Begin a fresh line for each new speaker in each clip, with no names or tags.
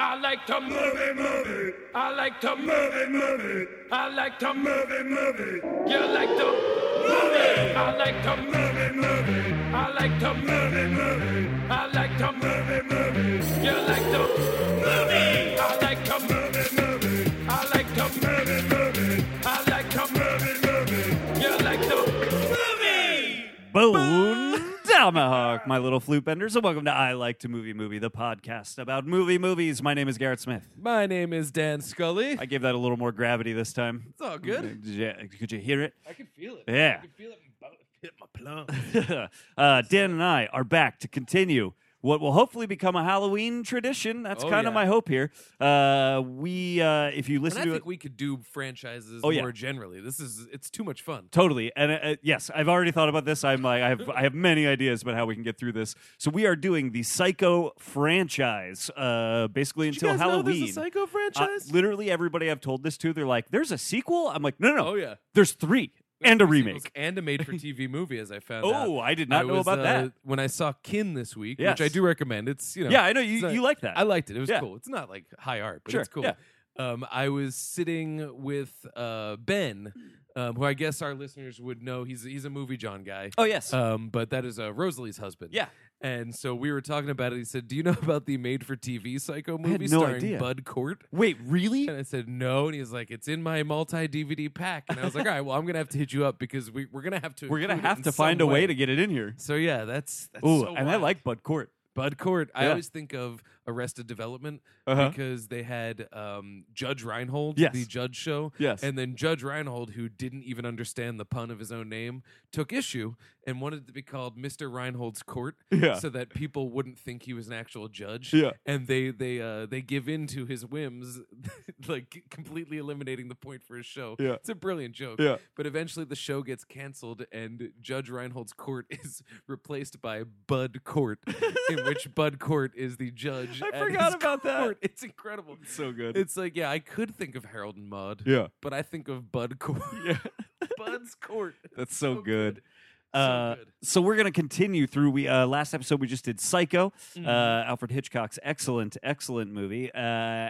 I like to move it, move it. I like to move it, move it. I like to move it, move it. You like to move it. I like to move it, move it. I like to move it, move it. I like to move it, move it. You like to move it. I like to move it, move it. I like to move it, move it. I like to move it, move it. You like to move it.
Bone Tomahawk, my little flute benders, and welcome to I Like to Movie Movie, the podcast about movie movies. My name is Garrett Smith.
My name is Dan Scully.
I gave that a little more gravity this time.
It's all good.
Did you, could you hear it?
I can feel it.
Yeah.
I can feel it hit my
uh, Dan and I are back to continue what will hopefully become a Halloween tradition. That's
Oh,
kind of
yeah.
my hope here. Uh, we, uh, if you listen
I
to
think
it,
we could do franchises
Oh, yeah.
more generally. This is it's too much fun.
Totally, and uh, uh, yes, I've already thought about this. I'm like, I have, I have many ideas about how we can get through this. So we are doing the Psycho franchise, uh, basically
Did
until
you guys know
Halloween.
there's a Psycho
Uh,
franchise?
literally, everybody I've told this to, they're like, "There's a sequel." I'm like, "No, no, no.
oh yeah,
there's three and a remake."
and a made-for-TV movie, as I found out.
Oh, I did not
I
know
was,
about
uh,
that.
when I saw Kin this week,
Yes.
which I do recommend. It's you know,
yeah, I know you,
it's not-
you like that.
I liked it. It was
Yeah.
cool. It's not like high art, but
Sure,
it's cool.
yeah.
Um, I was sitting with uh, Ben, um, who I guess our listeners would know. He's he's a movie John guy.
oh yes,
Um, but that is uh, Rosalie's husband.
Yeah.
And so we were talking about it. He said, "Do you know about the made-for-TV Psycho
had
movie
no
starring
idea.
Bud Cort?"
Wait, really?
And I said, "No." And he's like, "It's in my multi-DVD pack." And I was like, "All right, well, I'm gonna have to hit you up because we, we're gonna have to
We're gonna
include it
have
in
to find
some
a way to get it in here.
So yeah, that's, that's
Ooh,
so
and I
wild.
like Bud Cort.
Bud Cort. I
Yeah.
always think of Arrested Development
Uh-huh.
because they had um, Judge Reinhold,
Yes.
the judge show.
Yes.
And then Judge Reinhold, who didn't even understand the pun of his own name, took issue and wanted it to be called Mr. Reinhold's Court
Yeah.
so that people wouldn't think he was an actual judge.
Yeah.
And they they uh, they give in to his whims, like completely eliminating the point for his show.
Yeah.
It's a brilliant joke.
Yeah.
But eventually the show gets canceled and Judge Reinhold's court is replaced by Bud Court, in which Bud Court is the judge.
I
at
forgot
his
about that.
court. It's incredible.
So good.
It's like, yeah, I could think of Harold and Maude,
yeah,
but I think of Bud Court.
yeah.
Bud's Court.
That's so,
So
good.
good. So
Uh,
good.
so we're going to continue through. We uh, last episode we just did Psycho,
Mm-hmm.
uh, Alfred Hitchcock's excellent, excellent movie, uh,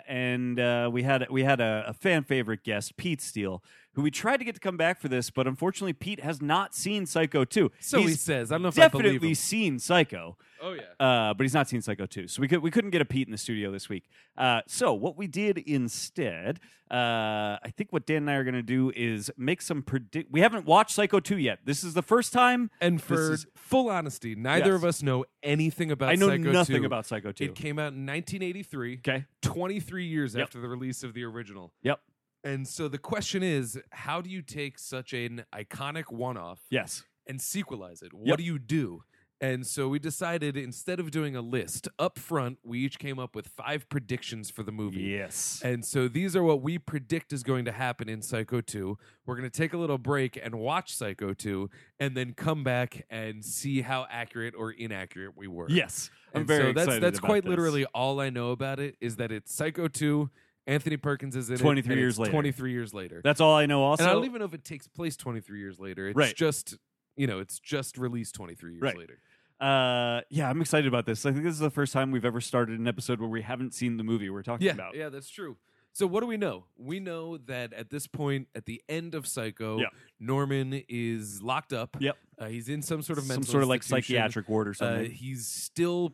and uh, we had we had a, a fan favorite guest, Pete Steele, who we tried to get to come back for this, but unfortunately Pete has not seen Psycho two.
So he
he's
says, I don't know if I believe
definitely
him.
seen Psycho,
Oh, yeah.
uh, but he's not seen Psycho 2. So we, could, we couldn't get a Pete in the studio this week. Uh, so what we did instead, uh, I think what Dan and I are going to do is make some predict. We haven't watched Psycho 2 yet. This is the first time.
And for
is-
full honesty, neither
Yes.
of us know anything about
I know
Psycho
nothing
2.
about Psycho 2.
It came out in 1983,
okay.
23 years
Yep.
after the release of the original.
Yep.
And so the question is, how do you take such an iconic one-off
Yes.
and sequelize it? What
Yep.
do you do? And so we decided instead of doing a list up front, we each came up with five predictions for the movie.
Yes.
And so these are what we predict is going to happen in Psycho 2. We're going to take a little break and watch Psycho 2 and then come back and see how accurate or inaccurate we were.
Yes. I'm
And
very
so that's
excited
that's
about
quite
this.
literally all I know about it is that it's Psycho 2, Anthony Perkins is in it,
23
and
years
it's
later.
23 years later.
That's all I know
and I don't
also.
even know if it takes place 23 years later. It's
Right.
just, you know, it's just released 23 years
Right.
later.
Uh, yeah, I'm excited about this. I think this is the first time we've ever started an episode where we haven't seen the movie we're talking
Yeah,
about.
yeah, that's true. So what do we know? We know that at this point, at the end of Psycho,
Yeah.
Norman is locked up.
Yep.
Uh, he's in some sort of
Some
mental
sort of like
institution.
psychiatric ward or
Uh,
something.
he's still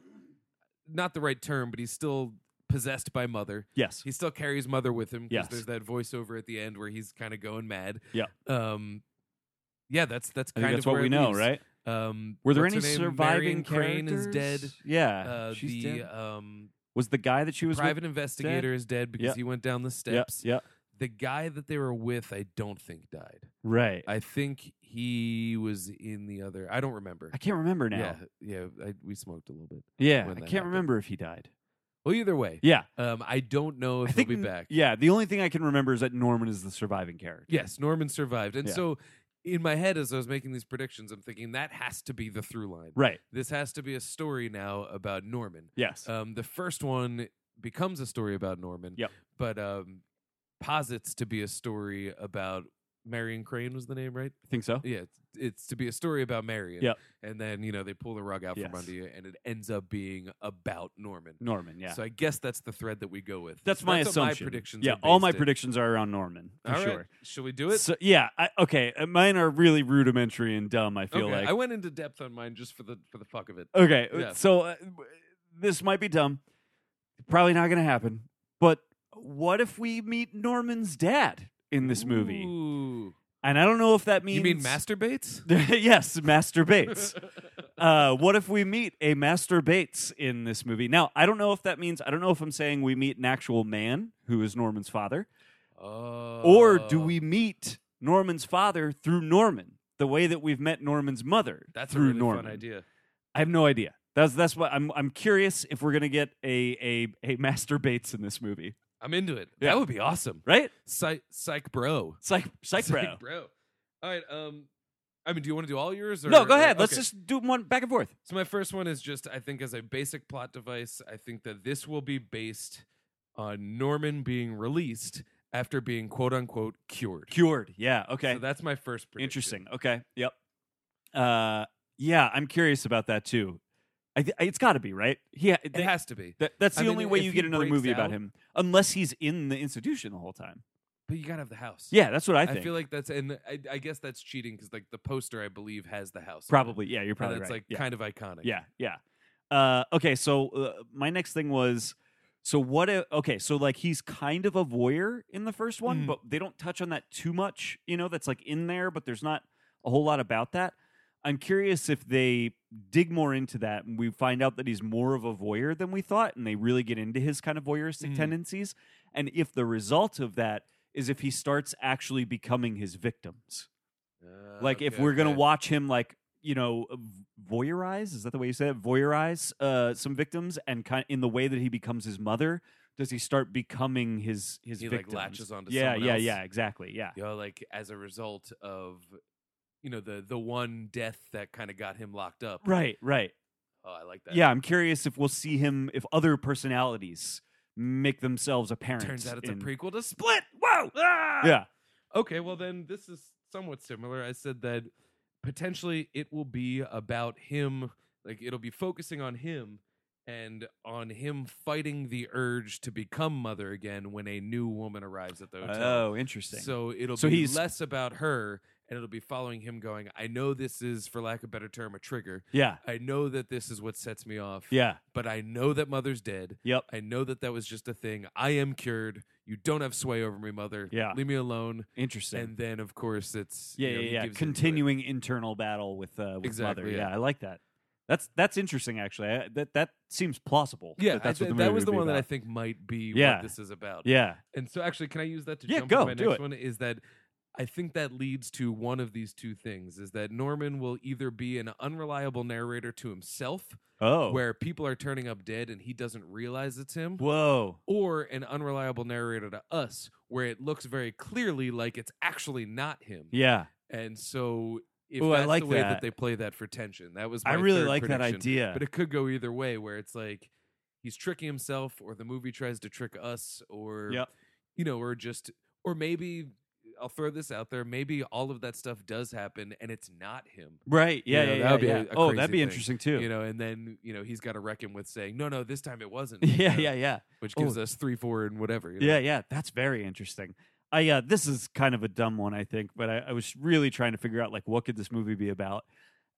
not the right term, but he's still possessed by mother.
yes.
He still carries mother with him because
Yes.
there's that voiceover at the end where he's kind of going mad.
Yeah.
Um, yeah, that's that's
I
kind
think
of
that's what
where
we
it
know,
leaves.
right?
Um,
Were there
what's
any
her name?
surviving
Marion Crane is
characters?
dead.
Yeah,
Uh,
she's
the
dead.
um,
was the guy that she was
private investigator is dead because
Yeah.
he went down the
with? Yeah,
steps.
yeah,
The guy that they were with, I don't think died.
right. I,
I think he was in the other. I don't remember.
can't remember now.
Yeah, yeah. I, we smoked a little bit.
Yeah,
When
I
that
can't
happened.
remember if he died.
Well, either way,
Yeah,
um, I don't know
I
if
think
he'll be
n-
back.
Yeah, the only thing I can remember is that Norman is the surviving character.
Yes, Norman survived, and
Yeah.
so in my head, as I was making these predictions, I'm thinking that has to be the through line.
right.
This has to be a story now about Norman.
Yes,
Um, the first one becomes a story about Norman,
Yep.
but um, posits to be a story about Marion Crane was the name, right?
I think so.
Yeah, it's, it's to be a story about Marion.
Yep.
And then, you know, they pull the rug out
Yes.
from under you and it ends up being about Norman.
Norman, yeah.
So I guess that's the thread that we go with.
that's my
what
assumption.
predictions.
yeah,
are
all
based
my
in.
predictions are around Norman for
All right.
sure.
Shall we do it?
So yeah, I, okay. uh, Mine are really rudimentary and dumb. I feel
Okay,
like
I went into depth on mine just for the for the fuck of it.
Okay,
Yeah.
so uh, w- this might be dumb. Probably not going to happen. But what if we meet Norman's dad in this movie?
Ooh.
And I don't know if that means
You mean masturbates?
yes, masturbates. uh, what if we meet a masturbates in this movie? Now, I don't know if that means I don't know if I'm saying we meet an actual man who is Norman's father,
Oh.
or do we meet Norman's father through Norman, the way that we've met Norman's mother
That's
through
a really
Norman?
fun idea.
I have no idea. That's that's what I'm. I'm curious if we're gonna get a a a Master Bates in this movie,
I'm into it.
Yeah.
That would be awesome.
right?
Psych, psych, bro.
Psych, psych, bro.
All right. Um, I mean, do you want to do all yours? Or,
No, go ahead.
or-
Let's
okay.
just do one back and forth.
So my first one is just I think as a basic plot device, I think that this will be based on Norman being released after being quote unquote cured.
Cured. Yeah. Okay.
So that's my first prediction.
Interesting. Okay. Yep. Uh, yeah, I'm curious about that too. I th- it's got to be right. Yeah.
It has to be.
that, that's the
I mean,
only way
if
you
he
get another
breaks
movie about
out-
him, unless he's in the institution the whole time.
But you gotta have the house.
Yeah, that's what I
I,
think.
feel like that's and I, I guess that's cheating because like the poster I believe has the house. on it.
probably. Yeah, you're
And
probably
that's
right.
like
yeah.
kind of iconic.
Yeah, yeah. Uh, okay, so uh, my next thing was so what? If, okay, so like he's kind of a voyeur in the first one,
Mhm.
but they don't touch on that too much. You know, that's like in there, but there's not a whole lot about that. I'm curious if they dig more into that and we find out that he's more of a voyeur than we thought, and they really get into his kind of voyeuristic
Mhm.
tendencies, and if the result of that is if he starts actually becoming his victims
Uh,
like if
okay,
we're gonna
okay.
watch him like you know v- voyeurize is that the way you say it voyeurize uh, some victims and kind in the way that he becomes his mother does he start becoming his his
He, like,
victims?
latches onto
yeah
someone
yeah
else.
yeah exactly yeah
you know, like as a result of you know the the one death that kind of got him locked up.
right right
Oh, I like that.
yeah I'm curious if we'll see him if other personalities make themselves apparent
Turns out it's
in-
a prequel to Split. Whoa. Ah!
yeah
Okay, well then this is somewhat similar. I said that potentially it will be about him, like it'll be focusing on him and on him fighting the urge to become mother again when a new woman arrives at the hotel.
oh interesting
so it'll
So
be
he's-
less about her and it'll be following him going, I know this is for lack of a better term a trigger.
yeah
I know that this is what sets me off.
yeah
But I know that mother's dead.
yep
I know that that was just a thing. I am cured. You don't have sway over me, mother.
Yeah.
Leave me alone.
interesting
And then, of course, it's
yeah
you know, he
yeah, yeah.
gives into it.
continuing internal battle with uh with
Exactly,
mother
yeah.
yeah. i like that that's that's interesting actually I, that that seems plausible
Yeah,
that that's
I,
what the
that
movie
was
would
the
be
one that I
about.
think might be
Yeah.
what this is about.
yeah
And so, actually, can I use that to
Yeah,
jump into
go,
my
do
next
it.
one? Is that I think that leads to one of these two things: is that Norman will either be an unreliable narrator to himself,
oh
where people are turning up dead and he doesn't realize it's him,
whoa
or an unreliable narrator to us, where it looks very clearly like it's actually not him.
yeah
And so if
Ooh, I
that's
like
the way that.
that.
they play that for tension, that was
i
my
really
third
like that
prediction.
idea
But it could go either way where it's like he's tricking himself or the movie tries to trick us or
Yep.
you know, or just or maybe I'll throw this out there, maybe all of that stuff does happen and it's not him.
right yeah
you know,
yeah,
that would be
yeah, yeah.
a- a
oh
crazy
that'd be
thing,
interesting too
You know, and then, you know, he's got to reckon with saying, No, no, this time it wasn't. you
yeah
know,
yeah yeah
Which
Oh.
gives us three, four, and whatever. you know?
yeah yeah that's very interesting i uh this is kind of a dumb one i think but i, I was really trying to figure out like what could this movie be about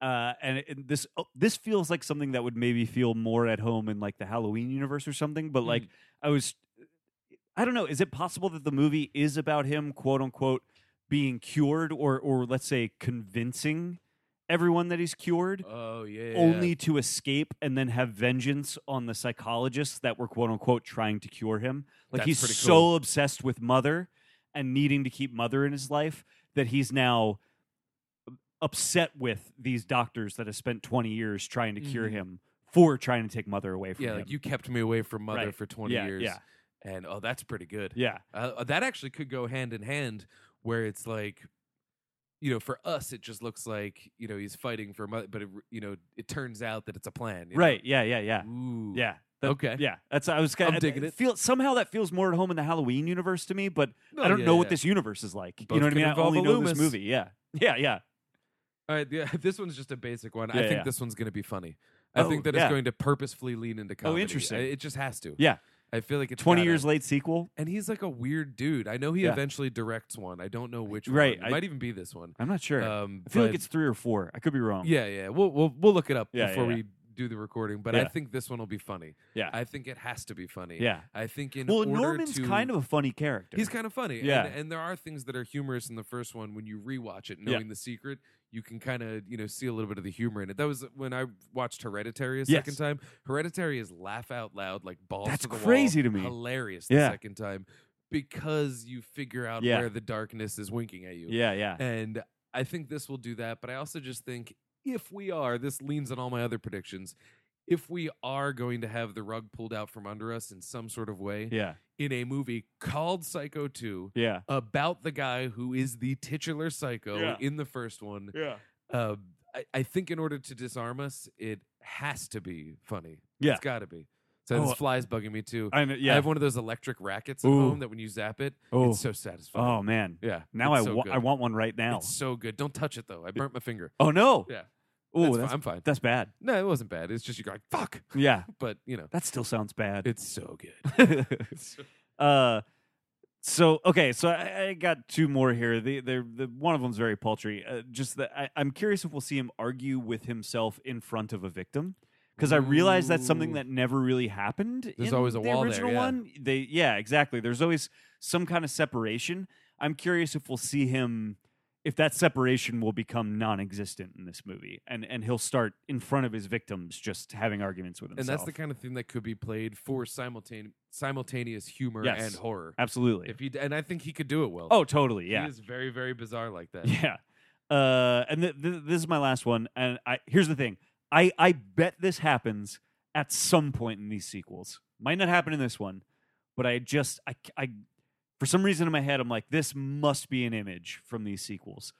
uh, and it, and this oh, this feels like something that would maybe feel more at home in like the Halloween universe or something. But like, I was, I don't know. Is it possible that the movie is about him, quote unquote, being cured, or or let's say convincing everyone that he's cured,
Oh yeah.
only to escape and then have vengeance on the psychologists that were quote unquote trying to cure him. Like
That's
he's
pretty
so
cool.
obsessed with mother and needing to keep mother in his life that he's now upset with these doctors that have spent 20 years trying to cure
Mhm.
him for trying to take mother away from
Yeah,
him.
like you kept me away from mother
Right.
for twenty
Yeah,
years.
yeah.
And oh, that's pretty good.
yeah.
Uh, that actually could go hand in hand, where it's like, you know, for us, it just looks like you know he's fighting for mother, but it, you know, it turns out that it's a plan. you know?
Right. Yeah, yeah, yeah.
Ooh.
Yeah. That-
Okay.
Yeah, that's I was kind
I'm digging it.
Feel somehow that feels more at home in the Halloween universe to me, but
No,
I don't
Oh, yeah,
know
yeah.
what this universe is like.
Both
you know what I
could
mean? I
involve
only
a
know
Loomis.
this movie. Yeah, yeah, yeah.
All right, yeah, this one's just a basic one. I
Yeah,
think
yeah.
this one's going to be funny. I
Oh,
think that
yeah. Oh,
it's going to purposefully lean into comedy.
interesting.
I- it just has to.
Yeah.
I feel like it's
Twenty
gotta.
years late sequel.
And he's like a weird dude. I know he
Yeah.
eventually directs one. I don't know which
Right,
one. It
I-
might even be this one.
I'm not sure.
Um,
I feel like
but-
it's three or four. I could be wrong.
yeah, yeah. We'll we'll we'll look it up
Yeah, yeah,
before
yeah.
we do the recording. But I
Yeah.
think this one will be funny.
Yeah.
I think it has to be funny.
Yeah.
I think in
Well,
order
Norman's
to,
kind of a funny character.
He's kind of funny.
Yeah.
And, and there are things that are humorous in the first one. When you rewatch it,
Yeah.
knowing the secret, you can kind of, you know, see a little bit of the humor in it. That was when I watched Hereditary a
Yes.
second time. Hereditary is laugh out loud, like balls
That's
to the wall,
crazy to me.
Hilarious
Yeah.
the second time because you figure out
Yeah.
where the darkness is winking at you.
yeah, yeah.
And I think this will do that. But I also just think if we are, this leans on all my other predictions. If we are going to have the rug pulled out from under us in some sort of way,
Yeah,
in a movie called Psycho 2
yeah,
about the guy who is the titular psycho
Yeah.
in the first one.
yeah.
Uh, I, I think in order to disarm us, it has to be funny.
Yeah.
It's got to be. So
Oh,
this fly's bugging me too. I,
I know, yeah.
have one of those electric rackets at
Ooh.
home that when you zap it,
oh,
it's so satisfying.
oh man.
Yeah.
Now
it's
I
so
wa-
good.
I want one right now.
It's so good. Don't touch it though. I burnt my finger.
oh no.
Yeah.
Oh,
That's
that's
fi- I'm fine.
that's bad.
No, it wasn't bad. It's just you're like, fuck.
Yeah,
But, you know,
that still sounds bad.
it's so good.
uh so okay so I, I got two more here the, the, the one of them's very paltry uh, just that I, i'm curious if we'll see him argue with himself in front of a victim because i realize that's something
Ooh.
that never really happened
There's
in
always a
the
wall there,
original
yeah.
one they yeah exactly there's always some kind of separation i'm curious if we'll see him if that separation will become non-existent in this movie and and he'll start in front of his victims just having arguments with
and
himself
that's the kind of thing that could be played for simultane- simultaneous humor
Yes.
and horror.
absolutely
If he d- and I think he could do it well.
oh totally yeah
he is very very bizarre like that.
Yeah. Uh, and th- th- this is my last one. And I here's the thing. I I bet this happens at some point in these sequels. Might not happen in this one, but I just I c- I for some reason in my head I'm like this must be an image from these sequels.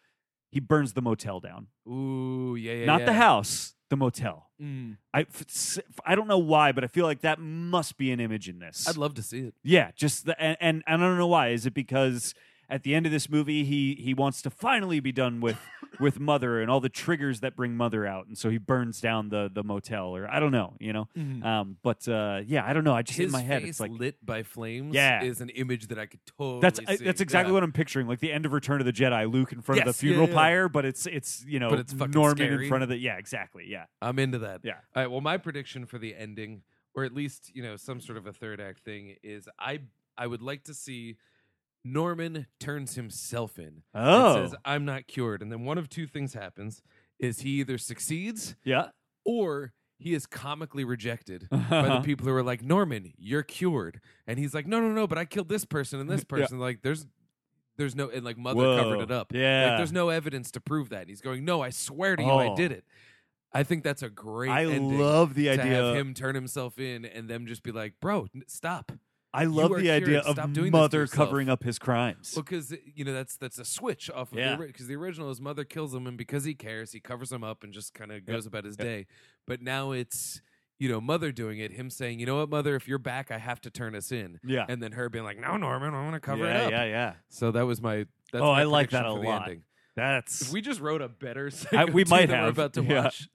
He burns the motel down,
Ooh, yeah, yeah.
not the
yeah.
house, the motel.
Mm,
I f- s- f- I don't know why, but I feel like that must be an image in this.
I'd love to see it.
Yeah, just the, and, and and I don't know why. Is it because at the end of this movie he he wants to finally be done with with mother and all the triggers that bring mother out, and so he burns down the the motel or I don't know, you know.
Mm.
Um, but uh, yeah, I don't know. I just
His
in my head
face
it's like
lit by flames.
Yeah.
is an image that I could totally.
that's I,
see.
that's exactly
Yeah.
what I'm picturing, like the end of Return of the Jedi, Luke in front of the
Yes, yeah,
funeral
yeah.
pyre, but it's it's you know
But it's fucking
Norman
scary.
in front of the yeah exactly yeah
I'm into that.
Yeah.
All right. Well, my prediction for the ending, or at least you know some sort of a third act thing, is I I would like to see Norman turns himself in. and
oh
says I'm not cured, and then one of two things happens: is he either succeeds
yeah
or he is comically rejected by
Uh-huh.
the people who are like, Norman, you're cured. And he's like, No, no, no, but I killed this person and this
Yeah.
person. Like, there's there's no and like mother covered
Whoa.
it up.
Yeah.
Like there's no evidence to prove that. And he's going, No, I swear to you I
Oh.
did it. I think that's a great
I
ending
love the
to
idea
have him turn himself in and them just be like, Bro, n- stop.
I love
are
the idea
cured. Stop doing this
of
to
mother
yourself.
covering up his crimes
Well, because you know that's that's a switch off of
Yeah.
the because the original his mother kills him and because he cares he covers him up and just kind of goes about his day. But now it's you know mother doing it, him saying, you know what, mother, if you're back, I have to turn us in,
yeah
and then her being like, no, Norman, I want to cover
yeah
it up.
yeah yeah
So that was my. That's
Oh,
my
I like that
prediction
a
for the
lot.
ending.
that's
If we just wrote a better,
I-
Psycho
we
2
might
than we're
have.
about to
Yeah.
watch,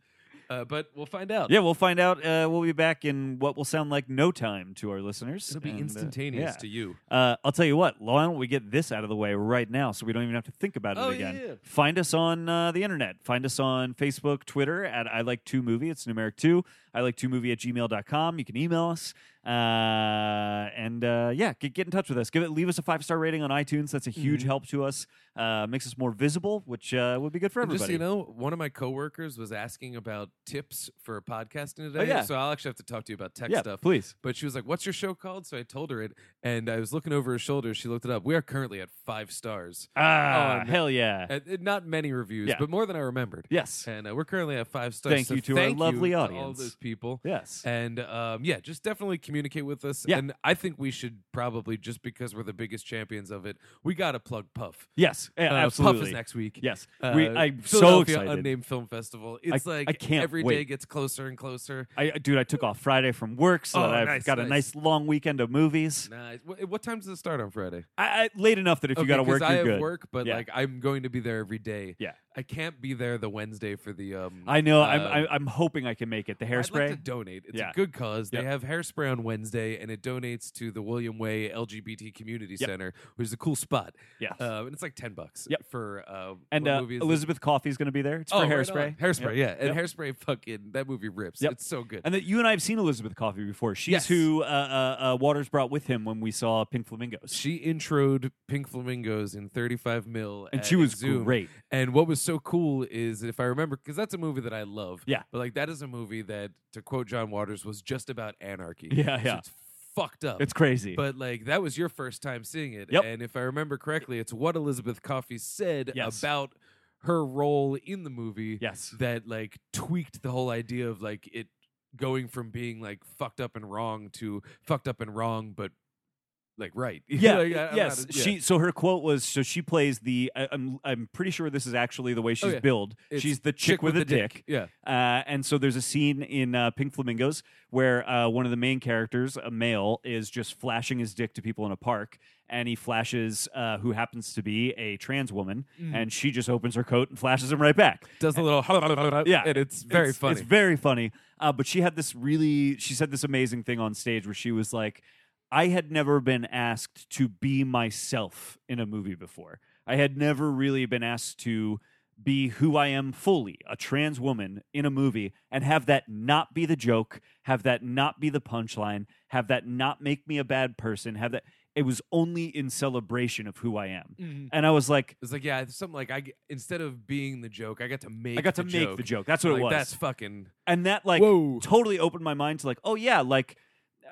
uh, but we'll find out.
Yeah, we'll find out. Uh, we'll be back in what will sound like no time to our listeners.
it'll be
And, uh,
instantaneous
yeah.
to you.
Uh, I'll tell you what, why don't we get this out of the way right now so we don't even have to think about it
Oh, yeah,
again?
yeah.
Find us on uh, the internet. Find us on Facebook, Twitter at I Like Two Movie. It's numeric two. I Like Two Movie at gmail.com. You can email us. Uh, and uh, yeah, get, get in touch with us. Give it, Leave us a five star rating on iTunes. That's a huge
Mm-hmm.
help to us. Uh, makes us more visible, which uh, would be good for
And
everybody.
Just so you know, one of my coworkers was asking about tips for podcasting today.
Oh, yeah.
So I'll actually have to talk to you about tech
yeah,
stuff.
please.
But she was like, "What's your show called?" So I told her it, and I was looking over her shoulder. She looked it up. We are currently at five stars.
Ah,
on-
hell yeah.
Oh, And, and not many reviews,
Yeah.
but more than I remembered.
Yes.
And uh, we're currently at five stars.
Thank
so
you to our
thank you
lovely
to all
audience.
those people.
Yes.
And um, yeah, just definitely communicate with us.
Yeah.
And I think we should probably just because we're the biggest champions of it, we gotta plug Puff.
Yes, yeah,
Uh,
absolutely.
Puff is next week.
Yes,
Uh,
we, I'm so
Philadelphia
excited.
Unnamed Film Festival. It's like
I can't
every day
wait.
gets closer and closer.
I, dude, I took off Friday from work, so
Oh,
that I've
nice,
got a
nice.
nice long weekend of movies.
Nice. What, what time does it start on Friday?
I, I, late enough that if you got to
Okay, 'cause
work,
I
you're
have
good.
work, but
Yeah.
like I'm going to be there every day.
Yeah.
I can't be there the Wednesday for the. Um,
I know. I'm,
uh,
I'm I'm hoping I can make it. The
I'd like to
hairspray.
donate. It's
Yeah.
a good cause. They
Yep.
have hairspray on Wednesday, and it donates to the William Way LGBT Community
Yep.
Center, which is a cool spot.
Yes.
Uh, and it's like ten bucks.
Yep.
For uh,
and
what
uh,
movie is it?
Elizabeth Coffey's going to be there. It's for
Oh, right
hairspray.
on. Hairspray,
Yep.
yeah. And hairspray, fucking that movie rips.
Yep.
It's so good.
And that you and I have seen Elizabeth Coffey before. She's
Yes.
who uh, uh, uh, Waters brought with him when we saw Pink Flamingos,
she introed Pink Flamingos in 35 mil,
and
at
she was
Uh, Zoom.
great.
And what was so cool is if I remember, because that's a movie that I love.
Yeah.
But like that is a movie that, to quote John Waters, was just about anarchy.
Yeah,
So
yeah.
it's fucked up.
It's crazy.
but like that was your first time seeing it.
Yep.
And if I remember correctly, it's what Elizabeth Coffey said
Yes.
about her role in the movie
yes.
that like tweaked the whole idea of like it going from being like fucked up and wrong to fucked up and wrong, but like right. You
Yeah.
know, like, I- I'm not
yes.
a- yeah.
She. So her quote was. So she plays the. I, I'm. I'm pretty sure this is actually the way she's
Oh, yeah.
billed.
It's
she's the chick, with, a dick.
Yeah.
Uh, and so there's a scene in uh, Pink Flamingos where uh, one of the main characters, a male, is just flashing his dick to people in a park, and he flashes uh, who happens to be a trans woman,
Hmm.
and she just opens her coat and flashes him right back.
Mm. Does a little
Yeah,
and it's very
it's,
funny.
It's very funny. Uh, but she had this really, she said this amazing thing on stage where she was like, I had never been asked to be myself in a movie before. I had never really been asked to be who I am fully, a trans woman in a movie, and have that not be the joke, have that not be the punchline, have that not make me a bad person, have that. It was only in celebration of who I am.
Mhm.
And I was like,
It's like yeah, it's something like I g- instead of being the joke, I got to make.
I got to
the
make the joke. That's what
Like,
it was.
That's fucking
and that, like,
whoa.
totally opened my mind to like, oh yeah, like uh,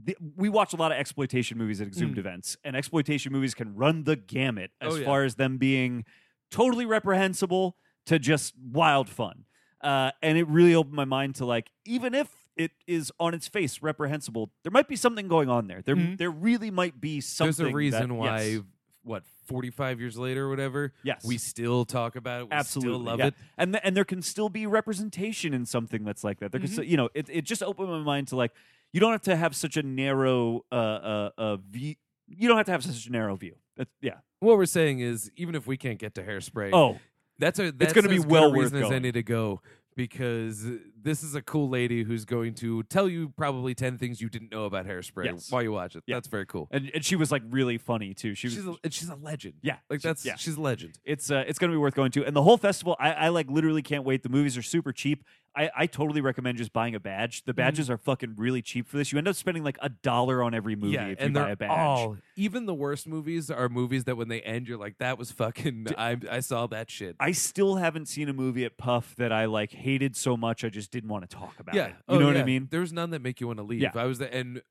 the, we watch a lot of exploitation movies at exhumed
Mm.
events, and exploitation movies can run the gamut as
Oh, yeah.
far as them being totally reprehensible to just wild fun. Uh, and it really opened my mind to like, even if it is on its face reprehensible, there might be something going on there. There,
Mhm.
there really might be something.
There's a reason
that-
why
Yes.
what 45 years later or whatever,
yes.
we still talk about it. We
Absolutely,
still love
yeah.
it.
and th- and there can still be representation in something that's like that. There can
Mhm.
still, you know, it it just opened my mind to like you don't have to have such a narrow uh uh, uh view. You don't have to have such a narrow view. That's yeah.
What we're saying is even if we can't get to hairspray,
Oh
that's a that's
gonna be
as good a
well worth
reason as
going.
any to go because this is a cool lady who's going to tell you probably 10 things you didn't know about hairspray
Yes.
while you watch it.
Yeah.
That's very cool.
and, and she was like really funny too. She was
she's a, and she's a legend.
Yeah,
Like
she-
that's
yeah.
she's a legend.
it's uh, it's gonna be worth going to. And the whole festival, I, I like literally can't wait. The movies are super cheap. I, I totally recommend just buying a badge.
Mm-hmm.
The badges are fucking really cheap for this. You end up spending like a dollar on every movie
yeah,
if
and
you
they're
buy a badge.
all even the worst movies are movies that when they end you're like that was fucking I I saw that shit.
I still haven't seen a movie at Puff that I like hated so much I just didn't want to talk about
yeah,
it. You
Oh,
know what
yeah.
I mean?
There's none that make you want to leave.
Yeah.
I was the, and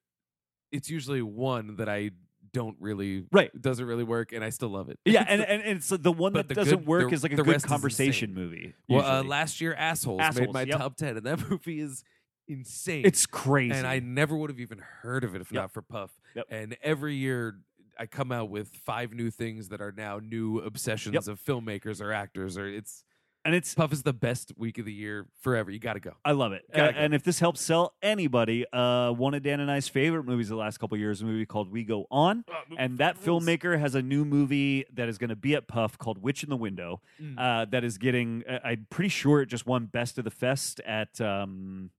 it's usually one that I don't really
Right.
doesn't really work, and I still love it.
Yeah, and, and, and it's the one
But
that
the
doesn't
good-
work
the-
is like a
the
good
rest is
conversation
insane.
movie.
well, uh,
usually.
last year, assholes, made
Assholes,
my
yep.
top ten, and that movie is insane.
it's crazy.
and I never would have even heard of it if
Yep.
not for Puff.
Yep.
And every year. I come out with five new things that are now new obsessions
Yep.
of filmmakers or actors or it's
and it's
Puff is the best week of the year forever. You got to go.
I love it. Uh,
Gotta go.
and if this helps sell anybody, uh, one of Dan and I's favorite movies the last couple years, a movie called We Go On. And that filmmaker has a new movie that is going to be at Puff called Witch in the Window.
Mm.
Uh, that is getting, I- I'm pretty sure it just won Best of the Fest at. Um,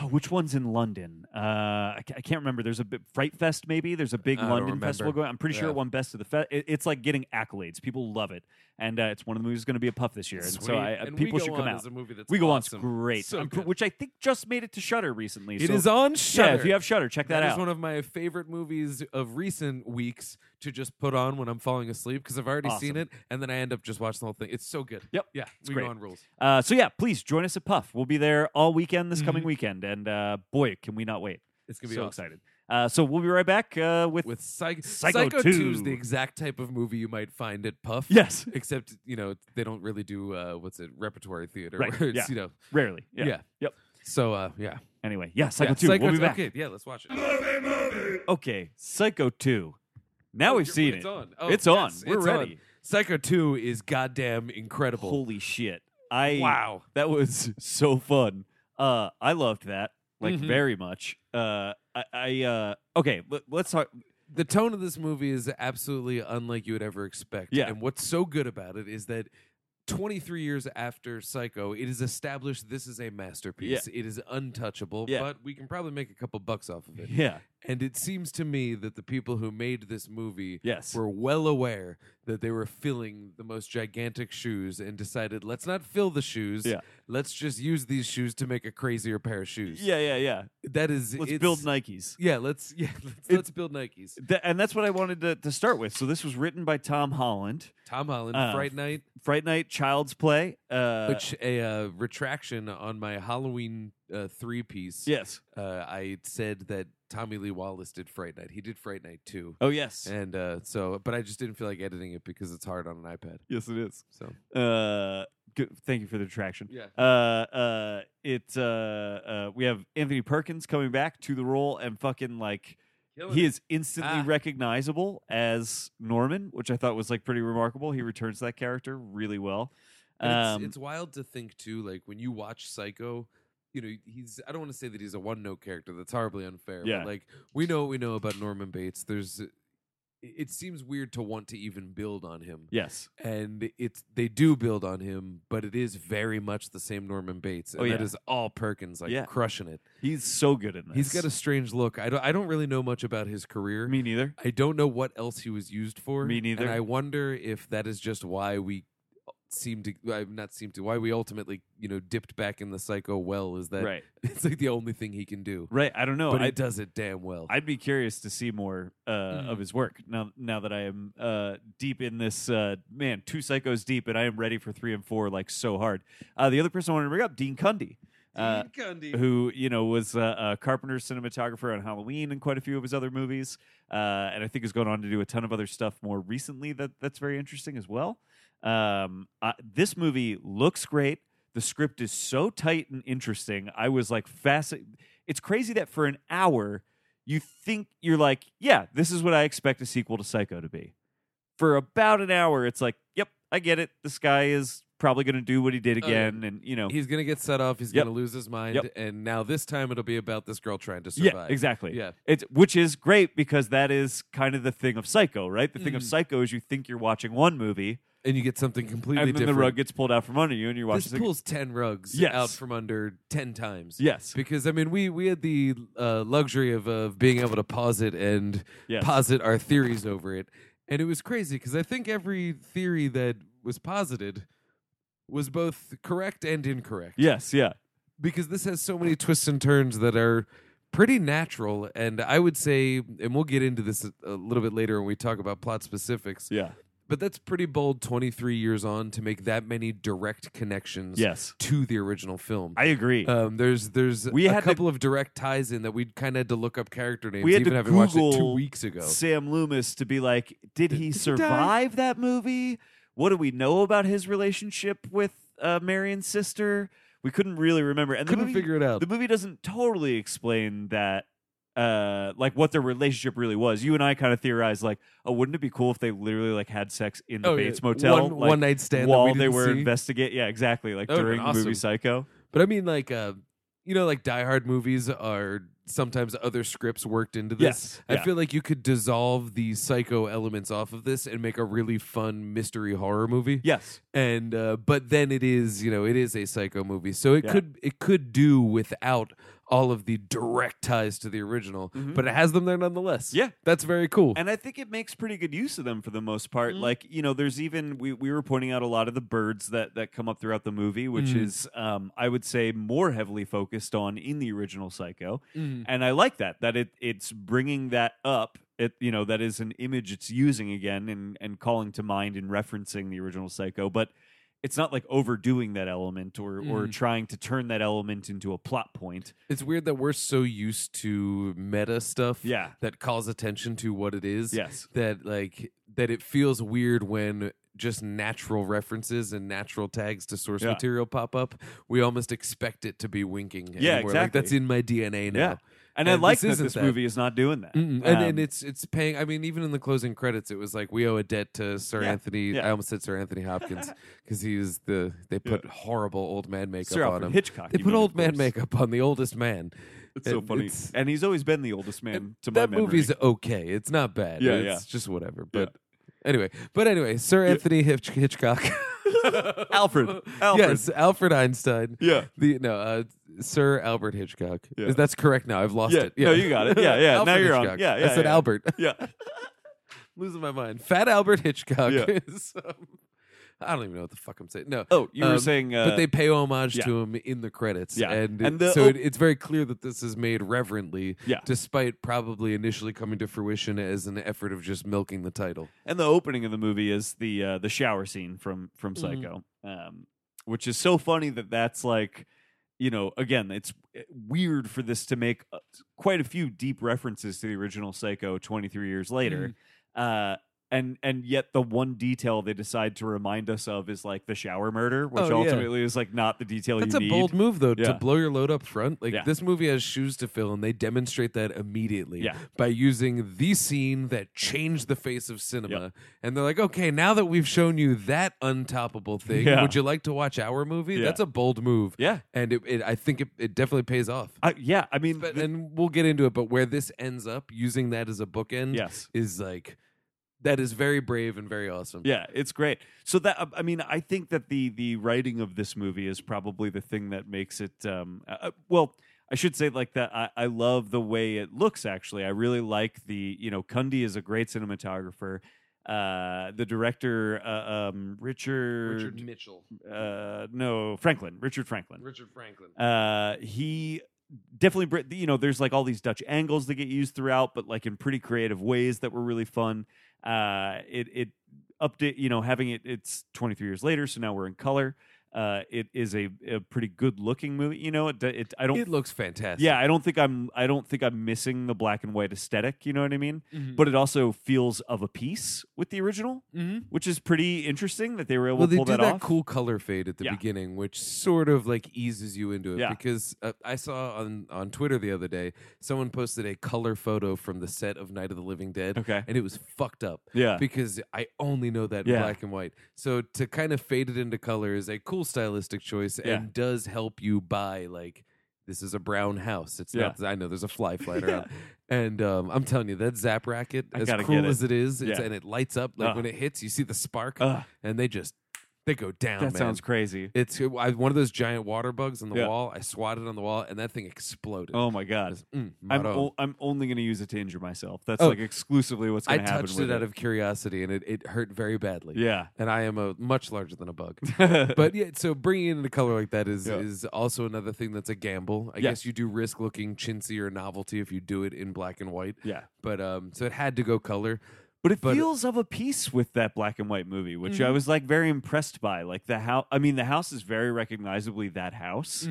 Oh, which one's in London? Uh, I, ca- I can't remember. There's a big Fright Fest, maybe. There's a big
I don't
London
remember.
festival going. I'm pretty sure
Yeah.
it won Best of the Fest. It, it's like getting accolades. People love it, and uh, it's one of the movies going to be a puff this year. And
Sweet.
so I, uh,
And We
people
Go
should come
On
out.
is a movie that's
We Go
awesome.
On's great,
So
I'm pr-
good.
which I think just made it to Shutter recently.
It
so,
is on Shutter.
Yeah, if you have Shutter, check that,
that is
out.
one of my favorite movies of recent weeks to just put on when I'm falling asleep because I've already seen
Awesome.
it, and then I end up just watching the whole thing. It's so good.
Yep.
Yeah. we
great.
go on rules.
Uh, so yeah, please join us at Puff. We'll be there all weekend this coming weekend, and uh, boy, can we not wait!
It's gonna Mm-hmm. be
so
awesome.
excited. Uh, so we'll be right back uh, with,
with Psych-
Psycho 2.
2 is the exact type of movie you might find at Puff.
yes,
Except you know they don't really do uh, what's it repertory theater.
Right,
where it's,
yeah.
You know.
rarely. Yeah.
Yeah.
Yep.
So uh, yeah.
Anyway, yeah, Psycho
Yeah,
2.
Psycho
we'll be
two-
back.
Okay, yeah, let's watch it.
Okay, Psycho 2. Now
Oh,
we've
you're-
seen
it's
it.
on. Oh,
it's on.
yes,
We're
it's
ready.
on. Psycho 2 is goddamn incredible.
Holy shit. I
wow.
that was so fun. Uh I loved that like
Mhm.
very much. Uh I, I uh okay, let, let's talk
The tone of this movie is absolutely unlike you would ever expect.
Yeah.
And what's so good about it is that 23 years after Psycho, it is established this is a masterpiece. It is untouchable,
Yeah.
but we can probably make a couple bucks off of it.
Yeah.
And it seems to me that the people who made this movie
Yes.
were well aware that they were filling the most gigantic shoes and decided, let's not fill the shoes.
Yeah.
Let's just use these shoes to make a crazier pair of shoes.
yeah, yeah, yeah.
That is
Let's
it's-
build Nikes.
Yeah, let's yeah, let's,
It-
let's build Nikes.
Th- and that's what I wanted to, to start with. So this was written by Tom Holland,
Tom Holland,
Uh,
Fright Night,
Fright Night, Child's Play. Uh,
which a uh, retraction on my Halloween uh, three piece.
yes.
Uh, I said that Tommy Lee Wallace did Fright Night. He did Fright Night too.
Oh yes.
And uh, so, but I just didn't feel like editing it because it's hard on an iPad.
yes, it is.
So
Uh, good, thank you for the attraction.
yeah,
Uh, uh, it uh, uh, we have Anthony Perkins coming back to the role and fucking like he is instantly
Ah.
recognizable as Norman, which I thought was like pretty remarkable. He returns that character really well.
And
Um,
it's, it's wild to think too, like when you watch Psycho, you know, he's I don't want to say that he's a one note character. That's horribly unfair.
Yeah.
But like we know what we know about Norman Bates. There's it- it seems weird to want to even build on him.
yes,
And it's they do build on him, but it is very much the same Norman Bates. And
Oh,
that
yeah.
is all Perkins, like
Yeah.
crushing it.
he's so good in this.
He's got a strange look. I don't I don't really know much about his career.
me neither.
I don't know what else he was used for.
Me neither.
And I wonder if that is just why we seem to I not seem to why we ultimately you know dipped back in the psycho well is that
right,
it's like the only thing he can do.
right. I don't know.
but
I
he does it damn well.
I'd be curious to see more uh, of his work now. Now that I am uh, deep in this, uh, man, two psychos deep, and I am ready for three and four like so hard. Uh, the other person I wanted to bring up, Dean Cundy, uh, who you know was uh, a Carpenter cinematographer on Halloween and quite a few of his other movies, uh, and I think has gone on to do a ton of other stuff more recently that that's very interesting as well. Um, uh, this movie looks great. The script is so tight and interesting. I was like fascinated. It's crazy that for an hour you think you're like, yeah, this is what I expect a sequel to Psycho to be. For about an hour, it's like, yep, I get it. This guy is probably going to do what he did
yeah.
again, and you know,
He's gonna get set off. He's
Yep.
gonna lose his mind.
Yep.
And now this time it'll be about this girl trying to survive.
yeah, exactly.
Yeah.
It's which is great because that is kind of the thing of Psycho, right? The thing of
Mhm.
Psycho is you think you're watching one movie,
And you get something completely
and then
different.
the rug gets pulled out from under you, and you're watching.
this pulls ten rugs
Yes.
out from under ten times.
yes,
Because I mean, we we had the uh, luxury of of being able to pause it and
yes,
posit our theories over it. And it was crazy because I think every theory that was posited was both correct and incorrect.
yes, yeah,
Because this has so many twists and turns that are pretty natural. And I would say, and we'll get into this a, a little bit later when we talk about plot specifics,
yeah,
but that's pretty bold 23 years on to make that many direct connections
yes.
to the original film.
I agree.
um, there's there's
We
a
had to-
couple of direct ties in that we kind of had to look up character names,
We had
even
to
having watched it two
Google
weeks ago.
Sam Loomis to be like, did he
Did he die?
survive that movie? What do we know about his relationship with uh, Marion's sister? We couldn't really remember, and the
Couldn't
movie,
figure it out.
the movie doesn't totally explain that uh like what their relationship really was you and i kind of theorized like oh wouldn't it be cool if they literally like had sex in the
Oh, yeah.
bates motel
one,
like,
one night stand that we
while they
didn't
were
see.
investigate yeah exactly like
That would've
during
been
the movie
awesome.
psycho
But I mean, like, uh, you know, like Die Hard movies are sometimes other scripts worked into this.
Yes,
I
yeah.
feel like you could dissolve the psycho elements off of this and make a really fun mystery horror movie.
yes
And uh, but then it is, you know, it is a psycho movie, so it
Yeah.
could it could do without all of the direct ties to the original,
Mhm.
but it has them there nonetheless.
Yeah.
that's very cool.
and i think it makes pretty good use of them for the most part
Mhm.
like you know there's even we, we were pointing out a lot of the birds that that come up throughout the movie which
Mhm.
is um i would say more heavily focused on in the original psycho
Mm.
and I like that that it it's bringing that up. It you know that is an image it's using again and and calling to mind and referencing the original Psycho, but it's not like overdoing that element or or
Mm.
trying to turn that element into a plot point.
It's weird that we're so used to meta stuff
Yeah.
that calls attention to what it is.
Yes.
that like that it feels weird when just natural references and natural tags to source
Yeah.
material pop up, we almost expect it to be winking. and
Yeah,
we're like,
exactly.
That's in my DNA now.
Yeah. And, I
And
like
this
that
isn't
this
that.
movie is not doing that.
Mm-mm. And,
Um,
and it's it's paying. I mean, even in the closing credits, it was like we owe a debt to Sir
Yeah,
Anthony.
yeah.
I almost said Sir Anthony Hopkins because he was the. They put horrible old man makeup
Sir
on
Alfred
him.
Hitchcock.
they
you
put
mean, of
old man
course.
makeup on the oldest man.
It's so
And
funny.
it's-
and he's always been the oldest man to my
that
memory.
movie's okay. It's not bad.
Yeah,
it's
yeah.
just whatever.
Yeah.
But anyway, but anyway, Sir Anthony Hitch- Hitchcock.
Alfred. Alfred.
yes, Alfred Einstein.
Yeah.
The no, uh, Sir Albert Hitchcock.
Yeah.
That's correct. Now I've lost
Yeah.
it.
No, you got it. Yeah, yeah. Now
Alfred
you're on.
Hitchcock.
Yeah, yeah,
I said
yeah.
Albert.
Yeah.
losing my mind. Fat Albert Hitchcock
Yeah.
is. Um, I don't even know what the fuck I'm saying. No.
Oh, you were
Um,
saying. Uh,
But they pay homage
yeah.
to him in the credits,
Yeah.
and,
And
it-
the
so
op-
it, it's very clear that this is made reverently,
Yeah.
despite probably initially coming to fruition as an effort of just milking the title.
and the opening of the movie is the uh, the shower scene from from
Mhm.
Psycho, um, which is so funny that that's like, you know, again, it's eh, weird for this to make uh, quite a few deep references to the original Psycho 23 years later.
Mm-hmm.
Uh, and and yet the one detail they decide to remind us of is like the shower murder, which
Oh, yeah.
ultimately is like not the detail
That's
you
a
need.
bold move, though,
Yeah.
to blow your load up front. Like
Yeah.
this movie has shoes to fill, and they demonstrate that immediately
Yeah.
by using the scene that changed the face of cinema. And they're like, "Okay, now that we've shown you that untoppable thing,
Yeah.
would you like to watch our movie?"
Yeah.
That's a bold move,
yeah,
and it, it, I think it, it definitely pays off.
I, yeah. I mean,
But,
th-
and we'll get into it. But where this ends up, using that as a bookend,
yes.
is like that is very brave and very awesome.
Yeah, it's great. So that uh, I mean, I think that the the writing of this movie is probably the thing that makes it. Um, uh, uh, well, I should say like that. I, I love the way it looks. Actually, I really like the you know Cundy is a great cinematographer. Uh, the director, uh, um, Richard,
Richard Mitchell,
uh, no Franklin, Richard Franklin.
Richard Franklin.
Uh, he definitely, br- you know, there's like all these Dutch angles that get used throughout, but like in pretty creative ways that were really fun. Uh, it it update, you know, having it. It's 23 years later, so now we're in color. Uh, it is a, a pretty good looking movie. You know, it, d- it I don't.
It looks fantastic.
yeah, I don't think I'm. I don't think I'm missing the black and white aesthetic. You know what I mean?
Mhm.
But it also feels of a piece with the original,
Mhm.
which is pretty interesting that they were able
Well,
to
they
pull
do
that
that,
off.
cool color fade at the
Yeah.
beginning, which sort of like eases you into it.
Yeah.
Because uh, I saw on on Twitter the other day, someone posted a color photo from the set of Night of the Living Dead,
Okay.
and it was fucked up
Yeah.
because I only know that in
Yeah.
black and white. So to kind of fade it into color is a cool stylistic choice
Yeah.
and does help you buy like this is a brown house. It's not. I know there's a fly flying around, and um, I'm telling you that zap racket,
I
as
gotta
cool
get it.
as it is, it's,
Yeah. Uh-huh.
and it lights up like
Ugh.
when it hits, you see the spark,
Ugh,
and they just they go down.
that
man.
sounds crazy.
It's I, one of those giant water bugs on the
Yeah.
wall. I swatted on the wall, and that thing exploded.
Oh my god.
It's, mm,
I'm,
marron.
o- I'm only going to use it to injure myself. That's
Oh.
like exclusively what's
I
going to happen.
touched
with
it out of curiosity, and it, it hurt very badly.
yeah,
And I am a much larger than a bug.
but
but yeah, so bringing it into color like that is
Yeah.
is also another thing that's a gamble. I
Yeah.
guess you do risk looking chintzy or novelty if you do it in black and white.
yeah,
But um, so it had to go color.
but it
But-
feels of a piece with that black and white movie, which I
Mhm.
was like very impressed by. Like the house, I mean, the house is very recognizably that house.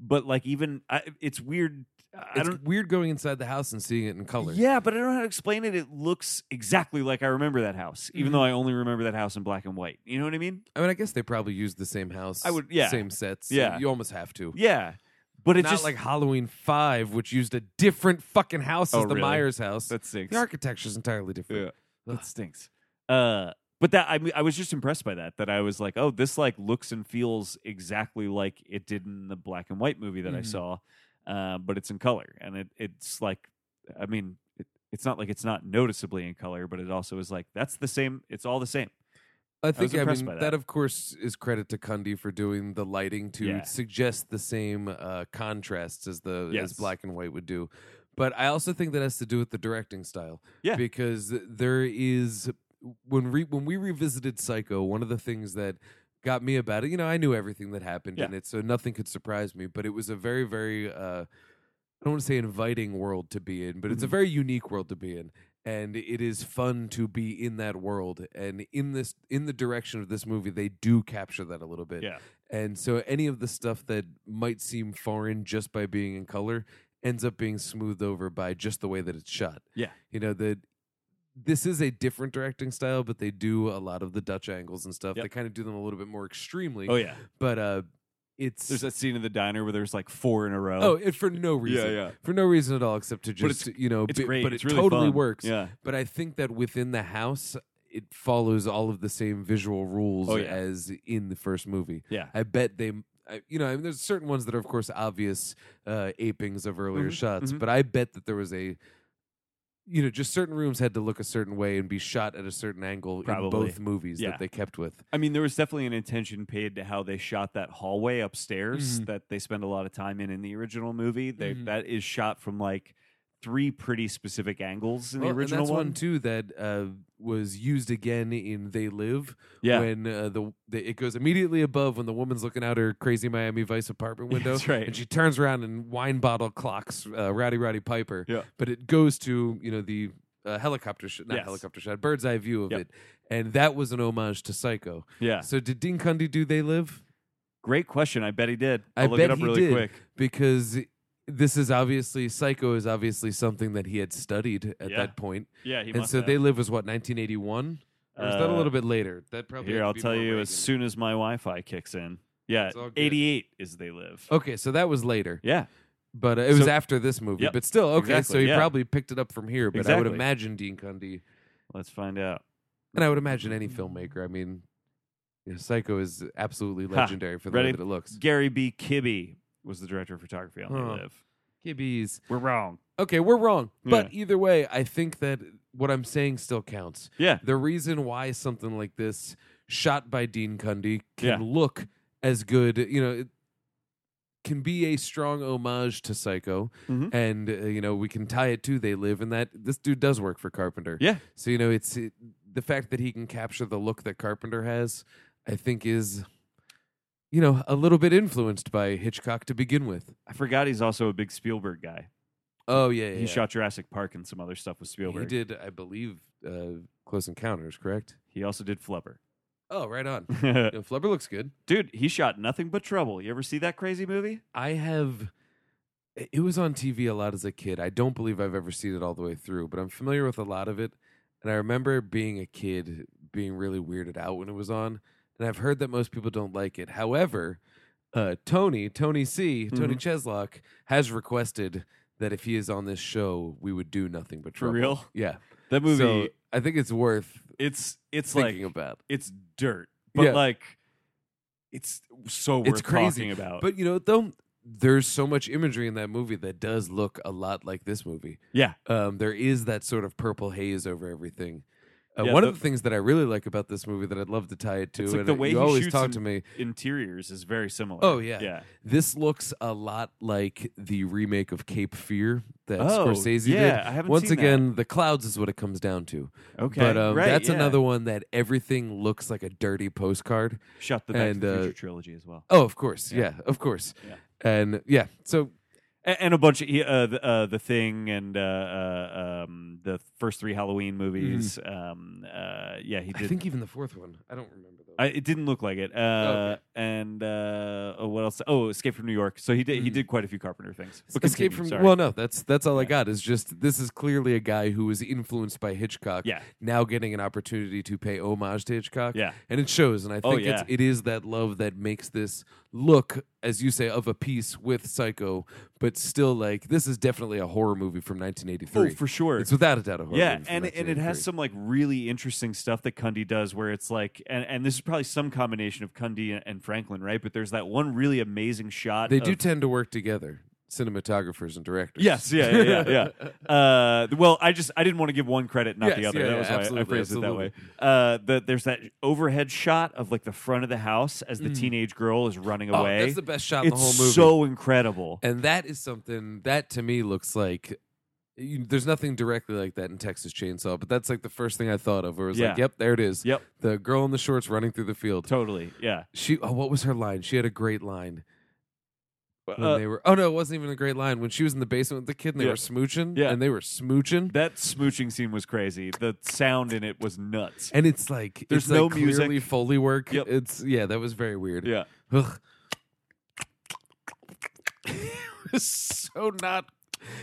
But like even I, it's weird. Mm-hmm. I
Mm. It's
don't.
weird going inside the house and seeing it in color.
Yeah, but I don't know how to explain it. It looks exactly like I remember that house, even
Mhm.
though I only remember that house in black and white. You know what I mean?
I mean, I guess they probably used the same house.
I would- yeah.
Same sets.
Yeah.
You almost have to.
Yeah, but it
Not
just
like Halloween Five, which used a different fucking house
Oh,
as the
really?
Myers house.
that stinks.
the architecture's entirely different. Ugh.
that stinks. Uh, but that I mean, I was just impressed by that. That I was like, oh, this like looks and feels exactly like it did in the black and white movie that I
Mhm.
saw, uh, but it's in color, and it it's like, I mean, it, it's not like it's not noticeably in color, but it also is like that's the same. It's all the same.
I think I,
impressed
mean
by that.
that. of course, is credit to Cundy for doing the lighting to
Yeah.
suggest the same uh, contrasts as the
Yes.
as black and white would do. But I also think that has to do with the directing style.
Yeah.
because there is when re, when we revisited Psycho, one of the things that got me about it, you know, I knew everything that happened in it, so nothing could surprise me. But it was a very very uh, I don't want to say inviting world to be in, but it's a
Mhm.
very unique world to be in and it is fun to be in that world and in this in the direction of this movie they do capture that a little bit
Yeah.
and so any of the stuff that might seem foreign just by being in color ends up being smoothed over by just the way that it's shot
Yeah.
you know that this is a different directing style, but they do a lot of the Dutch angles and stuff.
Yep.
They kind of do them a little bit more extremely.
Oh yeah.
But uh, it's
There's that scene in the diner where there's like four in a row.
oh, it, for no reason.
yeah, yeah.
For no reason at all, except to
But it's-
just you know,
It's
be-
great.
but
it's
it
really
totally
fun.
works.
Yeah.
But I think that within the house, it follows all of the same visual rules
Oh, yeah.
as in the first movie.
Yeah.
I bet they, I, you know, I mean, there's certain ones that are, of course, obvious uh, apings of earlier
Mhm,
shots,
mhm.
but I bet that there was a, you know, just certain rooms had to look a certain way and be shot at a certain angle
Probably.
in both movies
Yeah.
that they kept with.
I mean, there was definitely an attention paid to how they shot that hallway upstairs
Mhm.
that they spend a lot of time in in the original movie. They,
Mhm.
that is shot from like three pretty specific angles in
Well,
the
and
original
that's one too that uh, was used again in They Live.
Yeah,
when uh, the, the it goes immediately above when the woman's looking out her crazy Miami Vice apartment window,
That's right.
and she turns around and wine bottle clocks uh, Rowdy Roddy Piper.
Yeah.
but it goes to you know the uh, helicopter shot, not
Yes.
helicopter shot, bird's eye view of
Yep.
it, and that was an homage to Psycho.
yeah.
So did Dean Cundy do They Live?
Great question. I bet he did.
I
I'll look
bet
it up
he
really
did.
quick.
Because this is obviously Psycho is obviously something that he had studied at
Yeah.
that point,
Yeah, he
and
must
so
have.
They Live was what 1981. Or is that a
Uh,
little bit later? That probably
Here,
had to
I'll
be
tell
more
you
Reagan.
as soon as my Wi-Fi kicks in. Yeah,
It's all good. Oh.
88 is they live.
Okay, so that was later.
Yeah,
But uh, it was
So-
after this movie.
Yep.
But still, okay.
Exactly,
so he
yeah.
probably picked it up from here. But I
Exactly.
would imagine Dean Cundy,
let's find out.
and I would imagine any filmmaker. I mean, you know, Psycho is absolutely
Ha.
legendary for the
Ready?
way that it looks.
Gary B. Kibbe was the director of photography on
Huh.
They Live.
Gibbies.
We're wrong.
Okay, we're wrong. But either way, I think that what I'm saying still counts.
Yeah,
The reason why something like this, shot by Dean Cundy,
Yeah.
can look as good, you know, it can be a strong homage to Psycho,
Mhm.
and uh, you know we can tie it to They Live, and that this dude does work for Carpenter.
yeah.
So you know, it's it, the fact that he can capture the look that Carpenter has, I think, is you know a little bit influenced by Hitchcock to begin with.
I forgot he's also a big Spielberg guy.
Oh yeah, yeah
He shot Jurassic Park and some other stuff with Spielberg.
He did, I believe, uh, Close Encounters, correct?
He also did Flubber.
Oh, right on. You know, Flubber looks good.
Dude, he shot nothing but trouble. You ever see that crazy movie?
I have. It was on TV a lot as a kid. I don't believe I've ever seen it all the way through, but I'm familiar with a lot of it. And I remember being a kid being really weirded out when it was on. And I've heard that most people don't like it. However, uh, Tony, Tony C, Tony
Mm-hmm.
Cheslock has requested that if he is on this show, we would do nothing but
For
trouble.
real?
Yeah.
That movie,
So I think it's worth
it's it's like
thinking about.
it's dirt, but
Yeah.
like it's so worth
It's crazy,
talking about.
But you know, though, there's so much imagery in that movie that does look a lot like this movie.
yeah,
um, there is that sort of purple haze over everything. Uh,
Yeah,
one
the-
of the things that I really like about this movie that I'd love to tie it to,
It's like
and
the
uh,
way
you
he
always
shoots
talk
and-
to me.
interiors is very similar.
Oh, yeah.
yeah,
This looks a lot like the remake of Cape Fear that
Oh,
Scorsese
yeah,
did.
I haven't
Once
seen that.
again, the clouds is what it comes down to.
okay,
but um,
right,
that's
yeah.
another one that everything looks like a dirty postcard.
Shot the Back to
and,
the
uh,
Future trilogy as well,
Oh, of course,
Yeah.
yeah, of course,
Yeah.
and yeah. So
and, and a bunch of he- uh, the, uh, the thing and uh, uh, um, the first three Halloween movies. Um, uh, yeah, he
Mm-hmm. I
did.
think even the fourth one, I don't remember. Though.
I, it didn't look like it. Uh,
Okay.
And uh, oh, what else? Oh, Escape from New York. So he did. He
Mhm.
did quite a few Carpenter things. But
Escape
continue,
from
sorry.
well, no, that's that's all I
Yeah.
got. Is just this is clearly a guy who was influenced by Hitchcock.
Yeah.
now getting an opportunity to pay homage to Hitchcock.
Yeah.
and it shows. And I
Oh,
think it's,
yeah.
it is that love that makes this look, as you say, of a piece with Psycho, but still like this is definitely a horror movie from 1983.
Oh, for sure.
It's without a doubt a horror.
yeah,
movie from
and and it has
1983.
some like really interesting stuff that Cundy does, where it's like, and, and this is probably some combination of Cundy and, and Franklin, right? But there's that one really amazing shot.
They
of-
do tend to work together, cinematographers and directors.
Yes, yeah, yeah, yeah. yeah. Uh, well, I just I didn't want to give one credit, not the
Yes,
other.
yeah,
that
yeah,
was why I- I
absolutely,
phrased it
absolutely.
that way. Uh, the, there's that overhead shot of like the front of the house as the teenage girl is running
Mm. Oh,
away.
that's the best shot in
it's
the whole movie.
so incredible.
And that is something that to me looks like you, there's nothing directly like that in Texas Chainsaw, but that's like the first thing I thought of. Where it was like,
Yeah.
yep, there it is.
Yep.
The girl in the shorts running through the field.
Totally. Yeah.
She, oh, what was her line? She had a great line when
Uh,
they were. Oh no, it wasn't even a great line. When she was in the basement with the kid and they
Yeah.
were smooching,
Yeah.
and they were smooching,
that smooching scene was crazy. The sound in it was nuts.
and it's like
There's
it's like
no music.
clearly foley work.
Yep.
It's yeah, that was very weird.
Yeah.
Ugh. It was so not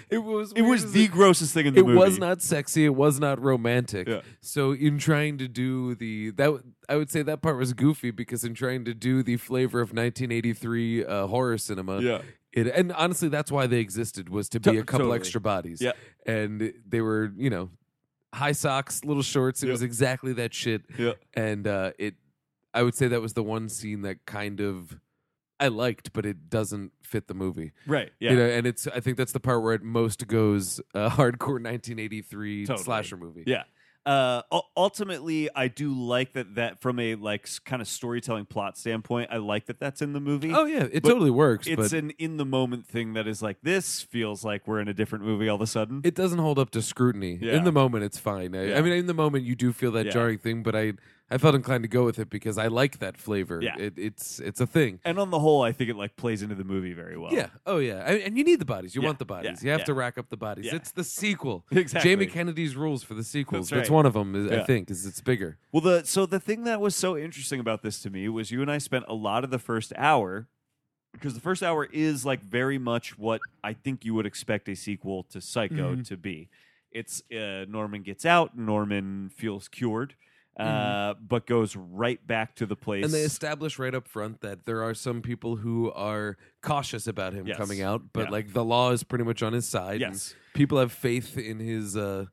It was.
It
weird
was
as
the grossest thing in the
It
movie.
was not sexy. It was not romantic.
Yeah.
So in trying to do the that w- I would say that part was goofy because in trying to do the flavor of 1983 uh, horror cinema,
Yeah.
it and honestly that's why they existed was to be
To-
a couple
totally.
extra bodies.
Yeah.
And they were you know high socks, little shorts. It
Yeah.
was exactly that shit.
Yeah.
And uh, it I would say that was the one scene that kind of I liked, but it doesn't fit the movie.
Right. Yeah.
You know, and it's I think that's the part where it most goes uh, hardcore 1983
Totally.
slasher movie.
Yeah. Uh, u- ultimately, I do like that. That from a like kind of storytelling plot standpoint, I like that that's in the movie.
Oh yeah, it
But
totally works,
it's
but
an in the moment thing that is like this feels like we're in a different movie all of a sudden.
it doesn't hold up to scrutiny.
Yeah.
In the moment, it's fine. I,
Yeah.
I mean, in the moment, you do feel that
Yeah.
jarring thing, but I I felt inclined to go with it because I like that flavor.
Yeah.
It, it's it's a thing.
and on the whole, I think it like plays into the movie very well.
Yeah. Oh yeah. I, and you need the bodies. You
Yeah.
want the bodies.
Yeah.
You have
Yeah.
to rack up the bodies.
Yeah.
It's the sequel.
Exactly.
Jamie Kennedy's rules for the sequels.
That's
That's,
right.
one of them. Is,
Yeah.
I think is it's bigger.
Well, the so the thing that was so interesting about this to me was you and I spent a lot of the first hour because the first hour is like very much what I think you would expect a sequel to Psycho
Mm-hmm.
to be. It's uh, Norman gets out, Norman feels cured, uh, but goes right back to the place.
Mm-hmm. And they establish right up front that there are some people who are cautious about him
Yes.
coming out, but
Yeah.
like the law is pretty much on his side. and
Yes.
people have faith in his uh,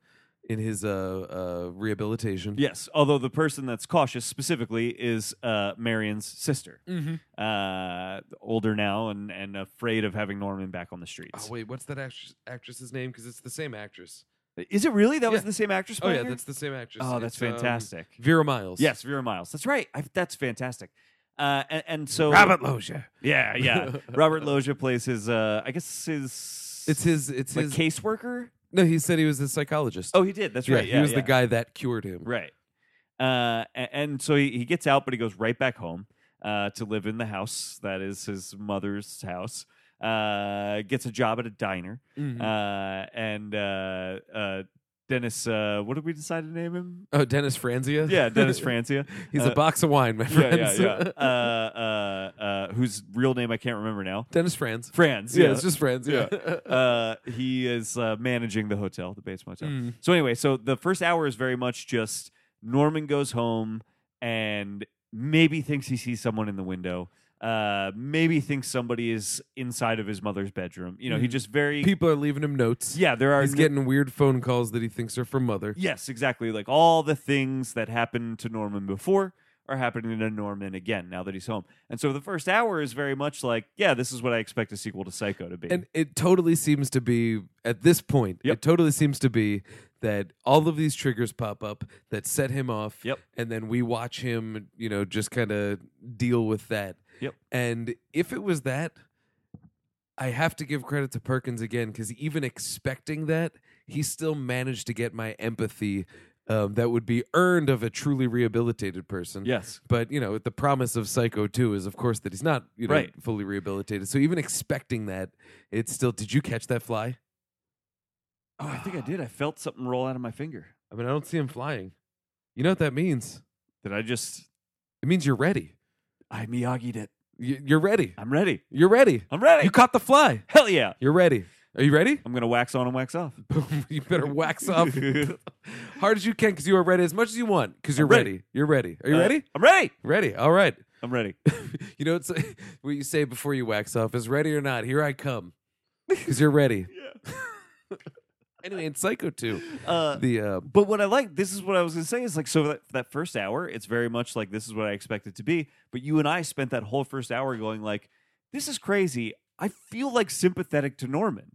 in his uh, uh, rehabilitation.
yes, although the person that's cautious specifically is uh, Marion's sister,
Mm-hmm.
uh, older now and and afraid of having Norman back on the streets.
Oh wait, what's that actress, actress's name? Because it's the same actress.
Is it really that was
Yeah.
the same actress?
Oh
playing
yeah,
her?
that's the same actress.
Oh, that's
It's, um,
fantastic.
Vera Miles.
yes, Vera Miles. That's right. I, that's fantastic. Uh, and, and so
Robert Loggia.
yeah, yeah. Robert Loggia plays his. Uh, I guess his.
It's his. It's
like
his.
caseworker.
no, he said he was a psychologist.
Oh, he did. That's right.
he
Yeah,
was
yeah.
the guy that cured him.
Right. Uh, a- and, so he, he gets out, but he goes right back home uh, to live in the house that is his mother's house. Uh, gets a job at a diner.
Mhm.
Uh, and uh, uh, Dennis, uh, what did we decide to name him?
oh, Dennis Franzia.
Yeah, Dennis Francia.
He's
Uh,
a box of wine, my
yeah,
friends.
yeah, yeah. uh, uh, uh, whose real name I can't remember now.
Dennis Franz.
Franz.
Yeah, it's just Franz. Yeah.
uh, he is uh, managing the hotel, the Bates Motel.
Mm.
So anyway, so the first hour is very much just Norman goes home and maybe thinks he sees someone in the window. Uh, maybe thinks somebody is inside of his mother's bedroom. You know, he
Mm.
just very
People are leaving him notes.
yeah. There are
He's
no-
getting weird phone calls that he thinks are from mother.
Yes, exactly. Like all the things that happened to Norman before are happening to Norman again now that he's home. And so the first hour is very much like, yeah, this is what I expect a sequel to Psycho to be.
And it totally seems to be at this point.
Yep.
It totally seems to be that all of these triggers pop up that set him off.
Yep.
And then we watch him, you know, just kind of deal with that.
Yep.
And if it was that, I have to give credit to Perkins again because even expecting that, he still managed to get my empathy um, that would be earned of a truly rehabilitated person.
yes.
But you know, the promise of Psycho 2 is, of course, that he's not you know
Right.
fully rehabilitated. So even expecting that, it's still. Did you catch that fly?
Oh, I think I did. I felt something roll out of my finger.
I mean, I don't see him flying. You know what that means?
Did I just
It means you're ready.
I Miyagi'd it.
Y- You're ready.
I'm ready.
You're ready.
I'm ready.
You caught the fly.
Hell yeah.
You're ready. Are you ready?
I'm gonna wax on and wax off.
you better wax off hard as you can because you are ready as much as you want because you're
I'm ready.
ready. You're ready. Are you
Uh,
ready?
I'm ready.
Ready. All right.
I'm ready.
You know it's what you say before you wax off is ready or not. Here I come because you're ready. anyway, in Psycho 2,
Uh,
the uh,
But what I like, this is what I was going to say, is like, so that, that first hour, it's very much like, this is what I expect it to be. But you and I spent that whole first hour going, like, this is crazy. I feel like sympathetic to Norman.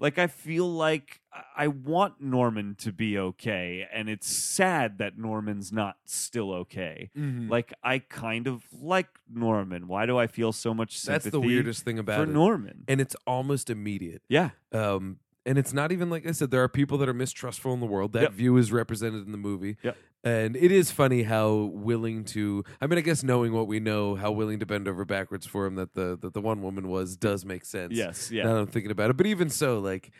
Like, I feel like I- I want Norman to be okay. And it's sad that Norman's not still okay.
Mm-hmm.
Like, I kind of like Norman. Why do I feel so much
that's
sympathy
the weirdest thing about
for
it,
Norman?
and it's almost immediate.
Yeah.
Um, and it's not even like I said. There are people that are mistrustful in the world. That
Yep.
view is represented in the movie.
Yep.
And it is funny how willing to. I mean, I guess knowing what we know, how willing to bend over backwards for him that the that the one woman was does make sense.
Yes.
Now
Yeah.
that I'm thinking about it, but even so, like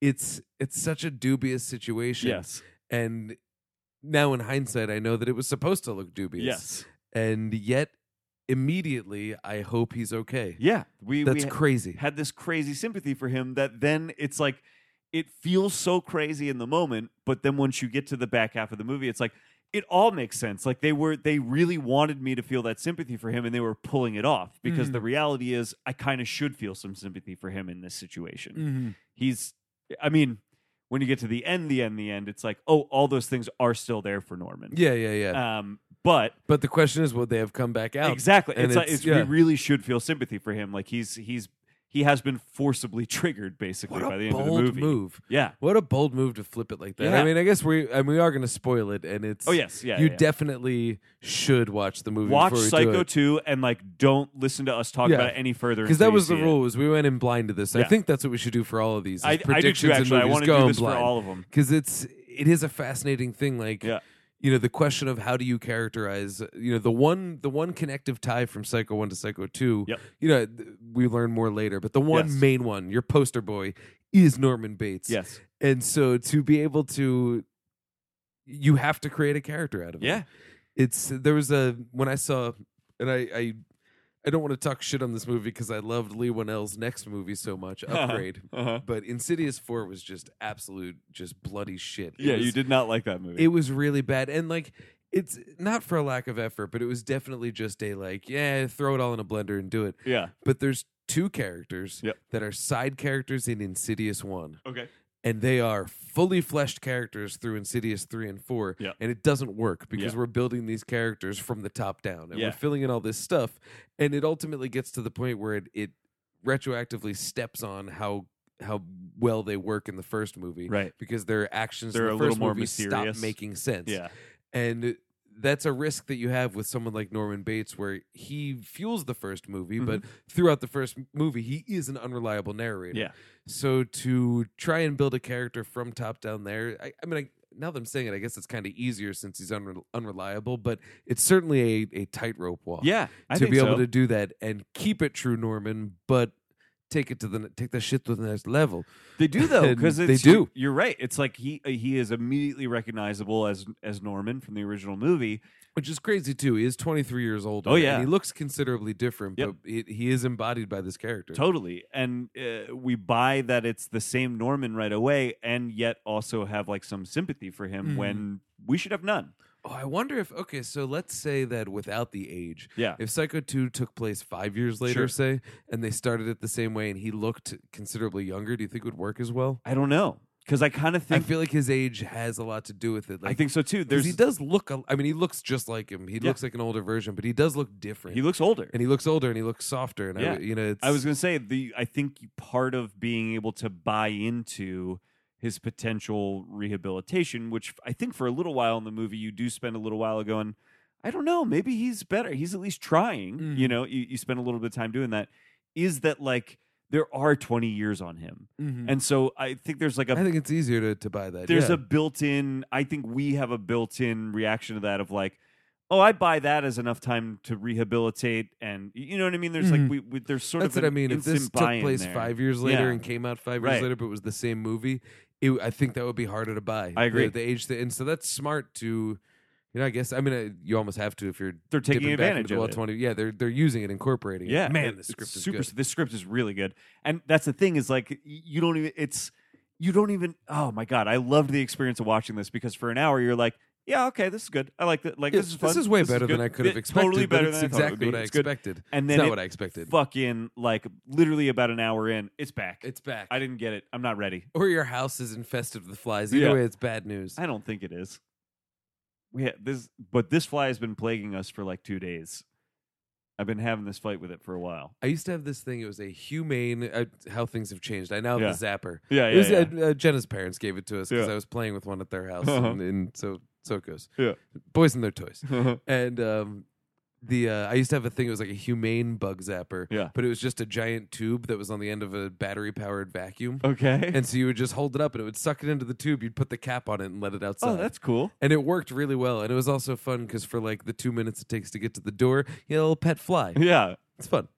it's it's such a dubious situation.
Yes.
And now in hindsight, I know that it was supposed to look dubious.
Yes.
And yet immediately, I hope he's okay.
Yeah, we
That's
we
crazy.
had this crazy sympathy for him that then it's like it feels so crazy in the moment, but then once you get to the back half of the movie, it's like it all makes sense. Like they were they really wanted me to feel that sympathy for him and they were pulling it off because
Mhm.
the reality is I kind of should feel some sympathy for him in this situation.
Mm. Mm-hmm.
He's I mean, when you get to the end, the end, the end, it's like, oh, all those things are still there for Norman.
Yeah, yeah, yeah.
Um, but
but the question is, would they have come back out?
Exactly.
And
it's, like,
it's-
it's,
yeah.
we really should feel sympathy for him. Like he's he's he has been forcibly triggered basically
What
by
a
the end of the
bold
movie.
move.
Yeah.
What a bold move to flip it like that. I
Yeah.
mean, I guess we and we are going to spoil it, and it's
Oh yes. Yeah.
you
yeah, yeah.
definitely should watch the movie.
watch
before we
Psycho 2 and like don't listen to us talk
Yeah.
about it any further
because
until
that
you
was the
see it.
rule. Is we went in blind to this. I
Yeah.
think that's what we should do for all of these. is
I, I do too,
predictions and
actually. I
movies.
want to
Go
do
in
this for
blind.
all of them.
because it's it is a fascinating thing like
Yeah.
you know the question of how do you characterize you know the one the one connective tie from psycho 1 to psycho 2
Yep.
you know th- we learn more later but the one
Yes.
main one your poster boy is norman bates
Yes.
and so to be able to you have to create a character out of
Yeah.
it it's there was a when i saw and i i I don't want to talk shit on this movie because I loved Lee Whannell's next movie so much, Upgrade.
Uh-huh.
but Insidious Four was just absolute, just bloody shit. It
Yeah,
was-
you did not like that movie.
It was really bad, and like it's not for a lack of effort, but it was definitely just a like, yeah, throw it all in a blender and do it.
yeah.
But there's two characters
Yep.
that are side characters in Insidious One,
Okay.
and they are fully fleshed characters through Insidious Three and Four,
Yeah.
and it doesn't work because
Yeah.
we're building these characters from the top down, and we're
Yeah.
filling in all this stuff, and it ultimately gets to the point where it, it retroactively steps on how how well they work in the first movie
Right.
because their actions
They're
in the
a little
first
more
movie stop
mysterious.
making sense.
Yeah.
And that's a risk that you have with someone like Norman Bates where he fuels the first movie,
Mm-hmm.
but throughout the first movie he is an unreliable narrator.
Yeah.
So to try and build a character from top down there, I, I mean I now that I'm saying it, I guess it's kind of easier since he's unre- unreliable, but it's certainly a, a tightrope walk
Yeah. I
to
think
be
so.
able to do that and keep it true Norman, but take it to the take that shit to the next level.
They do though,
And
because
they
it's-
do.
you- You're right. It's like he he is immediately recognizable as as Norman from the original movie.
which is crazy too. He is 23 years old.
Oh, yeah.
and he looks considerably different,
Yep.
but he, he is embodied by this character.
Totally. And uh, we buy that it's the same Norman right away and yet also have like some sympathy for him
Mhm.
when we should have none.
Oh, I wonder if okay. So let's say that without the age,
Yeah.
if Psycho 2 took place five years later,
Sure.
say, and they started it the same way, and he looked considerably younger, do you think it would work as well?
I don't know. Because I kind of
I
think,
feel like his age has a lot to do with it. Like,
I think so too.
'cause
There's,
he
he,
does look. a- I mean, he looks just like him. He
Yeah.
looks like an older version, but he does look different.
looks older.
and he looks older, and he looks softer. And I
Yeah.
w- you know, it's,
I was going to say, the I think part of being able to buy into his potential rehabilitation, which I think for a little while in the movie, you do spend a little while going, I don't know, maybe he's better. He's at least trying.
Mhm.
You know, you, you spend a little bit of time doing that. Is that like there are 20 years on him?
Mhm.
And so I think there's like
I
a
think it's easier to, to buy that.
there's
yeah.
a built-in I think we have a built-in reaction to that of like oh I buy that as enough time to rehabilitate and you know what I mean there's
Mhm.
like we, we there's sort
That's
of
what I
an
mean. If this
instant
took
buy-in
place
there.
five years later
Yeah.
and came out five years
Right.
later, but was the same movie, it, I think that would be harder to buy.
I agree.
The, the age, thing. and so that's smart to, you know, I guess. I mean, uh, you almost have to if you're
they're taking
dipping back
advantage
into all
of it
20. Yeah, they're they're using it, incorporating
yeah
it. man,
it-
the
it's
script is
super
good.
this script is really good and that's the thing is like y- you don't even it's you don't even oh my god I loved the experience of watching this because for an hour you're like yeah okay this is good I like that like
Yeah,
this is fun
way better than
good.
I could have
Yeah,
expected.
totally
but
better
it's
than I thought it
exactly
would be.
what I
It's good.
expected.
and
It's
then
not
it
what I expected.
fucking like literally about an hour in it's back
It's back.
I didn't get it. I'm not ready.
or your house is infested with flies. Either
Yeah.
way, it's bad news.
I don't think it is. We ha- this, but this fly has been plaguing us for like two days. I've been having this fight with it for a while.
I used to have this thing. It was a humane. Uh, how things have changed. I now have the zapper.
Yeah,
It was, uh, uh, Jenna's parents gave it to us because
Yeah.
I was playing with one at their house,
Uh-huh.
and, and so so it goes.
Yeah.
boys and their toys.
yeah.
And um, the uh, I used to have a thing. It was like a humane bug zapper.
Yeah.
but it was just a giant tube that was on the end of a battery powered vacuum.
okay.
And so you would just hold it up, and it would suck it into the tube. You'd put the cap on it and let it outside.
oh, that's cool.
and it worked really well. And it was also fun because for like the two minutes it takes to get to the door, you had a little pet fly.
Yeah.
It's fun.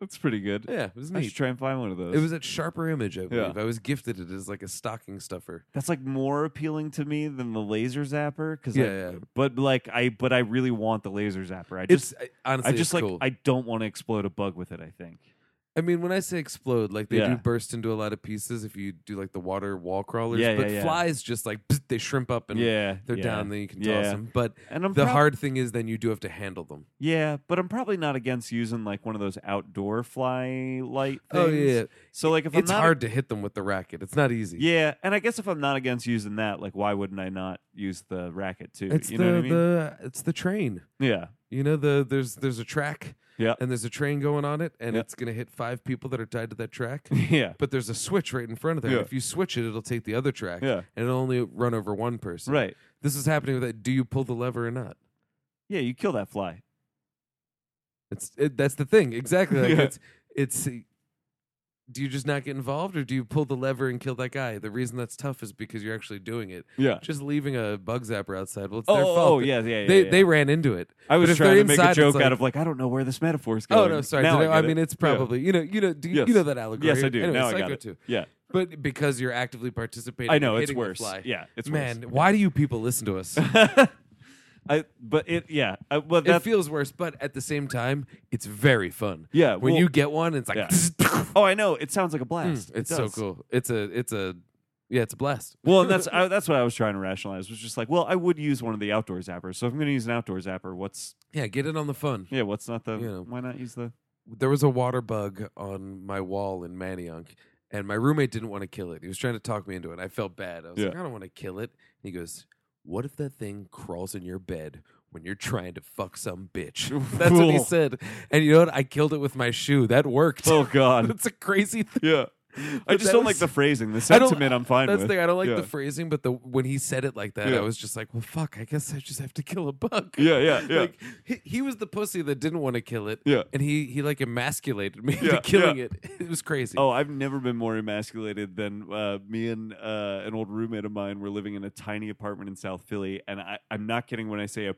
That's pretty good.
Yeah, it was
I should
neat.
try and find one of those.
It was at Sharper Image, I
Yeah.
believe. I was gifted it as like a stocking stuffer.
That's like more appealing to me than the laser zapper. Because
Yeah, yeah.
but like I but I really want the laser zapper. I just
it's I, honestly,
I just
it's
like
cool.
I don't want to explode a bug with it. I think.
I mean, when I say explode, like they
Yeah.
do burst into a lot of pieces if you do like the water wall crawlers.
Yeah,
but
yeah, yeah.
flies just like pssst, they shrimp up and
yeah,
they're
yeah.
down. Then you can
Yeah.
toss them. But
And I'm
the
prob-
hard thing is then you do have to handle them.
Yeah, but I'm probably not against using like one of those outdoor fly light. Things.
Oh yeah,
So like if
it's
I'm not
hard to hit them with the racket. It's not easy.
Yeah, and I guess if I'm not against using that, like why wouldn't I not use the racket too?
it's
you
the,
know what I mean?
the it's the train.
yeah.
You know the there's there's a track.
Yeah.
And there's a train going on it, and
Yeah.
it's gonna hit five people that are tied to that track.
Yeah.
But there's a switch right in front of there.
Yeah.
If you switch it, it'll take the other track.
Yeah.
And it'll only run over one person.
Right.
This is happening with that. Do you pull the lever or not?
Yeah, you kill that fly.
It's it, that's the thing. Exactly. Like
Yeah.
It's it's. uh, Do you just not get involved, or do you pull the lever and kill that guy? The reason that's tough is because you're actually doing it.
Yeah.
Just leaving a bug zapper outside. Well, it's
Oh,
their
oh,
fault.
oh, yeah, yeah, yeah.
They
yeah.
they ran into it.
I
but
was
if
trying
they're
to make
inside,
a
it's
joke out
like-
of like I don't know where this metaphor is
Oh
going.
no, sorry.
Now
Did I,
get
I
it.
mean, it's
Yeah.
probably you know you know do you,
Yes.
you know that allegory.
Yes, I do.
Anyway,
now I
Psycho
got it.
Too.
Yeah.
But because you're actively participating,
I
in
know it's
hitting the
worse.
fly.
Yeah, it's
man, why do you people listen to us?
worse. I but it yeah. I, well
it
that
feels worse, but at the same time, it's very fun.
yeah.
when
well-
you get one, it's like
Yeah. oh I know it sounds like a blast. It
it's so
does.
cool. It's a it's a yeah, it's a blast.
Well, and that's I, that's what I was trying to rationalize. Was just like, well, I would use one of the outdoor zappers. So if I'm going to use an outdoor zapper, what's
Yeah, get it on the fun.
yeah, what's not the
You know.
why not use the
There was a water bug on my wall in Manayunk, and my roommate didn't want to kill it. He was trying to talk me into it. I felt bad. I was like,
Yeah.
I don't want to kill it. And he goes, What if that thing crawls in your bed when you're trying to fuck some bitch? That's what he
Cool.
said. And you know what? I killed it with my shoe. That worked.
Oh God,
That's a crazy thing.
yeah. I
But
just
that
don't like
was-
the phrasing. The
I don't-
sentiment I'm fine
That's
with.
the thing. I don't like
Yeah.
the phrasing, but the when he said it like that,
Yeah.
I was just like, well, fuck. I guess I just have to kill a bug.
Yeah, yeah, yeah.
Like he, he was the pussy that didn't want to kill it.
Yeah.
and he he like emasculated me
Yeah,
into killing it. It was crazy.
Oh, I've never been more emasculated than uh, me and uh, an old roommate of mine were living in a tiny apartment in South Philly, and I, I'm not kidding when I say a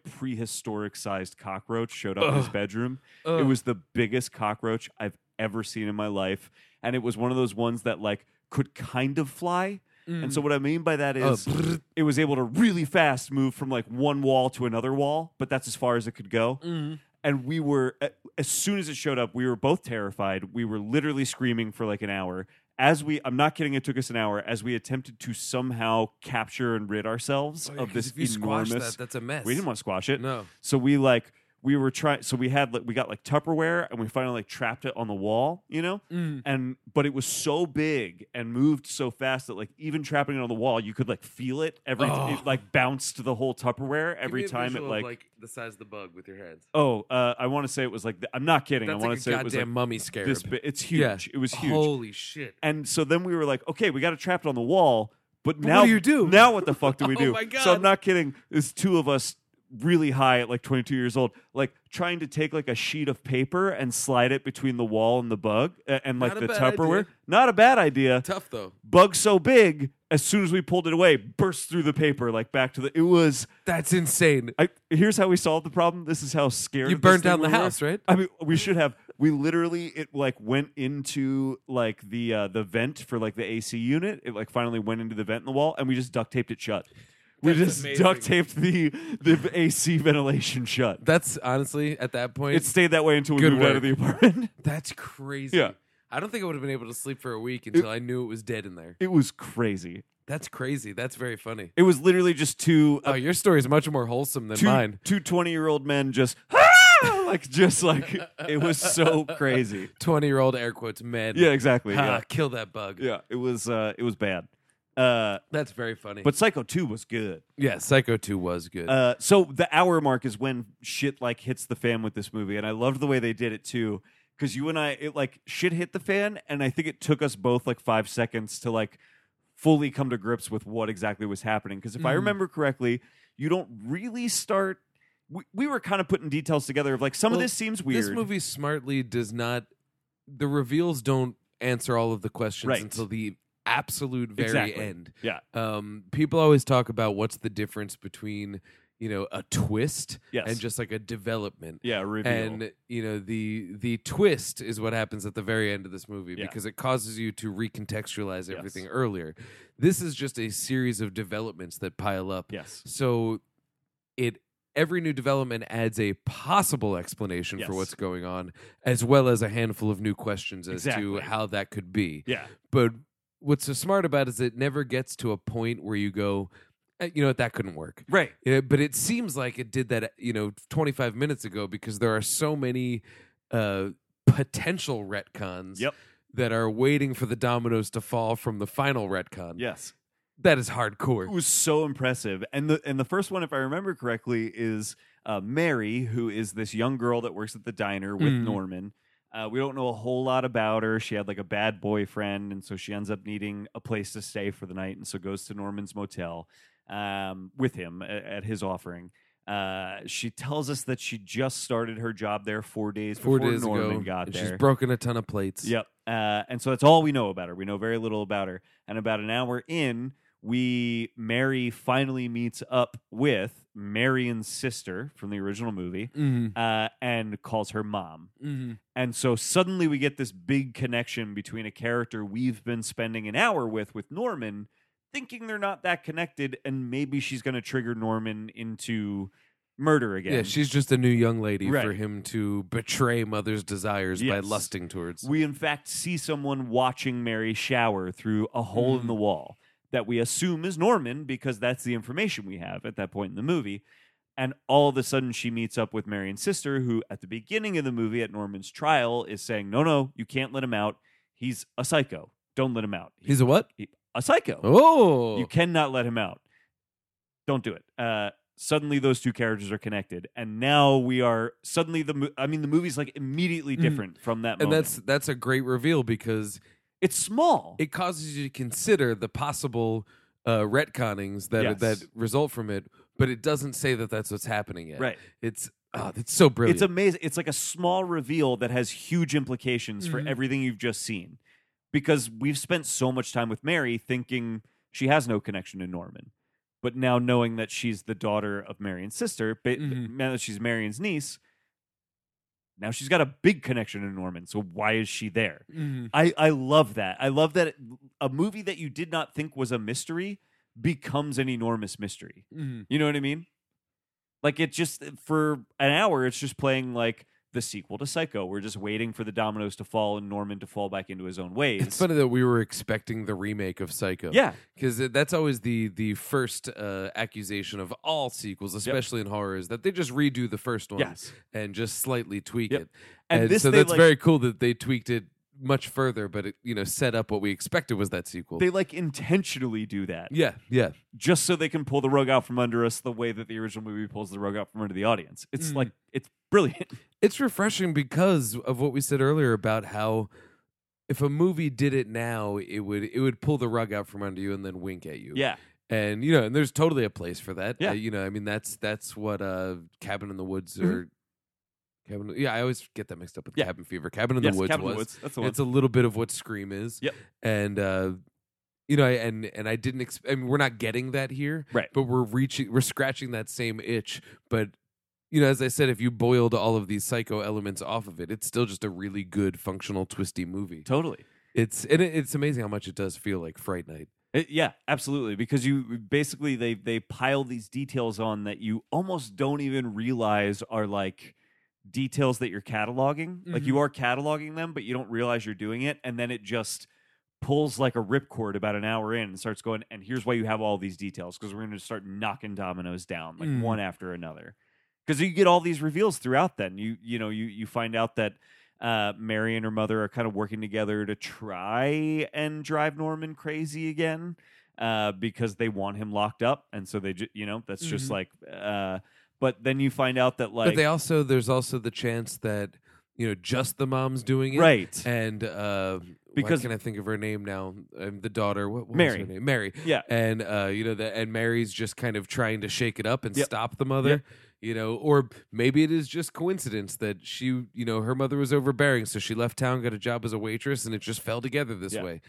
prehistoric-sized cockroach showed up in his
Ugh.
bedroom.
Ugh.
It was the biggest cockroach I've ever seen in my life, and it was one of those ones that like could kind of fly.
Mm,
And so what I mean by that
Uh,
is it was able to really fast move from like one wall to another wall, but that's as far as it could go.
Mm. Oh,
And we were a- as soon as it showed up, we were both terrified. We were literally screaming for like an hour. As we, I'm not kidding, it took us an hour as we attempted to somehow capture and rid ourselves
Oh, yeah,
of
'cause
this
if you squash
enormous.
that, that's a mess.
we didn't want to squash it.
No.
So we like we were trying. So we had like we got like Tupperware and we finally like trapped it on the wall, you know.
Mm.
And but it was so big and moved so fast that like even trapping it on the wall, you could like feel it every
Oh.
it, like bounced the whole Tupperware every time it like.
the size of the bug with your hands.
Oh, uh, I want to say it was like th- I'm not kidding.
That's
I
like
want
a
to say it was
goddamn
like
mummy scarab.
this. Bit. It's huge.
Yeah.
It was huge.
Holy shit!
And so then we were like, okay, we got it trapped on the wall, but,
But
now
what do you do?
Now what the fuck do we
Oh
do?
my
So
God.
I'm not kidding. It's two of us really high at like 22 years old, like trying to take like a sheet of paper and slide it between the wall and the bug uh, and like
Not a
the
bad
Tupperware.
idea.
Not a bad idea.
Tough though.
Bug so big, as soon as we pulled it away, burst through the paper like back to the. It was.
That's insane.
I, here's how we solved the problem. This is how scared
You
of this
burned
thing
down
we
the
were.
house, right?
I mean, we should have. We literally it like went into like the uh, the vent for like the AC unit. It like finally went into the vent in the wall, and we just duct taped it shut. We
That's
just
amazing.
duct taped the the AC ventilation shut.
That's honestly at that point.
It stayed that way until we
Good
moved out of the
work.
apartment.
that's crazy.
Yeah.
I don't think I would have been able to sleep for a week until I knew it was dead in there.
It was crazy.
That's crazy. That's very funny.
It was literally just two
Oh,
uh,
your story is much more wholesome than
two
mine.
two 20 year old men just "Ah!" like just like it was so crazy.
20 year old air quotes men.
Yeah, exactly.
Ha,
Yeah.
Kill that bug.
Yeah, it was uh, it was bad. Uh,
That's very funny.
but Psycho Two was good.
yeah, Psycho 2 was good.
Uh, so the hour mark is when shit like hits the fan with this movie, and I loved the way they did it too. Because you and I, it like shit hit the fan, and I think it took us both like five seconds to like fully come to grips with what exactly was happening. Because if I
Mhm.
remember correctly, you don't really start. We, we were kind of putting details together of like some of
Well,
this seems weird.
This movie smartly does not, the reveals don't answer all of the questions
Right.
until the absolute very
Exactly.
end.
Yeah.
Um, people always talk about what's the difference between. you know a twist
Yes.
and just like a development
yeah, reveal.
and you know the the twist is what happens at the very end of this movie
Yeah.
because it causes you to recontextualize
Yes.
everything earlier this is just a series of developments that pile up
yes.
so it every new development adds a possible explanation
Yes.
for what's going on as well as a handful of new questions as to
Exactly.
how that could be
Yeah.
but what's so smart about it is it never gets to a point where you go "Eh, you know what that couldn't work
Right.
yeah, Eh, but it seems like it did that, you know, 25 minutes ago because there are so many uh, potential retcons
Yep.
that are waiting for the dominoes to fall from the final retcon.
Yes.
That is
It
hardcore.
was so impressive. And the and the first one, if I remember correctly, is uh, Mary, who is this young girl that works at the diner with
Mm.
Norman. Uh, we don't know a whole lot about her. She had like a bad boyfriend, and so she ends up needing a place to stay for the night, and so goes to Norman's motel um, with him a- at, his offering. Uh, she tells us that she just started her job there four days
Four
before
days
Norman
ago,
got
and
there.
she's broken a ton of plates.
Yep. Uh, and so that's all we know about her. We know very little about her. And about an hour in, we Mary finally meets up with Marion's sister from the original movie
Mm-hmm.
uh, and calls her mom.
Mm-hmm.
And so suddenly we get this big connection between a character we've been spending an hour with with Norman, thinking they're not that connected, and maybe she's going to trigger Norman into murder again.
Yeah. she's just a new young lady for
Right.
him to betray mother's desires by
Yes.
lusting towards.
We, in fact, see someone watching Mary shower through a hole
Mm.
in the wall that we assume is Norman because that's the information we have at that point in the movie. And all of a sudden, she meets up with Marion's sister, who at the beginning of the movie at Norman's trial is saying, No, no, you can't let him out. He's a psycho. Don't let him out. He's
He's a what?
a psycho.
Oh.
You cannot let him out. Don't do it. Uh, suddenly, those two characters are connected, and now we are suddenly the. Mo- I mean, the movie's like immediately
Mhm.
different from that.
and
moment.
that's that's a great reveal because
It's small.
it causes you to consider the possible uh, retconnings that
Yes.
that result from it, but it doesn't say that that's what's happening yet.
right.
It's oh, it's so brilliant.
It's amazing. It's like a small reveal that has huge implications
Mhm.
for everything you've just seen. Because we've spent so much time with Mary thinking she has no connection to Norman. But now knowing that she's the daughter of Marion's sister, ba-
Mhm.
now that she's Marion's niece, now she's got a big connection to Norman. So why is she there?
Mhm.
I, I love that. I love that a movie that you did not think was a mystery becomes an enormous mystery.
Mhm.
You know what I mean? Like it just for an hour, it's just playing like the sequel to Psycho. We're just waiting for the dominoes to fall and Norman to fall back into his own ways.
It's funny that we were expecting the remake of Psycho.
Yeah,
because that's always the the first uh, accusation of all sequels, especially in horror, is that they just redo the first one
yes.
and just slightly tweak
Yep.
it.
And, this
so
they
that's
like,
very cool that they tweaked it much further, but it you know set up what we expected was that sequel.
they like intentionally do that
yeah, yeah.
just so they can pull the rug out from under us the way that the original movie pulls the rug out from under the audience. It's
Mhm.
like it's brilliant.
It's refreshing because of what we said earlier about how if a movie did it now, it would it would pull the rug out from under you and then wink at you.
Yeah.
And you know, and there's totally a place for that.
Yeah. Mm-hmm.
Uh, you know, I mean that's that's what uh Cabin in the Woods or Cabin Yeah, I always get that mixed up with
Yeah.
Cabin Fever. Cabin in
yes,
the Woods
Cabin
was.
in the Woods. That's the one.
It's a little bit of what Scream is.
Yep.
And uh you know, and and I didn't. Ex- I mean, we're not getting that here,
Right.
But we're reaching, we're scratching that same itch. But you know, as I said, if you boiled all of these psycho elements off of it, it's still just a really good, functional, twisty movie.
totally.
It's and it, it's amazing how much it does feel like Fright Night.
It- yeah, absolutely. Because you basically they they pile these details on that you almost don't even realize are like details that you're cataloging. Like you are cataloging them, but you don't realize you're doing it, and then it just pulls like a ripcord about an hour in and starts going. And here's why you have all these details because we're going to start knocking dominoes down like
Mm.
one after another. Because you get all these reveals throughout. Then you you know you you find out that uh, Mary and her mother are kind of working together to try and drive Norman crazy again uh, because they want him locked up, and so they, ju- you know, that's
Mhm.
just like. Uh, but then you find out that like
but they also there's also the chance that you know just the mom's doing it,
right,
And uh, because
Because-
can I think of her name now? Um, the daughter, what, what
Mary.
was her name? Mary.
yeah,
and uh, you know that, and Mary's just kind of trying to shake it up and
Yep.
stop the mother.
Yep.
You know, or maybe it is just coincidence that she, you know, her mother was overbearing, so she left town, got a job as a waitress, and it just fell together this
Yeah.
way.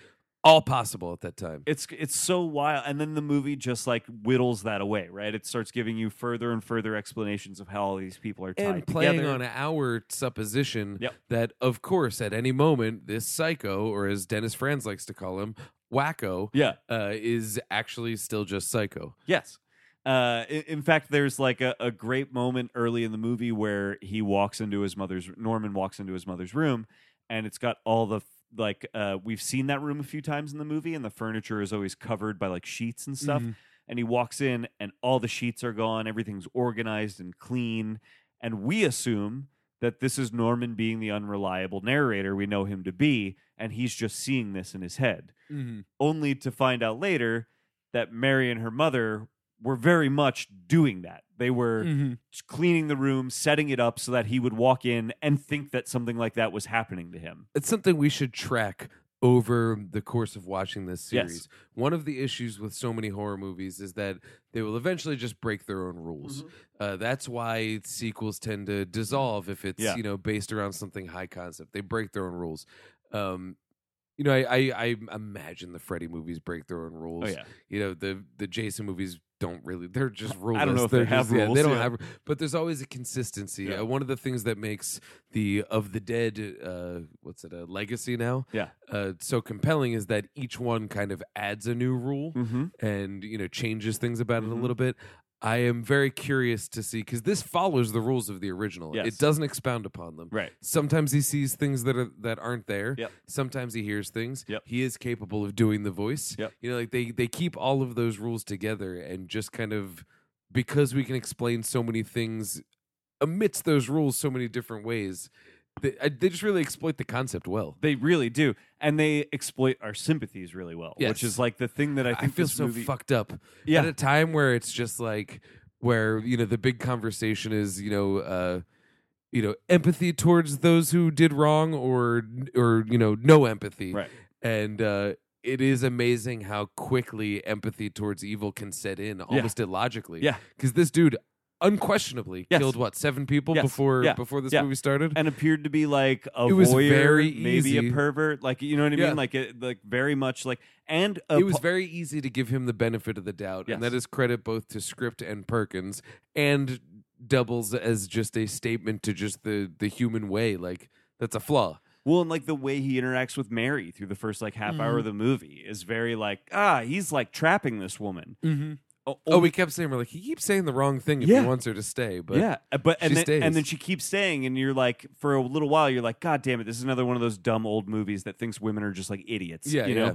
all possible at that time.
it's it's so wild and then the movie just like whittles that away right it starts giving you further and further explanations of how all these people are tied
and playing
together
on our supposition
Yep.
that, of course, at any moment, this psycho, or as Dennis Franz likes to call him, wacko,
yeah
uh, is actually still just psycho.
yes uh, in, in fact there's like a, a great moment early in the movie where he walks into his mother's norman walks into his mother's room and it's got all the f- like uh, we've seen that room a few times in the movie and the furniture is always covered by like sheets and
Mm-hmm.
stuff and he walks in and all the sheets are gone everything's organized and clean and we assume that this is norman being the unreliable narrator we know him to be and he's just seeing this in his head
Mhm.
only to find out later that mary and her mother were very much doing that they were
Mhm.
cleaning the room setting it up so that he would walk in and think that something like that was happening to him
It's something we should track over the course of watching this
Yes.
series. One of the issues with so many horror movies is that they will eventually just break their own rules.
Mm-hmm.
Uh, that's why sequels tend to dissolve if it's
Yeah.
you know based around something high concept. They break their own rules. Um, you know, I, I I imagine the Freddy movies break their own rules.
oh yeah
You know, the the Jason movies don't really. They're just rules.
don't know if they
They're
have
just- yeah,
rules,
they don't
yeah.
have. But there's always a consistency.
Yeah.
Uh, one of the things that makes the of the dead uh, what's it a legacy now?
Yeah.
Uh, so compelling is that each one kind of adds a new rule
mm-hmm.
and you know changes things about it a
Mhm.
little bit. I am very curious to see because this follows the rules of the original.
Yes.
It doesn't expound upon them.
right
Sometimes he sees things that are that aren't there.
Yep.
Sometimes he hears things.
Yep.
He is capable of doing the voice.
Yep.
You know, like they they keep all of those rules together and just kind of because we can explain so many things amidst those rules so many different ways. They, I- they just really exploit the concept well.
They really do, and they exploit our sympathies really well, which
Yes.
is like the thing that I
I,
think
feel
this
so
movie.
fucked up. at
yeah,
a time where it's just like where you know the big conversation is you know uh you know empathy towards those who did wrong or or you know no empathy
Right.
and uh it is amazing how quickly empathy towards evil can set in almost illogically
Yeah.
because this dude unquestionably
Yes.
killed what seven people
Yes.
before
Yeah.
before this
Yeah.
movie started
and appeared to be like a
It was
voyeur,
very
maybe a
easy.
pervert, like you know what I mean,
Yeah.
like it, like very much like, and a
it was
po-
very easy to give him the benefit of the doubt,
Yes.
and that is credit both to script and Perkins, and doubles as just a statement to just the the human way. Like that's a flaw.
well, and like the way he interacts with Mary through the first like half
Mm.
hour of the movie is very like ah, he's like trapping this woman.
Mm-hmm.
O-
Oh, we kept saying we're like he keeps saying the wrong thing if
Yeah.
he wants her to stay, but
yeah, uh, but and
she
then, and
stays.
then she keeps staying, and you're like, for a little while, you're like, God damn it, this is another one of those dumb old movies that thinks women are just like idiots.
Yeah,
you know.
yeah.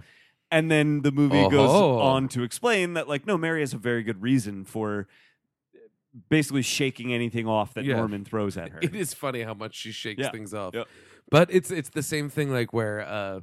And then the movie goes
Oh.
on to explain that, like, no, Mary has a very good reason for uh, basically shaking anything off that
Yeah.
Norman throws at her.
it is funny how much she shakes
Yeah.
things off.
Yeah.
But it's it's the same thing like where uh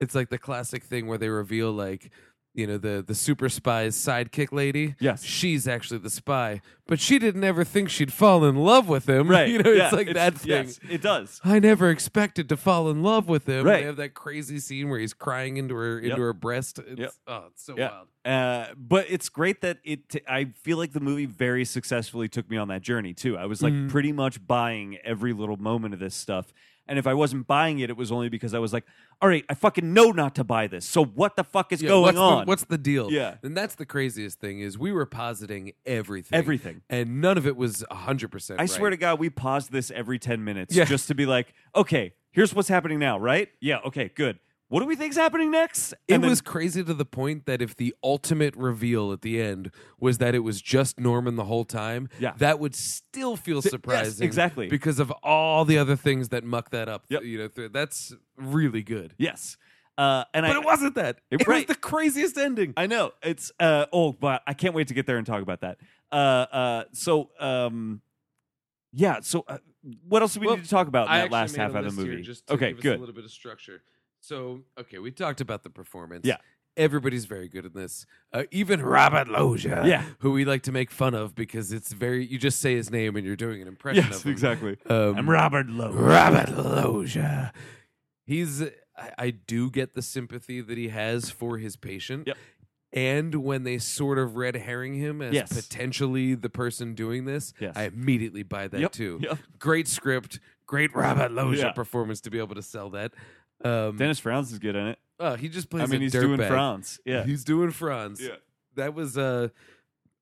it's like the classic thing where they reveal like you know the the super spy's sidekick lady.
Yes.
she's actually the spy, but she didn't ever think she'd fall in love with him.
Right.
you know,
Yeah,
it's like that thing.
yes, it does.
I never expected to fall in love with him.
Right.
They have that crazy scene where he's crying into her into
Yep.
her breast. It's, Oh, it's so
Yeah.
wild.
Uh, but it's great that it. T- I feel like the movie very successfully took me on that journey too. I was like
Mhm.
pretty much buying every little moment of this stuff, and if I wasn't buying it, it was only because I was like, "All right, I fucking know not to buy this. So what the fuck is
Yeah,
going
what's
on?
The, what's the deal?
Yeah.
and that's the craziest thing is we were positing everything,
everything?"
and none of it was hundred percent.
I swear to God, we paused this every ten minutes
Yeah.
just to be like, "Okay, here's what's happening now, right? Yeah, okay, good. What do we think's happening next?"
It
And then-
was crazy to the point that if the ultimate reveal at the end was that it was just Norman the whole time,
Yeah.
that would still feel
yes,
surprising.
exactly.
Because of all the other things that muck that up.
Yep.
You know, th- that's really good.
yes, uh, and
But
I,
it wasn't that. It,
right.
was the craziest ending.
I know it's uh oh, but I can't wait to get there and talk about that. Uh, uh, so um, yeah. So uh, what else do we
Well,
need to talk about in
I
that
actually
last
made a
half of the
list here
movie?
Just to
Okay,
give us A
good.
little bit of structure. So, okay, we talked about the performance.
Yeah.
Everybody's very good in this. Uh, even Robert Loggia,
Yeah.
who we like to make fun of because it's very, you just say his name and you're doing an impression of
Yes,
him.
exactly.
Um,
I'm Robert Lowe.
Robert Loggia. He's. I, I do get the sympathy that he has for his patient.
Yep.
And when they sort of red herring him as
Yes.
potentially the person doing this,
Yes.
I immediately buy that
Yep,
too.
yep.
Great script, great Robert Loggia
Yeah.
performance to be able to sell that. Um,
Dennis Franz is good in it.
oh, he just plays.
I mean,
a
he's doing
dirtbag.
Franz. Yeah.
He's doing Franz.
Yeah.
That was a,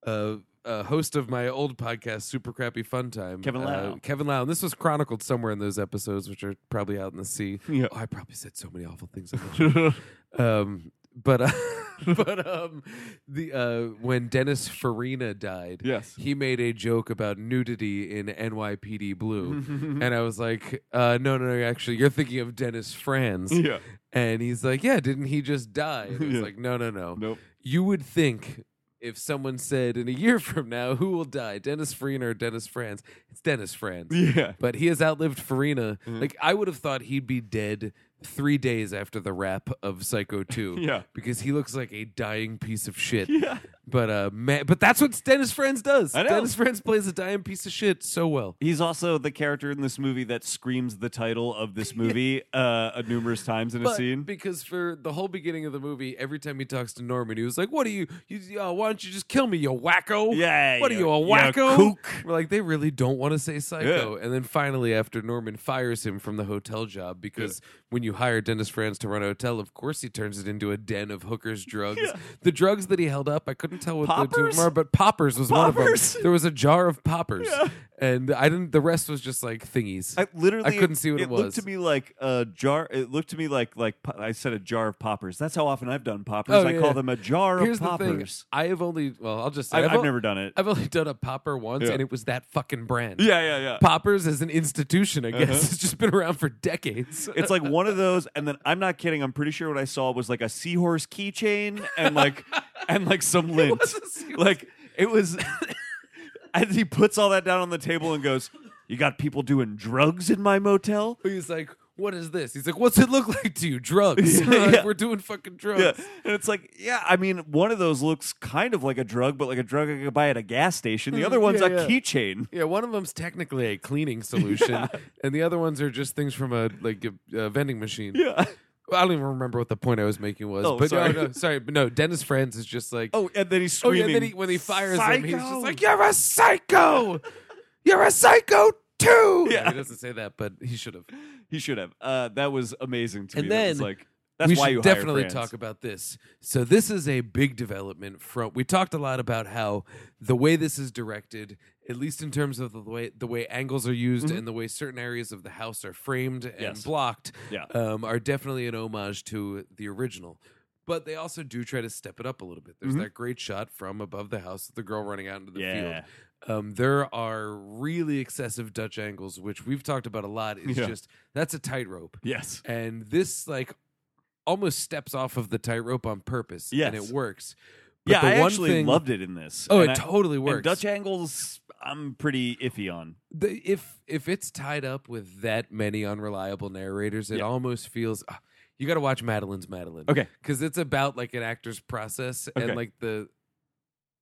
a, a host of my old podcast, Super Crappy Fun Time.
Kevin
uh,
Lau.
Kevin Lau. And this was chronicled somewhere in those episodes, which are probably out in the sea.
Yeah.
Oh, I probably said so many awful things. on that show. um, but uh, but um, the uh, when Dennis Farina died,
yes.
he made a joke about nudity in NYPD
Mm-hmm.
Blue. And I was like, uh, no, no, no, actually, you're thinking of Dennis Franz.
yeah.
And he's like, yeah, didn't he just die? And it's
Yeah.
like, no, no, no.
Nope.
You would think if someone said in a year from now, who will die, Dennis Farina or Dennis Franz? It's Dennis Franz.
Yeah. Mm-hmm.
But he has outlived Farina. Like, I would have thought he'd be dead three days after the wrap of Psycho 2.
Yeah.
Because he looks like a dying piece of shit.
Yeah.
But uh, man, but that's what Dennis Franz does.
I know.
Dennis Franz plays a dying piece of shit so well.
He's also the character in this movie that screams the title of this movie uh, uh, numerous times in a
But
scene.
because for the whole beginning of the movie, every time he talks to Norman, he was like, "What are you? you uh, why don't you just kill me, you wacko?
Yeah,
what are
you-
you a
you
wacko?
kook."
We're like, they really don't want to say psycho. And then finally, after Norman fires him from the hotel job because when you hire Dennis Franz to run a hotel, of course he turns it into a den of hookers, drugs. The drugs that he held up, I couldn't tell what the two of
Poppers?
them are, but poppers was one of
Poppers?
them. There was a jar of poppers,
Yeah.
and I didn't. The rest was just like thingies.
I literally
I couldn't see what it was.
looked to me like a jar. It looked to me like like po- I said a jar of poppers. That's how often I've done poppers.
Oh,
I
yeah, yeah.
call them a jar
Here's
of poppers.
the thing. I have only well, I'll just say
I've,
I've,
I've
o-
never done it.
I've only done a popper once,
Yeah.
and it was that fucking brand.
yeah, yeah, yeah.
Poppers as an institution, I guess,
Uh-huh.
it's just been around for decades.
It's like one of those, and then I'm not kidding. I'm pretty sure what I saw was like a seahorse keychain and like and like some lint. like it was. and he puts all that down on the table and goes, "You got people doing drugs in my motel."
He's like, "What is this?" He's like, "What's it look like to you? Drugs?
Yeah,
Like,
yeah.
We're doing fucking drugs."
Yeah, and it's like, yeah. I mean, one of those looks kind of like a drug, but like a drug I could buy at a gas station. The other one's
Mm, Yeah,
a
yeah.
keychain.
Yeah, one of them's technically a cleaning solution, and the other ones are just things from a like a, a vending machine.
Yeah.
I don't even remember what the point I was making was,
Oh,
but
sorry.
no, no, sorry, but no. Dennis Franz is just like,
Oh, and then he's
Oh
screaming.
yeah, and then he, when he fires him, he's just
"Psycho!"
like, "You're a psycho! You're a psycho too!"
Yeah.
No, he doesn't say that, but he should have.
He should have. Uh, that was amazing to
And
me. That was
then
like that's
we
why
should
you hire
definitely
Franz.
talk about this. So this is a big development from. We talked a lot about how the way this is directed, at least in terms of the way the way angles are used and the way certain areas of the house are framed and
Mm-hmm. Yes.
blocked,
Yeah.
um, are definitely an homage to the original. But they also do try to step it up a little bit. There's
Mhm.
that great shot from above the house of the girl running out into the field.
yeah.
Um, there are really excessive Dutch angles, which we've talked about a lot. It's
Yeah.
just that's a tightrope,
Yes.
and this like almost steps off of the tightrope on purpose, and
Yes.
it works.
yeah,
the
I
one
actually
thing-
loved it in this.
Oh,
And
it
I-
totally works.
And Dutch angles, I'm pretty iffy on.
the, if if it's tied up with that many unreliable narrators, it
Yeah.
almost feels. ah, you got to watch Madeline's Madeline,
Okay.
Because it's about like an actor's process
Okay.
and like the.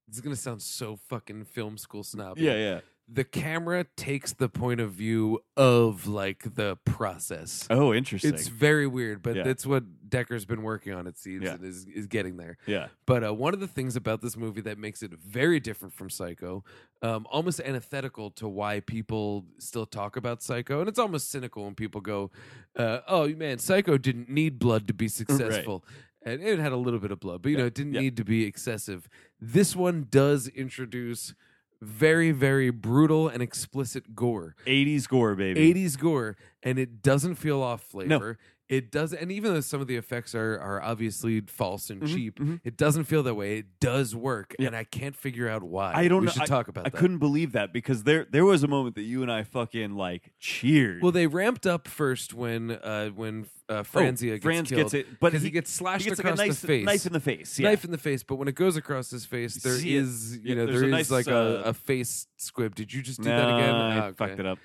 This is gonna sound so fucking film school snobby.
Yeah, yeah.
the camera takes the point of view of like the process.
Oh, interesting.
It's very weird, but
Yeah.
that's what Decker's been working on. It seems
Yeah.
and is is getting there.
yeah.
But uh, one of the things about this movie that makes it very different from Psycho, um, almost antithetical to why people still talk about Psycho, and it's almost cynical when people go, uh, "Oh man, Psycho didn't need blood to be successful." And it had a little bit of blood, but you know, it didn't
yeah.
need to be excessive. This one does introduce very, very brutal and explicit gore.
80s gore, baby.
80s gore and it doesn't feel off flavor it does and even though some of the effects are are obviously false and
Mhm,
cheap
mhm.
it doesn't feel that way it does work
Yeah.
and i can't figure out why
I don't
we
know.
should talk about
I
that
couldn't believe that because there there was a moment that you and I fucking like cheered.
well they ramped up first when uh when uh franzia gets
Oh, Franz
killed
gets it, but
'cause he,
he-
gets slashed
He gets like a
across
nice
the face
knife in the face. Yeah.
Knife in the face, but when it goes across his face, there is
see it.
you
Yeah,
know
there's
there
a
is
nice,
like a,
uh,
a face squib. Did you just do
Nah,
that again?
I
Ah, okay.
fucked it up.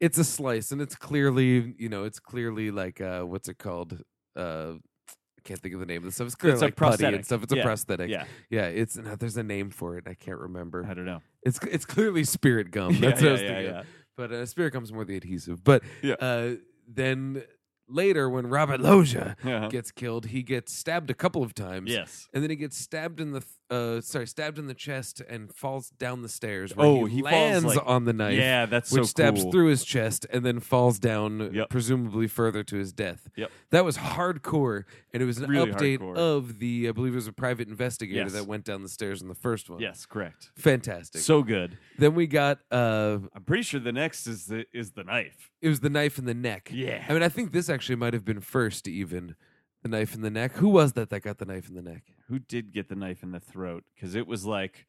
it's a slice and it's clearly you know it's clearly like uh what's it called uh I can't think of the name of the stuff. It's clearly
a
like putty and
prosthetic.
stuff. It's a
Yeah.
prosthetic.
Yeah,
yeah. It's no, there's a name for it. I can't
I
remember.
don't know.
It's it's clearly spirit gum.
Yeah,
That's what I
yeah,
was
yeah,
thinking. of.
yeah.
But uh, spirit gum's more the adhesive. But
Yeah.
uh, then later when Robert Loggia
Uh-huh.
gets killed, he gets stabbed a couple of times.
Yes.
And then he gets stabbed in the th- uh, sorry, stabbed in the chest and falls down the stairs.
Oh,
he,
he falls,
lands
like-
on the knife,
yeah, that's
which
so
stabs
cool.
through his chest and then falls down,
Yep.
presumably further to his death.
Yep.
That was hardcore, and it was an
Really
update
hardcore.
of the, I believe it was a private investigator
Yes.
that went down the stairs in the first one.
Yes, correct.
Fantastic.
So good.
then we got uh,
I'm pretty sure the next is the is the knife.
it was the knife in the neck.
Yeah.
I mean, I think this actually might have been first, even the knife in the neck. Who was that that got the knife in the neck?
Who did get the knife in the throat? Because it was like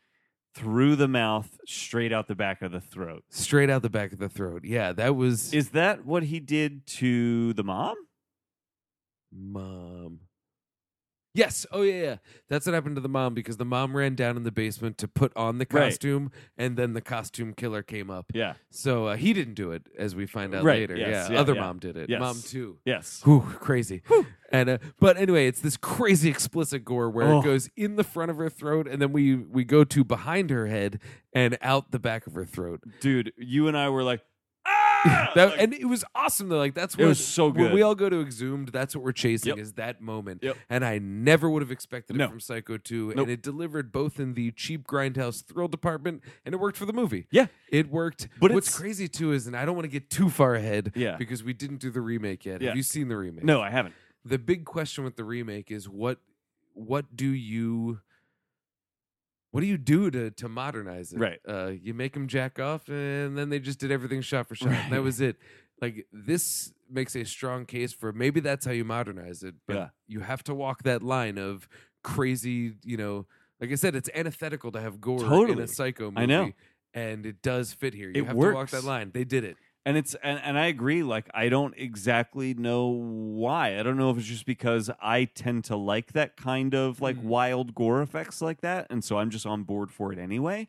through the mouth, straight out the back of the throat.
Straight out the back of the throat. Yeah, that was
Is that what he did to the mom?
mom. Yes. Oh yeah, yeah. That's what happened to the mom because the mom ran down in the basement to put on the
Right.
costume, and then the costume killer came up.
Yeah.
So uh, he didn't do it, as we find out
Right,
later.
yes,
yeah,
yeah,
Other
yeah.
mom did it.
Yes.
Mom too.
Yes.
Whew, crazy. And uh, but anyway, it's this crazy explicit gore where
Oh.
it goes in the front of her throat, and then we we go to behind her head and out the back of her throat.
Dude, you and I were like, ah!
That,
Like,
and it was awesome though. Like that's
It
what
was so
when
good.
we all go to Exhumed. That's what we're chasing
Yep.
is that moment.
Yep.
And I never would have expected
No.
it from Psycho Two,
Nope.
and it delivered both in the cheap grindhouse thrill department, and it worked for the movie.
yeah.
It worked.
But
what's
it's-
crazy too is, and I don't want to get too far ahead,
Yeah.
because we didn't do the remake yet.
Yeah.
Have you seen the remake?
No, I haven't.
the big question with the remake is what what do you what do you do to to modernize it?
Right.
Uh, you make them jack off, and then they just did everything shot for shot,
Right.
and that was it. Like this makes a strong case for maybe that's how you modernize it, but
Yeah.
you have to walk that line of crazy. You know, like I said, it's antithetical to have gore in
Totally.
a psycho movie.
I know.
and it does fit here. You
It
have to walk
works.
that line. They did it.
and it's and, and i agree like i don't exactly know why i don't know if it's just because i tend to like that kind of like
Mm.
wild gore effects like that and so i'm just on board for it anyway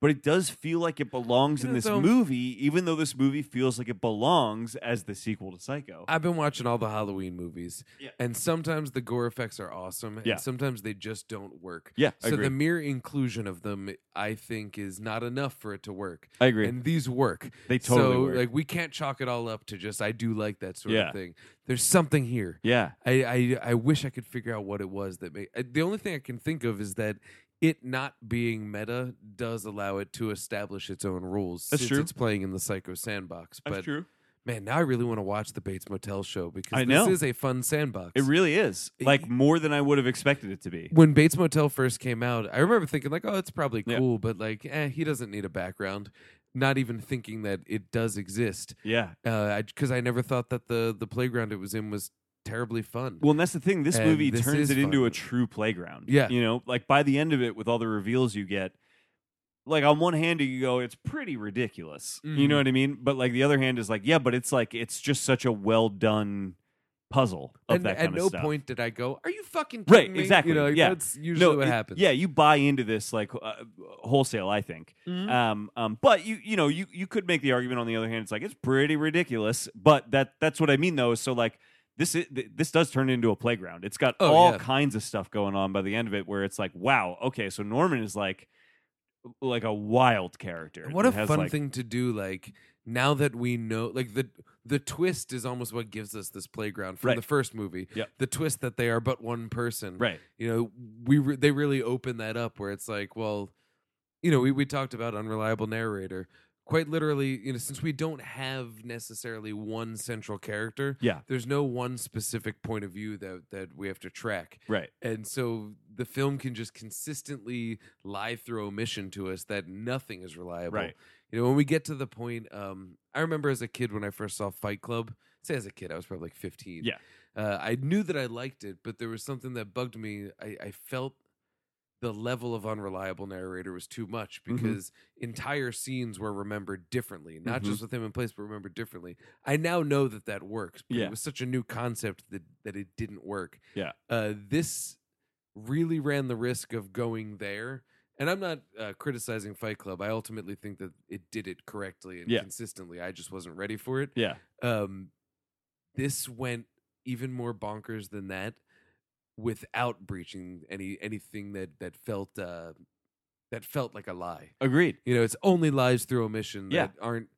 but it does feel like it belongs
You
in
know,
this
though-
movie even though this movie feels like it belongs as the sequel to psycho
I've been watching all the Halloween movies,
Yeah.
and sometimes the gore effects are awesome, and
Yeah.
sometimes they just don't work.
yeah i
so
agree
the mere inclusion of them, I think, is not enough for it to work.
i agree
And these work.
they totally
so,
work.
like, we can't chalk it all up to just I do like that sort
Yeah.
of thing. There's something here.
yeah
I, I I wish I could figure out what it was that made. I, the only thing I can think of is that it not being meta does allow it to establish its own rules
That's
since
true.
it's playing in the Psycho sandbox. but
true
Man, now I really want to watch the Bates Motel show because
I
this
know.
is a fun sandbox.
it really is
It-
like more than i would have expected it to be
when Bates Motel first came out, I remember thinking like, "Oh, it's probably
Yeah.
cool," but like, eh, he doesn't need a background. Not even thinking that it does exist,
yeah
because I never thought that the the playground it was in was terribly fun.
Well, and that's the thing. This
And
movie
this
turns
is
it into
fun.
a true playground.
Yeah.
You know, like by the end of it, with all the reveals you get, like on one hand, you go, it's pretty ridiculous. You know
Mhm.
what I mean? But like the other hand is like, yeah, but it's like, it's just such a well done puzzle of
and
that
at
kind of
no
stuff.
point did I go, "Are you fucking kidding
Right,
me?"
exactly,
You know,
yeah.
that's usually what
it-
happens.
Yeah, you buy into this like uh, wholesale, I think.
Mhm.
Um, um, but you you know you you could make the argument on the other hand. It's like it's pretty ridiculous, but that that's what I mean though. So like this is, th- this does turn into a playground. It's got
Oh,
all
yeah.
kinds of stuff going on by the end of it, where it's like wow, okay, so Norman is like like a wild character.
And What
that
a
has,
fun
like-
thing to do! Like now that we know, like the the twist is almost what gives us this playground from
Right.
the first movie.
Yep.
The twist that they are but one person.
Right.
You know, we re- they really open that up where it's like, well, you know, we we talked about unreliable narrator. Quite literally, you know, since we don't have necessarily one central character,
Yeah.
there's no one specific point of view that that we have to track
Right.
and so the film can just consistently lie through omission to us that nothing is reliable.
Right.
You know, when we get to the point, um, I remember as a kid when I first saw Fight Club. Say as a kid, I was probably like fifteen.
Yeah.
uh, I knew that I liked it, but there was something that bugged me. I, I felt the level of unreliable narrator was too much
Mhm.
because entire scenes were remembered differently, not
Mhm.
just with him in place, but remembered differently. I now know that that works, but
Yeah.
it was such a new concept that that it didn't work.
Yeah.
uh, this really ran the risk of going there. And I'm not uh, criticizing Fight Club. I ultimately think that it did it correctly and
Yeah.
consistently. I just wasn't ready for it.
Yeah.
Um, this went even more bonkers than that, without breaching any anything that that felt uh, that felt like a lie.
Agreed.
You know, it's only lies through omission
Yeah.
that aren't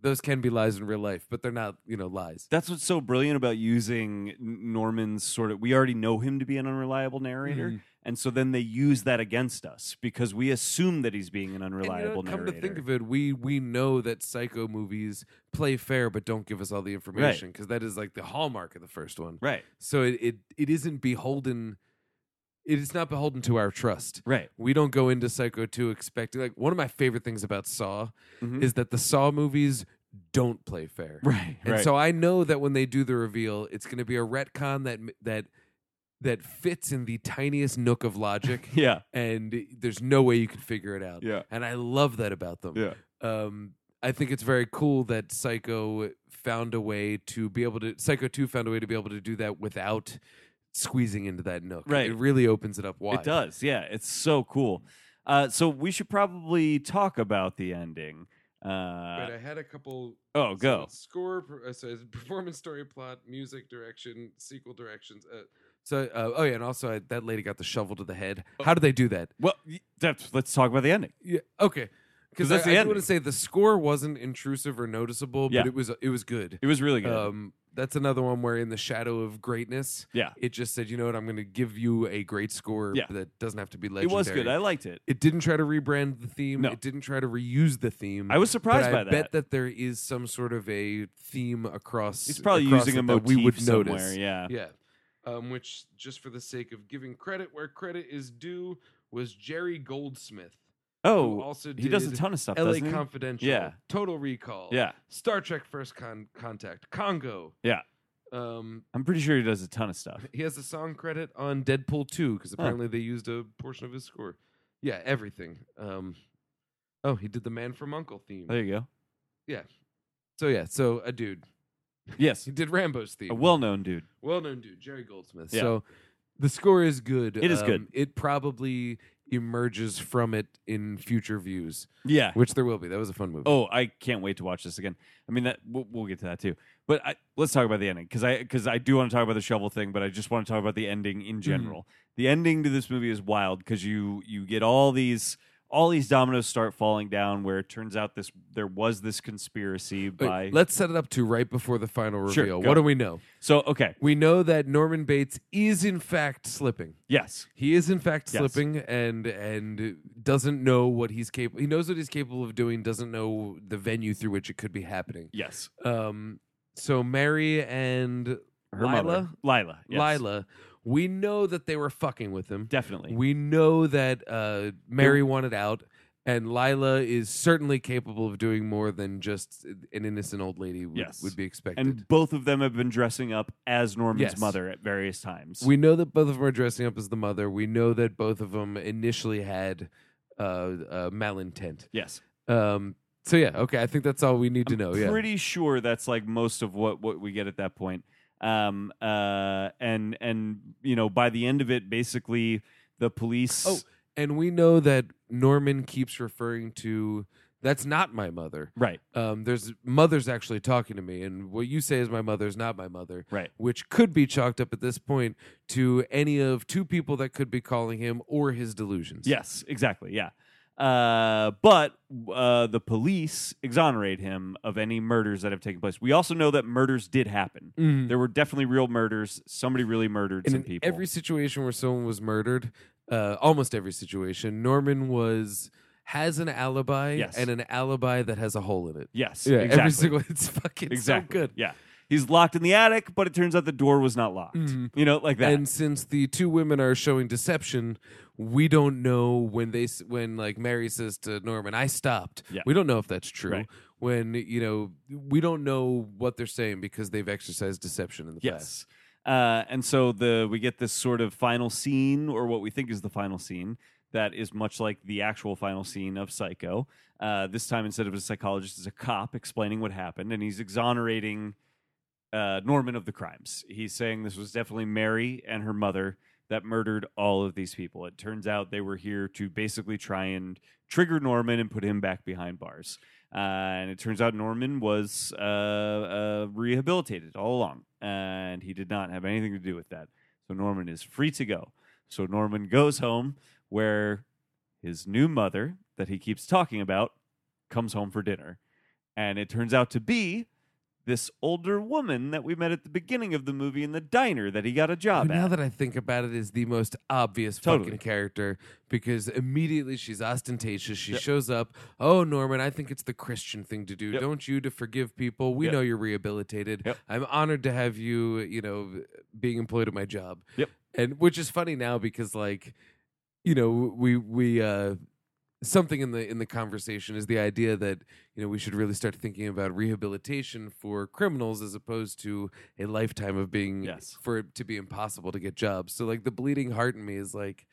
those can be lies in real life, but they're not, you know, lies.
That's what's so brilliant about using N- Norman's sort of. We already know him to be an unreliable narrator,
Mm-hmm.
and so then they use that against us because we assume that he's being an
And, you know,
unreliable
come
narrator.
to think of it, we we know that psycho movies play fair but don't give us all the information because that is like the hallmark of the first one.
right,
So it, it it isn't beholden. It is not beholden to our trust.
right,
We don't go into Psycho 2 expecting like one of my favorite things about Saw
Mhm.
is that the Saw movies don't play fair.
right,
And
right.
so I know that when they do the reveal, it's going to be a retcon that that that fits in the tiniest nook of logic,
yeah,
and there's no way you could figure it out.
Yeah.
and I love that about them.
yeah,
Um, I think it's very cool that Psycho found a way to be able to Psycho Two found a way to be able to do that without squeezing into that nook.
Right.
it really opens it up wide.
it does. Yeah, it's so cool. Uh, so we should probably talk about the ending. Uh,
But I had a couple
oh,
So
go.
it's Score, per- uh, so it's performance, story, plot, music, direction, sequel directions. Uh, so, uh, oh yeah, and also I, that lady got the shovel to the head.
Oh.
How did they do that?
Well, y- that's, let's talk about the ending.
Yeah, okay, because
that's
I,
the
I do want
ending.
to say the score wasn't intrusive or noticeable,
Yeah.
but it was it was good.
It was really good.
Um, that's another one where in the shadow of greatness,
Yeah.
it just said, you know what, I'm going to give you a great score
Yeah.
that doesn't have to be
it
legendary.
was good. I liked it.
it didn't try to rebrand the theme.
No.
It didn't try to reuse the theme.
I was surprised
but
by
I
that.
bet that there is some sort of a theme across.
He's probably
across
using
it
a
that
motif
we would
somewhere.
notice.
Yeah.
Yeah, um, which just for the sake of giving credit where credit is due, was Jerry Goldsmith. who
Oh,
also
he does a
did
ton of stuff.
L.A.
doesn't he?
Confidential.
Yeah.
Total Recall.
Yeah,
Star Trek: First Con- Contact. Congo.
Yeah.
Um,
I'm pretty sure he does a ton of stuff.
he has a song credit on Deadpool 2 because
Huh.
apparently they used a portion of his score. Yeah, everything. Um, oh, he did the Man from Uncle theme.
There you go.
so yeah, so a dude.
Yes,
He did Rambo's theme.
a well-known dude.
well-known dude, Jerry Goldsmith.
Yeah.
So the score is good. Um,
It is good.
It probably emerges from it in future views,
Yeah.
which there will be. That was a fun movie.
Oh, I can't wait to watch this again. I mean, that we'll, we'll get to that too. But I, let's talk about the ending because I because I do want to talk about the shovel thing, but I just want to talk about the ending
Mm-hmm.
in general. The ending to this movie is wild because you you get all these all these dominoes start falling down where it turns out this there was this conspiracy
Wait,
by
let's set it up to right before the final reveal.
Sure, go.
what do we know?
so okay
We know that Norman Bates is in fact slipping.
yes
He is in fact
Yes.
slipping and and doesn't know what he's capable. He knows what he's capable of doing, doesn't know the venue through which it could be happening.
yes
Um, so Mary and
her
Lila?
mother Lila yes.
Lila, we know that they were fucking with him.
definitely
We know that uh, Mary wanted out, and Lila is certainly capable of doing more than just an innocent old lady would,
Yes.
would be expected.
and both of them have been dressing up as Norman's
Yes.
mother at various times
We know that both of them are dressing up as the mother. We know that both of them initially had uh, uh, malintent.
yes
Um, so yeah, okay. I think that's all we need to know. yeah,
pretty sure that's like most of what what we get at that point um uh and and you know by the end of it basically the police
Oh. and we know that Norman keeps referring to that's not my mother.
right
Um, there's mother's actually talking to me, and what you say is my mother is not my mother,
right
which could be chalked up at this point to any of two people that could be calling him or his delusions.
yes exactly yeah uh but uh the police exonerate him of any murders that have taken place we also know that murders did happen
Mhm.
there were definitely real murders somebody really murdered
And
some
in
people
every situation where someone was murdered, uh, almost every situation, Norman was has an alibi
Yes.
and an alibi that has a hole in it.
yes
Yeah,
exactly
every single it's fucking
exactly
so good.
yeah he's locked in the attic but it turns out the door was not locked
Mhm.
you know like that
And since the two women are showing deception, we don't know when they s- when like Mary says to Norman, "I stopped."
Yeah.
We don't know if that's true.
Right.
When you know, we don't know what they're saying because they've exercised deception in the past.
Yes. Uh, and so the we get this sort of final scene, or what we think is the final scene, that is much like the actual final scene of Psycho. Uh, this time, instead of a psychologist, it's a cop explaining what happened, and he's exonerating uh, Norman of the crimes. He's saying this was definitely Mary and her mother that murdered all of these people. It turns out they were here to basically try and trigger Norman and put him back behind bars. Uh, and it turns out Norman was uh, uh, rehabilitated all along, and he did not have anything to do with that. So Norman is free to go. So Norman goes home, where his new mother that he keeps talking about comes home for dinner. And it turns out to be this older woman that we met at the beginning of the movie in the diner that he got a
Who,
job
now
at.
that I think about it, is the most obvious
Totally.
fucking character because immediately she's ostentatious. She shows up. Oh, Norman, I think it's the Christian thing to do.
Yep.
Don't you to forgive people? We
Yep.
know you're rehabilitated.
Yep.
I'm honored to have you. You know, being employed at my job.
Yep.
And which is funny now because like, you know, we we uh, something in the in the conversation is the idea that you know we should really start thinking about rehabilitation for criminals as opposed to a lifetime of being
Yes.
for it to be impossible to get jobs. So like the bleeding heart in me is like,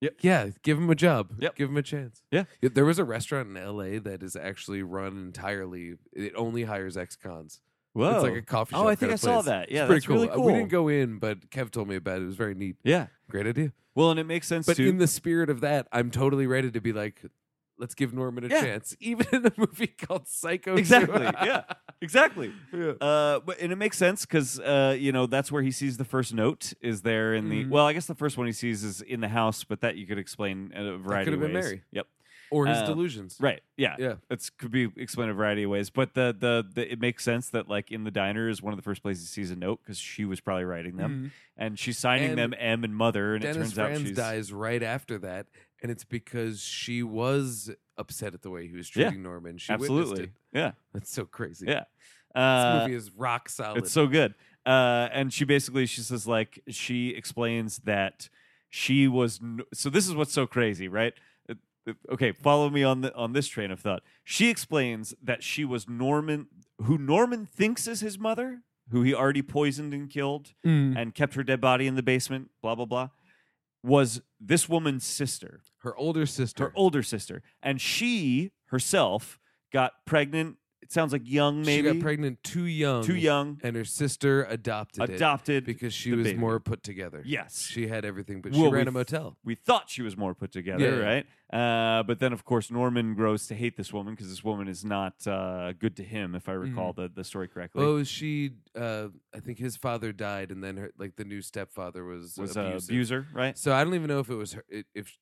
Yep.
yeah, give him a job,
Yep.
give him a chance.
Yeah.
there was a restaurant in L.A. that is actually run entirely. It only hires ex-cons.
Whoa.
It's like a coffee shop.
oh, I
kind
think I
of
saw
place.
that. Yeah,
it's pretty
that's really
Uh,
cool.
We didn't go in, but Kev told me about it. It was very neat.
Yeah.
Great idea.
Well, and it makes sense
But
too.
in the spirit of that, I'm totally ready to be like, let's give Norman a
Yeah.
chance, even in a movie called Psycho. 2.
exactly. yeah. Exactly.
Yeah.
Uh, but and it makes sense because uh, you know that's where he sees the first note is there in the
Mhm.
well I guess the first one he sees is in the house but that you could explain in a variety
could
of
have
ways.
been Mary.
Yep.
or his
Uh,
delusions.
Right. Yeah.
Yeah.
It's could be explained a variety of ways, but the, the the it makes sense that like in the diner is one of the first places he sees a note because she was probably writing them and she's signing
Mm. And
them M and mother and it
Dennis
turns
Franz
out she's
dies right after that, and it's because she was upset at the way he was
Yeah.
treating Norman. She witnessed
absolutely
it.
yeah
That's so crazy.
yeah.
This
Uh,
movie is rock solid.
It's so good. Uh, and she basically she says like she explains that she was n- so this is what's so crazy, right? Uh, uh, Okay, follow me on the on this train of thought. She explains that she was Norman, who Norman thinks is his mother, who he already poisoned and killed,
Mm. Hmm.
and kept her dead body in the basement. Blah blah blah. Was this woman's sister?
her older sister.
her older sister, and she herself got pregnant. It sounds like young, maybe
She got pregnant too young.
too young,
And her sister adopted,
adopted
it because she
the
was
baby.
more put together.
Yes,
She had everything, but
Well,
she ran
we-
a motel.
we thought she was more put together,
Yeah, yeah.
right? Uh, but then, of course, Norman grows to hate this woman because this woman is not uh, good to him, if I recall the, the story correctly.
Mm. Oh, she. Uh, I think his father died, and then her, like the new stepfather was
was uh, an
abusive.
abuser, right?
So I don't even know if it was her. it- If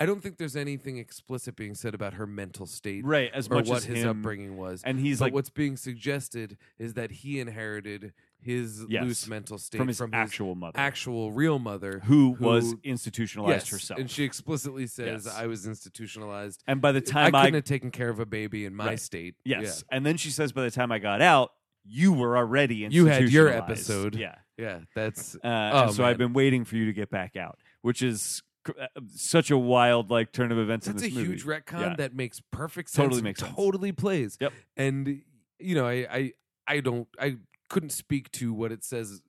I don't think there's anything explicit being said about her mental state
Right, as
or
much
what
as
his
him.
upbringing was.
And he's
but
like
what's being suggested is that he inherited his
Yes,
loose mental state
from his actual mother,
actual real mother,
who, was
who-
institutionalized
Yes,
herself.
and she explically says,
Yes.
"I was institutionalized.
And by the time
I
I,
couldn't have taken care of a baby in my
Right.
state." Yeah.
yes, and then she says, by the time I got out, you were already
You had
institutionalized.
your episode.
yeah.
yeah, that's
Uh, and
Oh,
so I've
man.
been waiting for you to get back out, which is cr- uh, such a wild like turn of events
That's a
in this movie.
huge retcon
Yeah.
that makes perfect sense.
Totally
and
makes sense.
Totally plays.
Yep.
And you know, I, I I don't I couldn't speak to what it says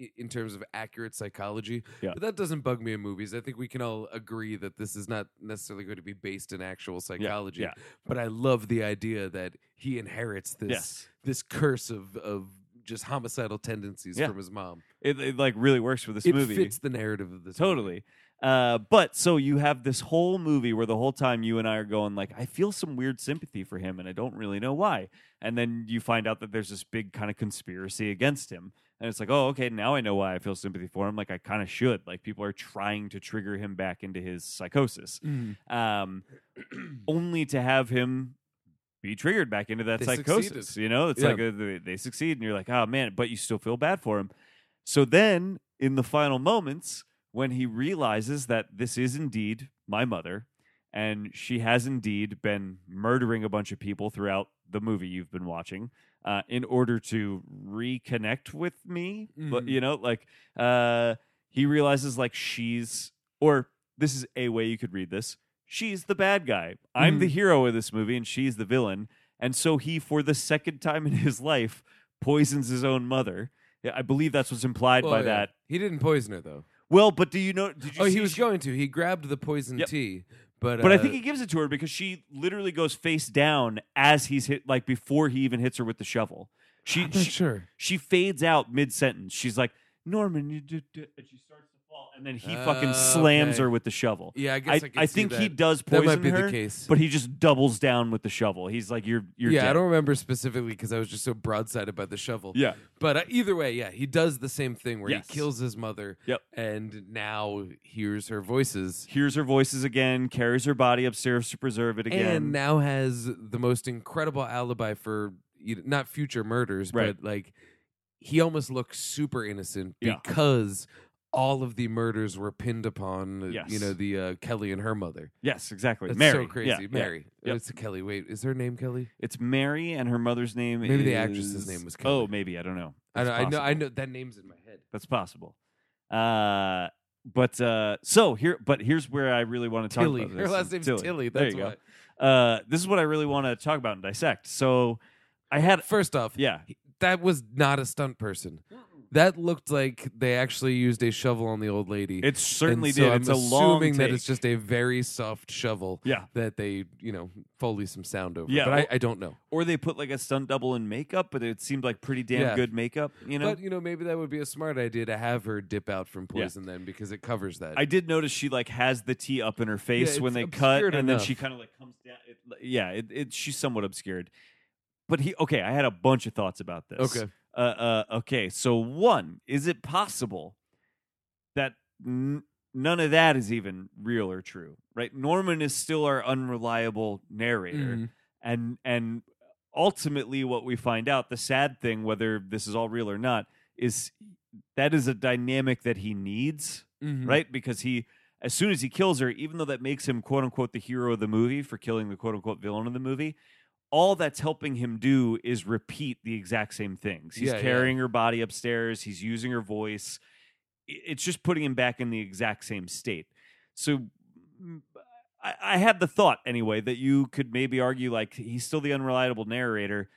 i- in terms of accurate psychology.
Yeah.
But that doesn't bug me in movies. I think we can all agree that this is not necessarily going to be based in actual psychology.
yeah.
But I love the idea that he inherits this
Yes.
this curse of of just homicidal tendencies
Yeah.
from his mom.
It, it like really works for this
it
movie.
fits the narrative of this. movie.
totally. Uh, but so you have this whole movie where the whole time you and I are going like, I feel some weird sympathy for him, and I don't really know why. And then you find out that there's this big kind of conspiracy against him, and it's like, oh, okay, now I know why I feel sympathy for him. Like I kind of should. Like people are trying to trigger him back into his psychosis,
Mm.
um, only to have him be triggered back into that
They
psychosis.
succeeded.
You know, it's
Yeah.
like uh, they, they succeed, and you're like, oh man, but you still feel bad for him. So then, in the final moments, when he realizes that this is indeed my mother, and she has indeed been murdering a bunch of people throughout the movie you've been watching. Uh, in order to reconnect with me, but
Mhm.
you know, like uh, he realizes, like she's, or this is a way you could read this. She's the bad guy. I'm
Mm.
the hero of this movie, and she's the villain. And so he, for the second time in his life, poisons his own mother. Yeah, I believe that's what's implied
Well,
by
Oh, yeah.
that.
He didn't poison her though.
Well, but do you know? Did you
Oh,
see
he was
she-
going to. He grabbed the poison
Yep.
tea, but
But I
uh,
think he gives it to her because she literally goes face down as he's hit, like before he even hits her with the shovel. She
I'm not
she,
sure.
she fades out mid sentence. She's like, Norman, you did, did," and she starts to fall. and then he fucking
Uh,
slams
okay.
her with the shovel.
Yeah, I
I, I,
guess I, can see
think he
that.
does
That
poison
might be
her,
the case.
but he just doubles down with the shovel. He's like, "You're, you're
yeah,
dead."
I don't remember specifically because I was just so broadsided by the shovel.
yeah,
But uh, either way, yeah, he does the same thing where
Yes.
he kills his mother
Yep.
and now hears her voices
hears her voices again, carries her body upstairs to preserve it again.
and now has the most incredible alibi for you know, not future murders,
Right.
but like he almost looks super innocent
Yeah.
because all of the murders were pinned upon
Yes.
you know the uh, Kelly and her mother.
yes, exactly.
That's
Mary,
so crazy.
Yeah, yeah.
Mary.
Yep.
It's Kelly. Wait, is her name Kelly?
It's Mary, and her mother's name.
Maybe
is...
the actress's name was Kelly.
Oh, maybe I don't know.
I
It's
know, I know. I
possible.
know that name's in my head.
That's possible. Uh, but uh, so here, but here's where I really want to talk
Tilly.
about this.
Her last name's Tilly.
There
That's
you go.
why.
Uh, this is what I really want to talk about and dissect. So I had,
First off,
yeah,
that was not a stunt person. That looked like they actually used a shovel on the old lady.
it certainly
and so
did.
I'm
it's a
assuming
long
that
take.
it's just a very soft shovel.
Yeah.
That they, you know, foley some sound over.
Yeah,
But
well-
I, I don't know.
or they put like a stunt double in makeup, but it seemed like pretty damn
Yeah.
good makeup. You know,
But you know, maybe that would be a smart idea to have her dip out from
Yeah.
poison then because it covers that.
I did notice she like has the tea up in her face
Yeah,
when they
it's
cut, and
obscured
then
enough.
she kind of like comes down. It, yeah, it, it, she's somewhat obscured. But he okay, I had a bunch of thoughts about this.
Okay.
Uh, uh, okay. So one, is it possible that n- none of that is even real or true? Right? Norman is still our unreliable narrator,
Mhm.
and and ultimately, what we find out, the sad thing, whether this is all real or not, is that is a dynamic that he needs
Mhm.
right? Because he, as soon as he kills her, even though that makes him quote unquote the hero of the movie for killing the quote unquote villain of the movie, all that's helping him do is repeat the exact same things. He's
Yeah, yeah.
carrying her body upstairs, he's using her voice. I- It's just putting him back in the exact same state. So mm, I, I had the thought anyway that you could maybe argue like he's still the unreliable narrator.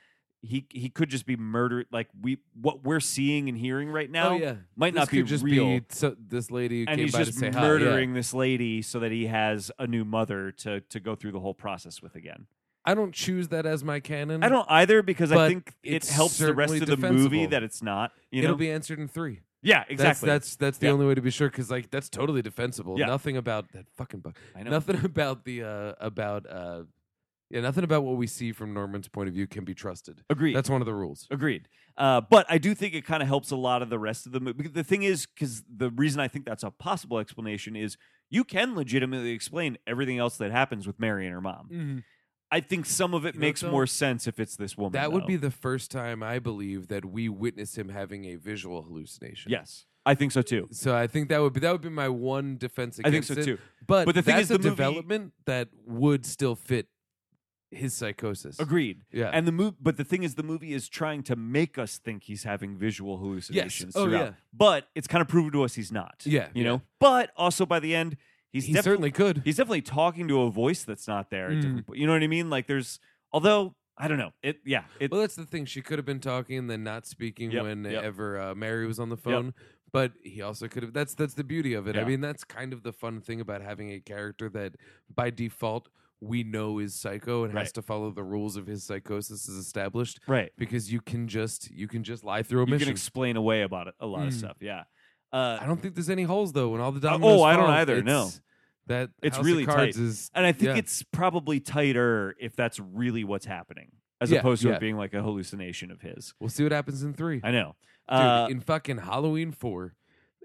He he could just be murdered. Like we what we're seeing and hearing right now
oh, yeah.
might
This
not be
could just
real
Be so, this lady who
and
came
he's
by
just
to say hi. Yeah.
murdering this lady so that he has a new mother to to go through the whole process with again.
I don't choose that as my canon.
I don't either because I
Mm. But
think it
it's
helps the rest of
certainly
the movie
defensible.
that it's not. You
It'll
know,
be answered in three.
yeah, exactly.
That's that's, that's the
Yeah.
only way to be sure because like that's totally defensible.
Yeah.
Nothing about that fucking book.
I know.
Nothing about the uh about uh yeah, nothing about what we see from Norman's point of view can be trusted.
Agreed.
That's one of the rules.
Agreed. Uh, but I do think it kind of helps a lot of the rest of the movie. The thing is, because the reason I think that's a possible explanation is you can legitimately explain everything else that happens with Mary and her mom. I think some of it
Mm. You know,
makes
though,
more sense if it's this woman.
That would
though.
be the first time I believe that we witness him having a visual hallucination.
yes. I think so too.
So I think that would be that would be my one defense
I think
against
so
it.
too.
But,
But
the
the thing
that's
is
a
the movie-
development that would still fit his psychosis.
Agreed.
Yeah.
And the movie, but the thing is, the movie is trying to make us think he's having visual hallucinations
Oh,
throughout.
yeah.
But it's kind of proven to us he's not.
Yeah,
You
yeah.
know. But also by the end, he's
he
defi-
certainly could.
he's definitely talking to a voice that's not there. at
Mm.
different po- You know what I mean? Like there's although I don't know. It yeah. It
Well, that's the thing. She could have been talking and then not speaking
Yep,
whenever uh, Mary was on the phone. But he also could have. That's that's the beauty of it. I
Yeah.
mean, that's kind of the fun thing about having a character that, by default, we know is psycho and has
Right.
to follow the rules of his psychosis is established.
right.
Because you can just you can just lie through a
You
mission.
can explain away about it, a lot of
Mm.
stuff. Yeah. Uh,
I don't think there's any holes though. When all the
Uh, oh,
dominoes.
I don't
fall,
either, no.
it's- that
It's
House of
really
cards
tight.
Is
and I think
yeah.
it's probably tighter if that's really what's happening, as
Yeah,
opposed to
yeah.
it being like a hallucination of his.
we'll see what happens in three.
I know.
Dude,
Uh,
in fucking Halloween four,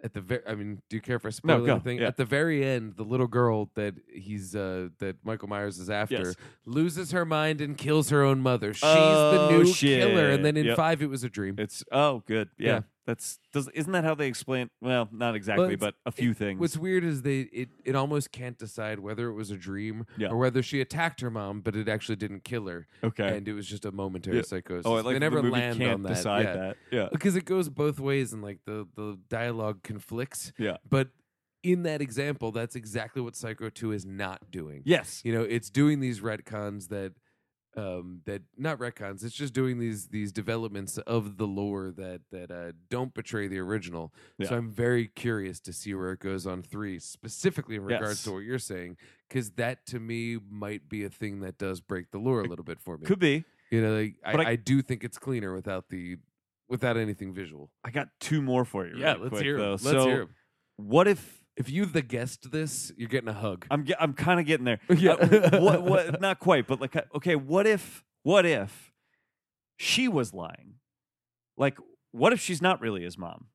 at the very, I mean, do you care if I spoil
go,
anything?
yeah.
At the very end, the little girl that he's uh, that Michael Myers is after
Yes.
loses her mind and kills her own mother. She's
Oh,
the new
shit.
killer, and then in
Yep.
five, it was a dream.
It's oh good. Yeah.
Yeah.
That's does isn't that how they explain well, not exactly,
it's-
but a few
it-
things.
What's weird is they it, it almost can't decide whether it was a dream
Yeah.
or whether she attacked her mom, but it actually didn't kill her,
okay.
and it was just a momentary
Yeah.
psychosis.
oh, I like
they
that
never
the movie
land
can't
on that.
decide
yeah.
that. Yeah.
because it goes both ways and like the the dialogue conflicts.
Yeah.
But in that example, that's exactly what Psycho 2 is not doing.
Yes.
You know, it's doing these retcons that um that not retcons, it's just doing these these developments of the lore that that uh don't betray the original.
Yeah.
So I'm very curious to see where it goes on 3 specifically in regards
Yes.
to what you're saying cuz that to me might be a thing that does break the lore a little bit for me.
Could be.
you know, like, I,
But
I,
I-
do think it's cleaner without the without anything visual.
I got two more for you. really quick, though. so
him.
what if
If you the guessed this, you're getting a hug.
I'm ge- I'm kind of getting there.
Yeah.
Uh, what, what, not quite, but like, uh, okay, what if, what if she was lying? Like, what if she's not really his mom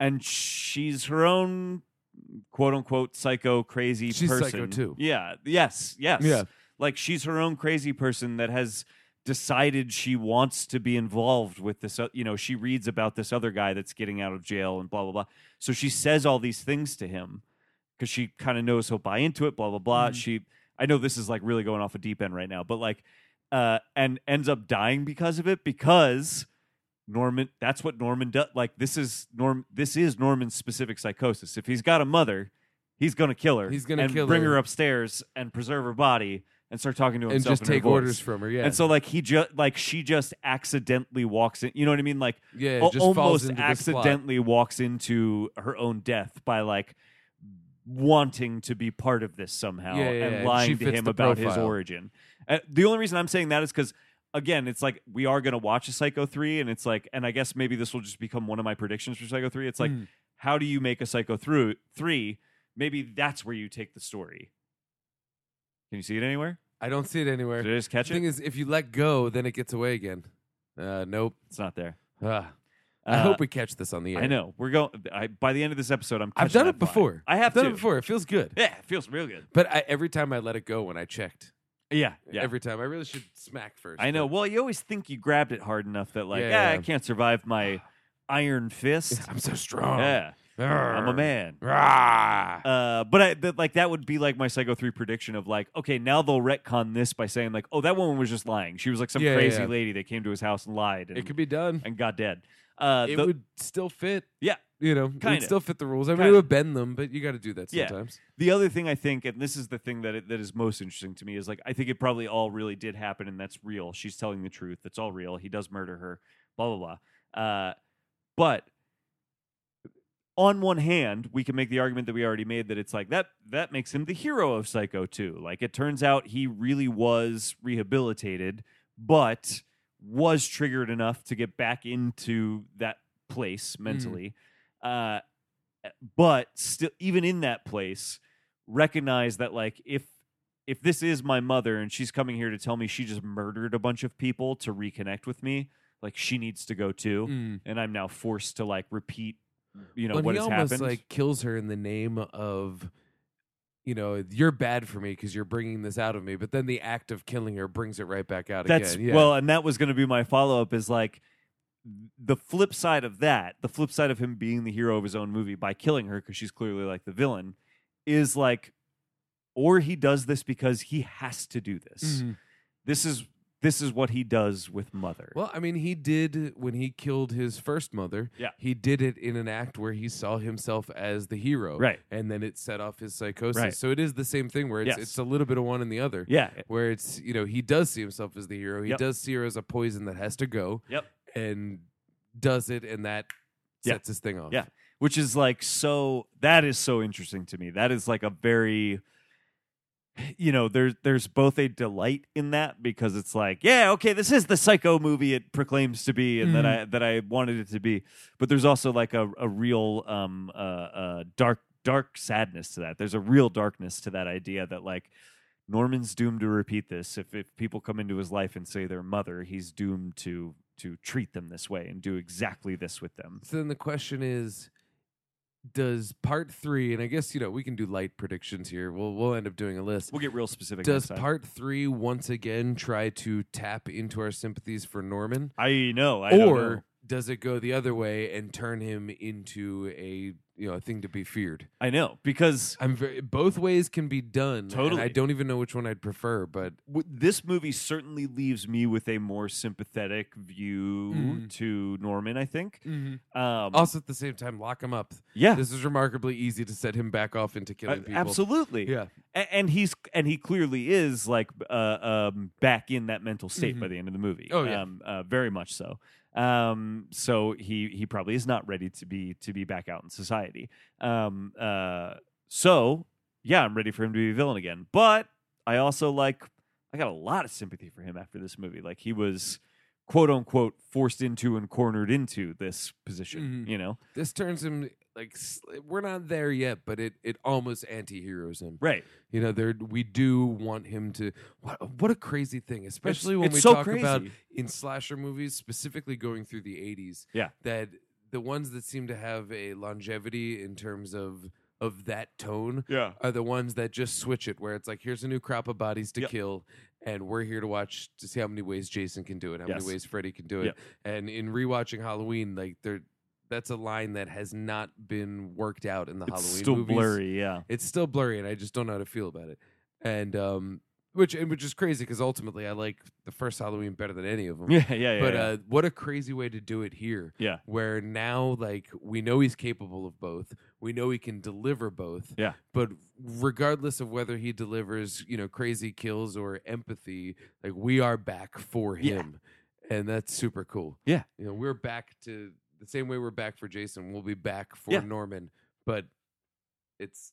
and she's her own quote unquote psycho crazy
She's
person?
psycho too.
Yeah. Yes. Yes.
Yeah.
Like she's her own crazy person that has decided she wants to be involved with this. o- You know, she reads about this other guy that's getting out of jail and blah blah blah. So she says all these things to him because she kind of knows he'll buy into it. Blah blah blah.
Mhm.
She, I know this is like really going off a deep end right now, but like, uh, and ends up dying because of it because Norman. That's what Norman does. Like this is Norm. This is Norman's specific psychosis. If he's got a mother, he's gonna kill her.
He's gonna
and
kill
bring
her.
her upstairs and preserve her body and start talking to
And
himself
just
in her
take
voice.
orders from her. Yeah.
And so like he just like she just accidentally walks in. You know what I mean? Like
yeah.
al-
It just falls
almost
into this plot.
accidentally walks into her own death by like wanting to be part of this somehow
Yeah, yeah, yeah,
and
and she
lying to
fits
him
the
about his
profile.
origin. Uh, the only reason I'm saying that is because again, it's like we are going to watch a Psycho three, and it's like, and I guess maybe this will just become one of my predictions for Psycho three. It's like,
Mm.
how do you make a Psycho through three? Maybe that's where you take the story. Can you see it anywhere?
I don't see it anywhere.
Did I just
The
catch
thing
it?
is, if you let go, then it gets away again. Uh, nope.
It's not there.
Ah. I
Uh,
hope we catch this on the air.
I know we're going. I, by the end of this episode, I'm.
I've
catching
done
that
it
vibe.
before.
I have
done
to.
it before. It feels good.
Yeah, it feels real good.
But I, every time I let it go when I checked,
Yeah, yeah.
every time I really should smack first.
I know.
but-
Well, you always think you grabbed it hard enough that like,
Yeah,
yeah,
yeah.
I can't survive my iron fist.
I'm so strong.
yeah, I'm a man.
Rah.
Uh, but I that, like that would be like my Psycho three prediction of like, okay, now they'll retcon this by saying like, oh, that woman was just lying. She was like some
Yeah, yeah,
crazy
yeah.
lady that came to his house and lied and,
it could be done.
and got dead. Uh,
it
the-
would still fit.
Yeah.
You know, it would
Kinda.
still fit the rules. I mean,
Kinda.
it would bend them, but you got to do that
Yeah.
sometimes.
The other thing I think, and this is the thing that it, that is most interesting to me, is like I think it probably all really did happen, and that's real. She's telling the truth. That's all real. He does murder her. Blah blah blah. Uh, but on one hand, we can make the argument that we already made that it's like that that makes him the hero of Psycho 2. Like it turns out he really was rehabilitated, but was triggered enough to get back into that place mentally. Uh, but still even in that place recognize that like if if this is my mother and she's coming here to tell me she just murdered a bunch of people to reconnect with me like she needs to go too
Mm.
and i'm now forced to like repeat you know
Well,
what
he
has
almost
happened
like kills her in the name of, you know, you're bad for me because you're bringing this out of me. But then the act of killing her brings it right back out
that's
again. Yeah.
well and that was going to be my follow-up is like the flip side of that the flip side of him being the hero of his own movie by killing her because she's clearly like the villain is like or he does this because he has to do this
Mhm.
this is this is what he does with mother.
Well, I mean, he did when he killed his first mother.
Yeah.
he did it in an act where he saw himself as the hero,
right.
And then it set off his psychosis.
Right.
So it is the same thing where it's
Yes.
it's a little bit of one and the other.
Yeah.
Where it's you know he does see himself as the hero. He
Yep.
does see her as a poison that has to go.
Yep.
And does it, and that
Yeah.
sets his thing off.
Yeah. Which is like so that is so interesting to me. That is like a very you know, there's there's both a delight in that because it's like, yeah, okay, this is the psycho movie it proclaims to be and that I that I wanted it to be. But there's also like a, a real um uh, uh dark dark sadness to that. There's a real darkness to that idea that like Norman's doomed to repeat this. If if people come into his life and say their mother, he's doomed to to treat them this way and do exactly this with them.
So then the question is, does part three? And I guess you know we can do light predictions here. We'll we'll end up doing a list.
We'll get real specific.
Does
next time.
part three once again try to tap into our sympathies for Norman?
I know, I
or
don't know.
does it go the other way and turn him into a you know a thing to be feared?
I know because
I'm very, both ways can be done. and
Totally.
I don't even know which one I'd prefer, but
w- this movie certainly leaves me with a more sympathetic view
Mm.
to Norman. I think. Um,
Mm-hmm. also at the same time, lock him up.
yeah,
This is remarkably easy to set him back off into
uh,
killing people.
absolutely.
Yeah.
A- and he's and he clearly is like uh, um, back in that mental state by the end of the movie.
Oh, yeah.
um, uh, very much so. Um, so he he probably is not ready to be to be back out in society. Um, uh, so yeah, I'm ready for him to be a villain again. But I also like I got a lot of sympathy for him after this movie. Like he was quote unquote forced into and cornered into this position.
Mhm.
You know,
This turns him like s- we're not there yet, but it it almost anti-heroes him.
Right.
You know, there we do want him to. What, what a crazy thing, especially when
it's
we
so
talk about
crazy.
in slasher movies, specifically going through the '80s.
Yeah.
that the ones that seem to have a longevity in terms of of that tone
Yeah.
are the ones that just switch it, where it's like, here's a new crop of bodies to
Yep.
kill, and we're here to watch to see how many ways Jason can do it, how
Yes.
many ways Freddy can do it.
Yep.
And in rewatching Halloween, like there, that's a line that has not been worked out in the
It's
Halloween
still
movies.
blurry. Yeah.
It's still blurry, and I just don't know how to feel about it. And um, which and which is crazy because ultimately I like the first Halloween better than any of them.
Yeah. Yeah. Yeah.
But
yeah.
uh, what a crazy way to do it here.
Yeah.
Where now, like, we know he's capable of both. We know he can deliver both.
Yeah.
But regardless of whether he delivers, you know, crazy kills or empathy, like, we are back for
Yeah.
him. And that's super cool.
Yeah.
You know, we're back to the same way we're back for Jason. We'll be back for
Yeah.
Norman. But it's.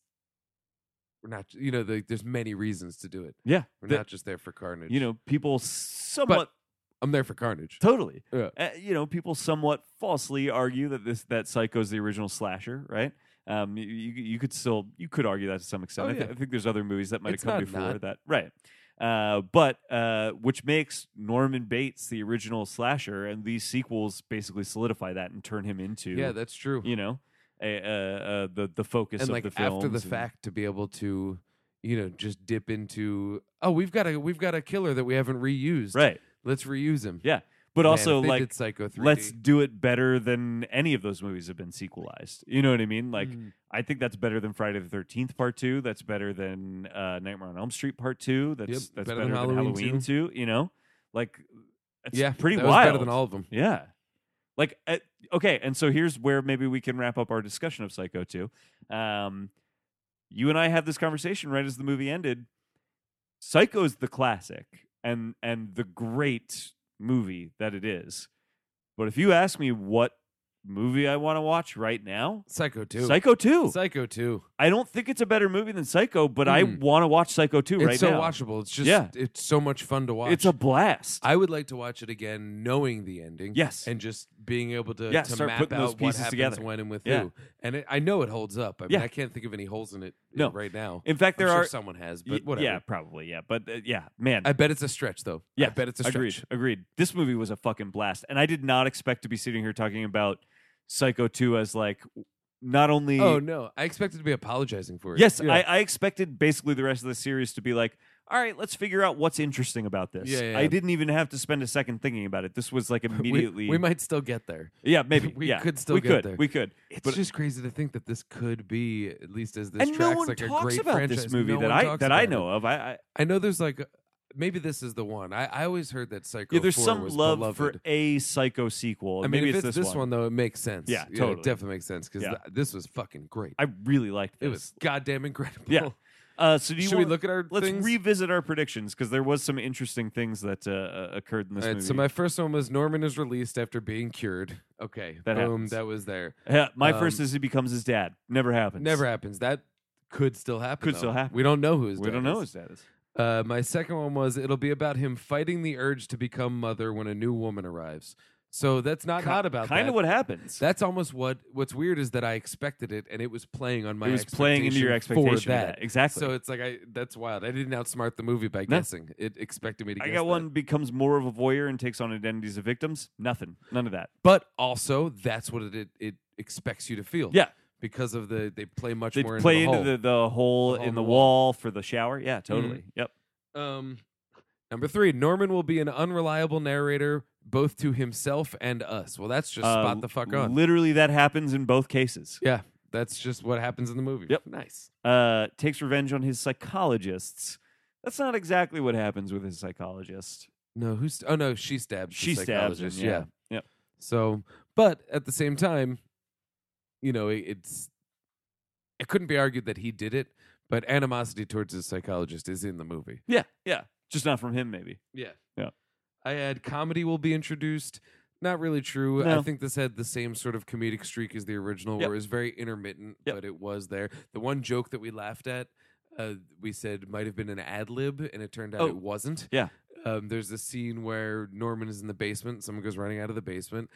We're not, you know, like there's many reasons to do it.
yeah.
We're
The-
not just there for carnage.
you know, people somewhat
I'm there for carnage.
totally.
Yeah.
Uh, you know, people somewhat falsely argue that this that Psycho's the original slasher, right? Um, you, you you could still you could argue that to some extent.
Oh,
I, thi-
yeah.
I think there's other movies that might have
It's
come
not
before
not.
that, right? Uh, but uh, which makes Norman Bates the original slasher, and these sequels basically solidify that and turn him into
Yeah, that's true.
you know a, uh, uh, the the focus
and
of
like
the films
after the
and-
fact to be able to you know just dip into oh we've got a we've got a killer that we haven't reused
right?
let's reuse him
Yeah, but
Man,
also
if they
like
did psycho 3
let's do it better than any of those movies have been sequelized. You know what I mean? Like,
Mm-hmm. Mm.
I think that's better than Friday the Thirteenth Part Two. That's better than uh, Nightmare on Elm Street Part Two. That's
Yep,
that's
better
better,
than
than Halloween,
Halloween
Two. You know, like it's
yeah
pretty
that was
wild.
better than all of them
Yeah. Like uh, okay, and so here's where maybe we can wrap up our discussion of Psycho 2. Um, you and I had this conversation right as the movie ended. Psycho's the classic and and the great movie that it is. But if you ask me what movie I want to watch right now,
psycho 2
Psycho 2.
psycho 2
I don't think it's a better movie than Psycho, but I
Mm.
want to watch Psycho 2
it's
right
so
now.
watchable it's just
Yeah.
it's so much fun to watch
It's a blast.
I would like to watch it again, knowing the ending.
Yes.
and just being able to,
Yeah,
to
start
map
putting
out
those
what
pieces
happens
together.
when and with
Yeah.
who. And it, I know it holds up. I mean,
Yeah.
I can't think of any holes in it
No.
right now.
In fact, there
I'm sure
are
someone has,
y-
but whatever.
Yeah, probably. Yeah, but uh, yeah, man.
I bet it's a stretch, though. I
Yes,
bet it's a stretch.
Agreed. Agreed. This movie was a fucking blast, and I did not expect to be sitting here talking about Psycho Two as like not only.
Oh no, I expected to be apologizing for it.
yes,
yeah.
I, I expected basically the rest of the series to be like, all right, let's figure out what's interesting about this.
Yeah, yeah,
I
yeah.
didn't even have to spend a second thinking about it. This was like
We-
immediately.
We, might still get there.
yeah, maybe.
we
yeah,
could still
we
get
could.
there.
We could.
It's
But-
just crazy to think that this could be, at least as this
and no
tracks,
one
like a
talks
great
about
franchise.
this movie
No
that
one
I
talks
that
about
I
it.
know of. I, I
I know there's like maybe this is the one. I, I always heard that Psycho.
yeah, there's
4
some
was
love
beloved.
for a Psycho sequel.
I mean,
maybe
if it's, this
one.
one. though, it makes sense.
Yeah,
it
totally.
definitely makes sense because
Yeah.
this was fucking great.
I really liked this.
it was goddamn incredible.
Yeah. Uh, so do you
Should we
want-
look at our
Let's
things?
revisit our predictions because there was some interesting things that uh, uh, occurred in this
All right,
movie.
so my first one was Norman is released after being cured. Okay,
That
boom,
happens.
that was there.
Yeah, my first
um,
is he becomes his dad. Never happens.
Never happens. That could still happen.
Could
though.
still happen.
We don't know who his
We
dad
don't know
is.
his dad is.
Uh, my second one was it'll be about him fighting the urge to become mother when a new woman arrives. So that's not not about
kind
that.
of what happens.
That's almost what. What's weird is that I expected it, and it was playing on my.
it was playing into your
expectation
expectation. of
for that.
that. Exactly.
So it's like I. That's wild. I didn't outsmart the movie by
No.
guessing. It expected me to.
I
guess
got
that.
one becomes more of a voyeur and takes on identities of victims. Nothing. None of that.
but also that's what it it, it expects you to feel.
Yeah.
because of the they play much
They
more
play
into the,
into the, the hole
The Mm-hmm. hole
in the wall. for the shower. Yeah, totally. Yep.
the um. Number three, Norman will be an unreliable narrator both to himself and us. Well, that's just
Uh,
spot the fuck on.
Literally, that happens in both cases.
yeah, that's just what happens in the movie.
Yep.
nice.
uh, takes revenge on his psychologists. That's not exactly what happens with his psychologist.
No, who's? Oh no, she stabs. the
She stabs him.
psychologist,
Yeah. Yep.
So, but at the same time, you know, it, it's it couldn't be argued that he did it, but animosity towards his psychologist is in the movie.
Yeah. Yeah. Just not from him, maybe.
Yeah.
Yeah.
I had comedy will be introduced. Not really true. I
No.
think this had the same sort of comedic streak as the original,
Yep.
where it was very intermittent,
Yep.
but it was there. The one joke that we laughed at, uh, we said might have been an ad lib, and it turned out
Oh.
it wasn't.
Yeah.
um, there's a scene where Norman is in the basement. Someone goes running out of the basement,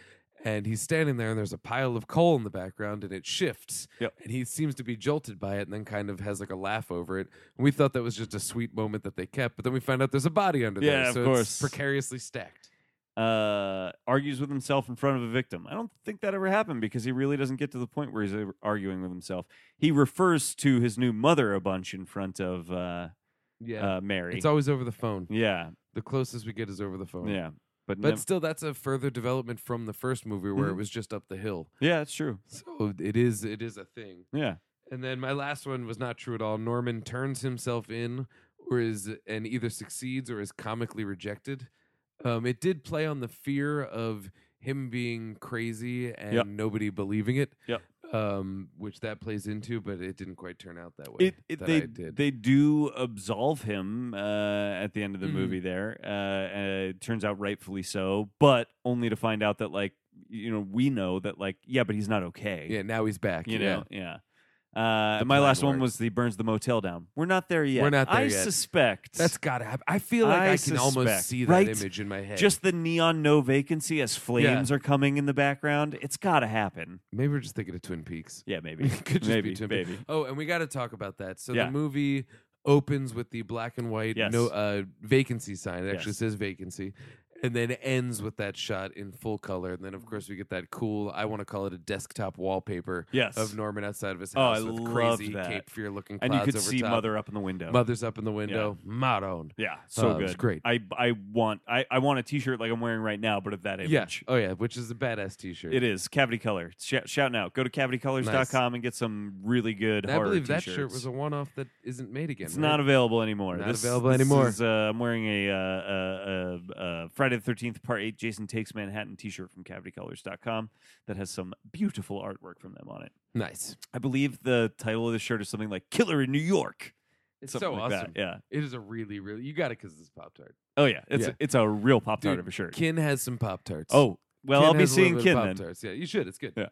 and he's standing there, and there's a pile of coal in the background, and it shifts.
Yep.
And he seems to be jolted by it, and then kind of has like a laugh over it. And we thought that was just a sweet moment that they kept, but then we find out there's a body under there.
Yeah, of
so
course.
It's precariously stacked.
uh, argues with himself in front of a victim. I don't think that ever happened because he really doesn't get to the point where he's uh, arguing with himself. He refers to his new mother a bunch in front of uh,
Yeah.
uh, Mary.
it's always over the phone.
yeah,
The closest we get is over the phone.
yeah, but,
But
nev-
still, that's a further development from the first movie where
Mhm.
it was just up the hill.
yeah, it's true.
So it is it is a thing.
Yeah,
And then my last one was not true at all. Norman turns himself in, or is and either succeeds or is comically rejected. Um, it did play on the fear of him being crazy and
Yep.
nobody believing it.
Yep.
Um, which that plays into, but it didn't quite turn out that way.
it, it
that
they
I did.
they do absolve him uh, at the end of the
Mhm.
movie. There, uh, uh, it turns out rightfully so, but only to find out that like you know we know that like yeah, but he's not okay.
yeah, now he's back.
you
yeah.
know yeah uh,
The
my
plan
last one
worked.
was the burns the motel down we're not there yet
We're not there
i
yet.
suspect
That's gotta happen. I feel like
I
I, can
suspect,
almost see that
right?
image in my head.
just the neon no vacancy as flames are coming in the background it's gotta happen
maybe we're just thinking of Twin Peaks.
yeah maybe
Could just
maybe
be Twin Peaks.
maybe
Oh, and we got to talk about that. So
Yeah.
the movie opens with the black and white
Yes.
no uh, vacancy sign. It actually
Yes.
says vacancy, and then ends with that shot in full color. And then of course we get that cool. I want to call it a desktop wallpaper
yes
of Norman outside of his
Oh, I
house with
love
crazy
that.
Cape Fear looking
and
clouds
you could
over
see
top.
mother up in the window
Mother's up in the window. Maron.
yeah so
Uh, it
good
was great.
i i want i i want a t-shirt like i'm wearing right now but of that image
Yeah. Oh yeah, which is a badass T-shirt.
It is cavity color. Sh- shout now. Go to cavitycolors.com and get some really good
And I
horror
believe that
t-shirts.
shirt was a one-off that isn't made again.
It's
right?
not available anymore.
Not
This-
available
this
anymore.
is, uh, I'm wearing a, uh, uh, uh, uh, Friday the 13th Part 8 Jason Takes Manhattan t-shirt from cavitycolors.com that has some beautiful artwork from them on it.
nice.
I believe the title of the shirt is something like Killer in New York.
It's
something
so
like
awesome.
That. Yeah.
It is a really, really. You got it because it's Pop Tart.
Oh, yeah. It's,
Yeah.
it's a real Pop-Tart
Dude,
of a shirt.
Kin has some Pop Tarts.
oh, well,
Kin
I'll be
has a little
seeing
bit of
Kin then.
Pop-Tarts. Yeah, you should. It's good.
Yeah.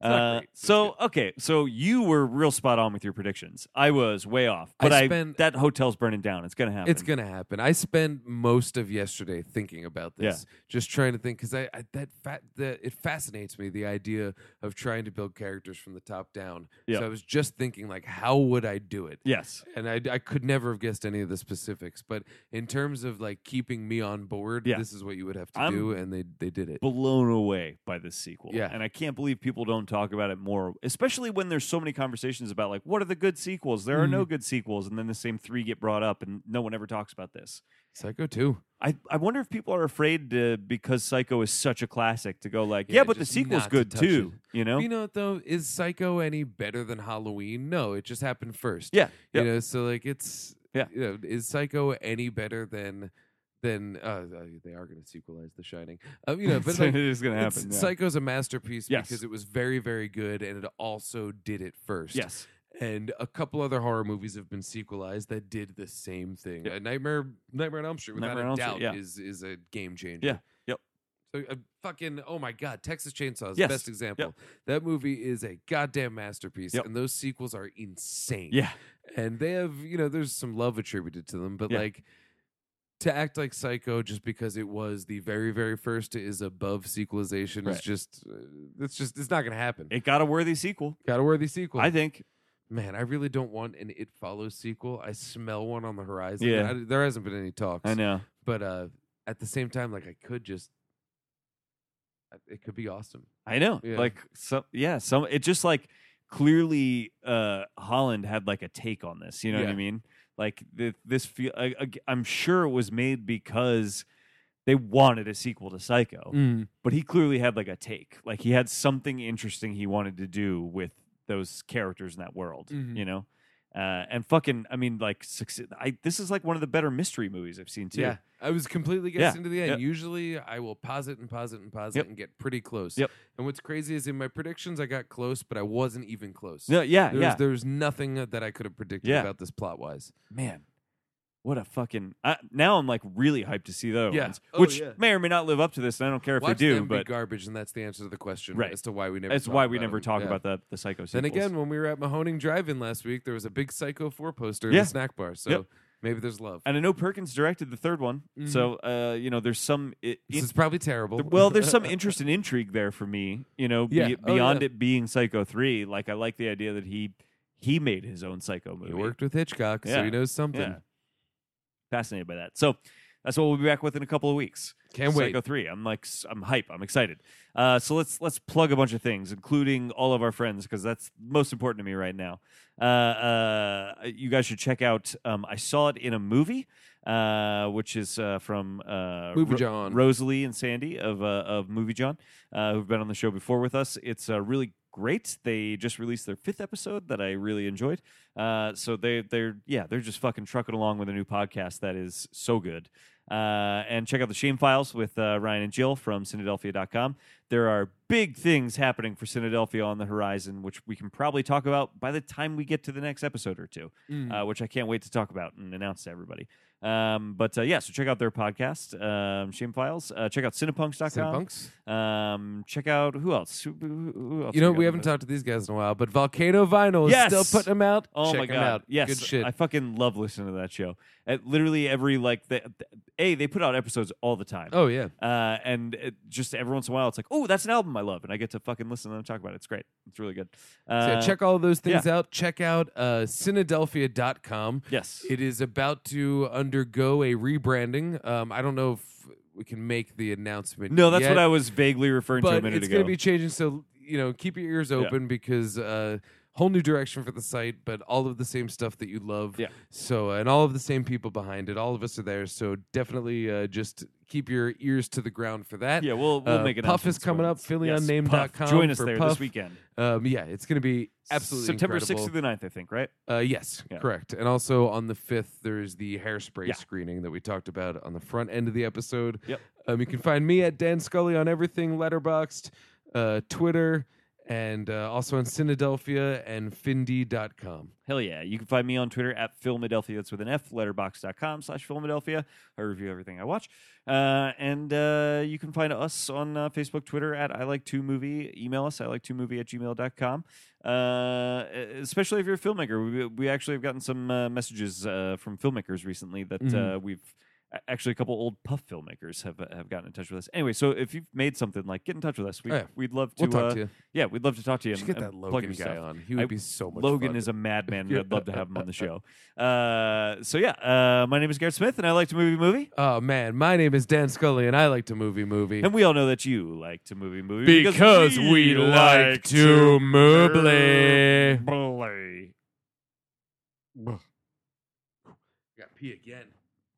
It's not
Uh,
great, but it's
so okay, so you were real spot on with your predictions. I was way off,
I
but I,
spent-
that hotel's burning down. It's gonna happen.
It's gonna happen. I spent most of yesterday thinking about this, just trying to think because I, I that fa- that it fascinates me the idea of trying to build characters from the top down.
Yeah.
So I was just thinking like, how would I do it?
yes,
and I, I could never have guessed any of the specifics. But in terms of like keeping me on board,
Yeah.
this is what you would have to
I'm-
do, and they they did it.
blown away by this sequel.
Yeah.
And I can't believe people don't talk about it more, especially when there's so many conversations about like what are the good sequels? There are
Mm-hmm.
no good sequels, and then the same three get brought up and no one ever talks about this.
Psycho two.
I, I wonder if people are afraid to, because Psycho is such a classic to go like, yeah,
Yeah,
but the
just
sequel's
not to
good
touch
too. You know?
You know what though? Is Psycho any better than Halloween? No, it just happened first.
yeah.
You
yeah.
know, so like it's
Yeah.
You know, is Psycho any better than than uh, uh, they are going to sequelize The Shining? Um, you know, but
So
like.
it is gonna
it's-
happen. yeah.
Psycho's a masterpiece
Yes.
because it was very, very good, and it also did it first.
yes.
and a couple other horror movies have been sequelized that did the same thing.
Yeah.
Uh, Nightmare Nightmare on Elm Street, without
Nightmare on
a
Elm Street,
doubt,
yeah.
is is a game changer.
Yeah. Yep.
So uh, fucking oh my god, Texas Chainsaw is the
Yes.
best example. That movie is a goddamn masterpiece,
Yep.
and those sequels are insane.
Yeah.
and they have you know there's some love attributed to them, but
Yeah.
like. To act like Psycho just because it was the very very first is above sequelization
Right.
is just uh, it's just it's not gonna happen.
It got a worthy sequel.
Got a worthy sequel.
I think.
Man, I really don't want an It Follows sequel. I smell one on the horizon.
Yeah.
I, there hasn't been any talks.
I know.
But uh, at the same time, like I could just, I- it could be awesome.
I know.
Yeah.
Like some yeah, some it just like clearly uh Holland had like a take on this, you know what I
Yeah.
mean? Like th- this feel I, I- I'm sure it was made because they wanted a sequel to Psycho,
Mm.
but he clearly had like a take. Like he had something interesting he wanted to do with those characters in that world,
Mhm.
you know? Uh, and fucking, I mean, like, succe- I, this is like one of the better mystery movies I've seen too.
Yeah, I was completely
Yeah.
guessing to the end.
Yep.
Usually, I will pause it and pause it and pause
Yep.
it and get pretty close.
Yep.
And what's crazy is in my predictions, I got close, but I wasn't even close.
No, yeah,
There was,
yeah.
there was nothing that I could have predicted
Yeah.
about this plot wise.
man, what a fucking! I, now I'm like really hyped to see those,
Yeah.
ones,
Oh,
which
yeah.
may or may not live up to this, and I don't care if
Watch
they do,
them
but
be garbage, and that's the answer to the question
Right.
as to why we never.
that's
talk
why we
about
never
them.
talk
Yeah.
about the the psycho.
Then
sequels.
again, when we were at Mahoning Drive-In last week, there was a big Psycho Four poster in
Yeah.
the snack bar. So
Yep.
Maybe there's love.
And I know Perkins directed the third one,
Mhm.
so uh, you know there's some. i-
This
in-
is probably terrible.
well, there's some interest and intrigue there for me. You know, be-
Yeah. Oh,
beyond
yeah.
it being Psycho three, like I like the idea that he he made his own Psycho movie.
He worked with Hitchcock, so
Yeah.
he knows something.
Yeah. Fascinated by that. So that's what we'll be back with in a couple of weeks.
Can't
Psycho
wait.
three. I'm like s- I'm hype. I'm excited. Uh, so let's let's plug a bunch of things, including all of our friends, because that's most important to me right now. Uh, uh, you guys should check out. Um, I saw it in a movie, uh, which is uh, from uh,
Movie
Ro-
John.
Rosalie and Sandy of uh, of Movie John, uh, who've been on the show before with us. It's uh, really great. They just released their fifth episode that I really enjoyed. Uh, so they they're yeah they're just fucking trucking along with a new podcast that is so good. Uh, and check out the Shame Files with uh, Ryan and Jill from Cynadelphia.com. There are big things happening for Cynadelphia on the horizon, which we can probably talk about by the time we get to the next episode or two
Mm.
uh, which I can't wait to talk about and announce to everybody. Um, but uh, yeah, so check out their podcast, um, Shame Files. Uh, check out cinepunks.com.
Cinepunks.
Um, check out who else? Who, who- who else
You know,
got
we
on
haven't
the-
talked to these guys in a while, but Volcano Vinyl is
Yes!
still putting them out.
Oh
Check
my
'em
god!
Out.
Yes,
Good shit.
I fucking love listening to that show. At literally every like, the, the- a they put out episodes all the time.
oh, yeah.
Uh, and it, just every once in a while, it's like, oh, that's an album I love, and I get to fucking listen to them talk about it. It's great. It's really good. Uh,
So, yeah, check all those things out. Check out uh, Cynadelphia.com.
Yes.
It is about to undergo a rebranding. Um, I don't know if we can make the announcement.
no, that's
yet,
what I was vaguely referring to a
But
minute
it's
ago.
going to be changing. So you know, keep your ears open because uh, whole new direction for the site, but all of the same stuff that you love.
Yeah.
So uh, and all of the same people behind it. All of us are there. So definitely uh, just keep your ears to the ground for that.
yeah, we'll we'll
Uh,
make it.
Puff is coming up.
Puff.
PhillyUnnamed.com.
Join us
for
there this
Puff.
weekend.
Um, yeah, it's going to be absolutely
September
incredible.
sixth through the 9th, I think. Right?
Uh, yes,
Yeah.
correct. And also on the 5th, there's the hairspray
Yeah.
screening that we talked about on the front end of the episode.
Yep.
Um, you can find me at Dan Scully on everything letterboxed, uh, Twitter, and uh, also on Cynadelphia and Findy.com.
Hell yeah! You can find me on Twitter at Philadelphia. That's with an F. Letterbox.com slash Philadelphia. I review everything I watch, uh, and uh, you can find us on uh, Facebook, Twitter at I Like Two Movie. Email us I Like Two Movie at gmail.com. Uh, especially if you're a filmmaker, we we actually have gotten some uh, messages uh, from filmmakers recently that
Mhm.
uh, we've a- actually a couple old puff filmmakers have have gotten in touch with us. Anyway, so if you've made something, like get in touch with us. We
Oh, yeah.
we'd love to.
We'll
uh,
talk to you.
Yeah, we'd love to talk to you.
Just
and,
get
and
that
plug
Logan
your
guy
stuff.
on. He would
I-
be so much
Logan
fun.
is a madman. and I'd love to have him on the show. Uh, so yeah, uh, my name is Garrett Smith, and I like to movie movie,
Oh, man. My name is Dan Scully, and I like to movie movie.
and we all know that you like to movie movie
because we like to movie.
Blay.
Got pee again.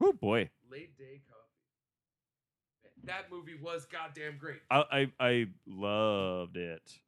Oh boy,
Late day coffee. That movie was goddamn great.
I, I I loved it.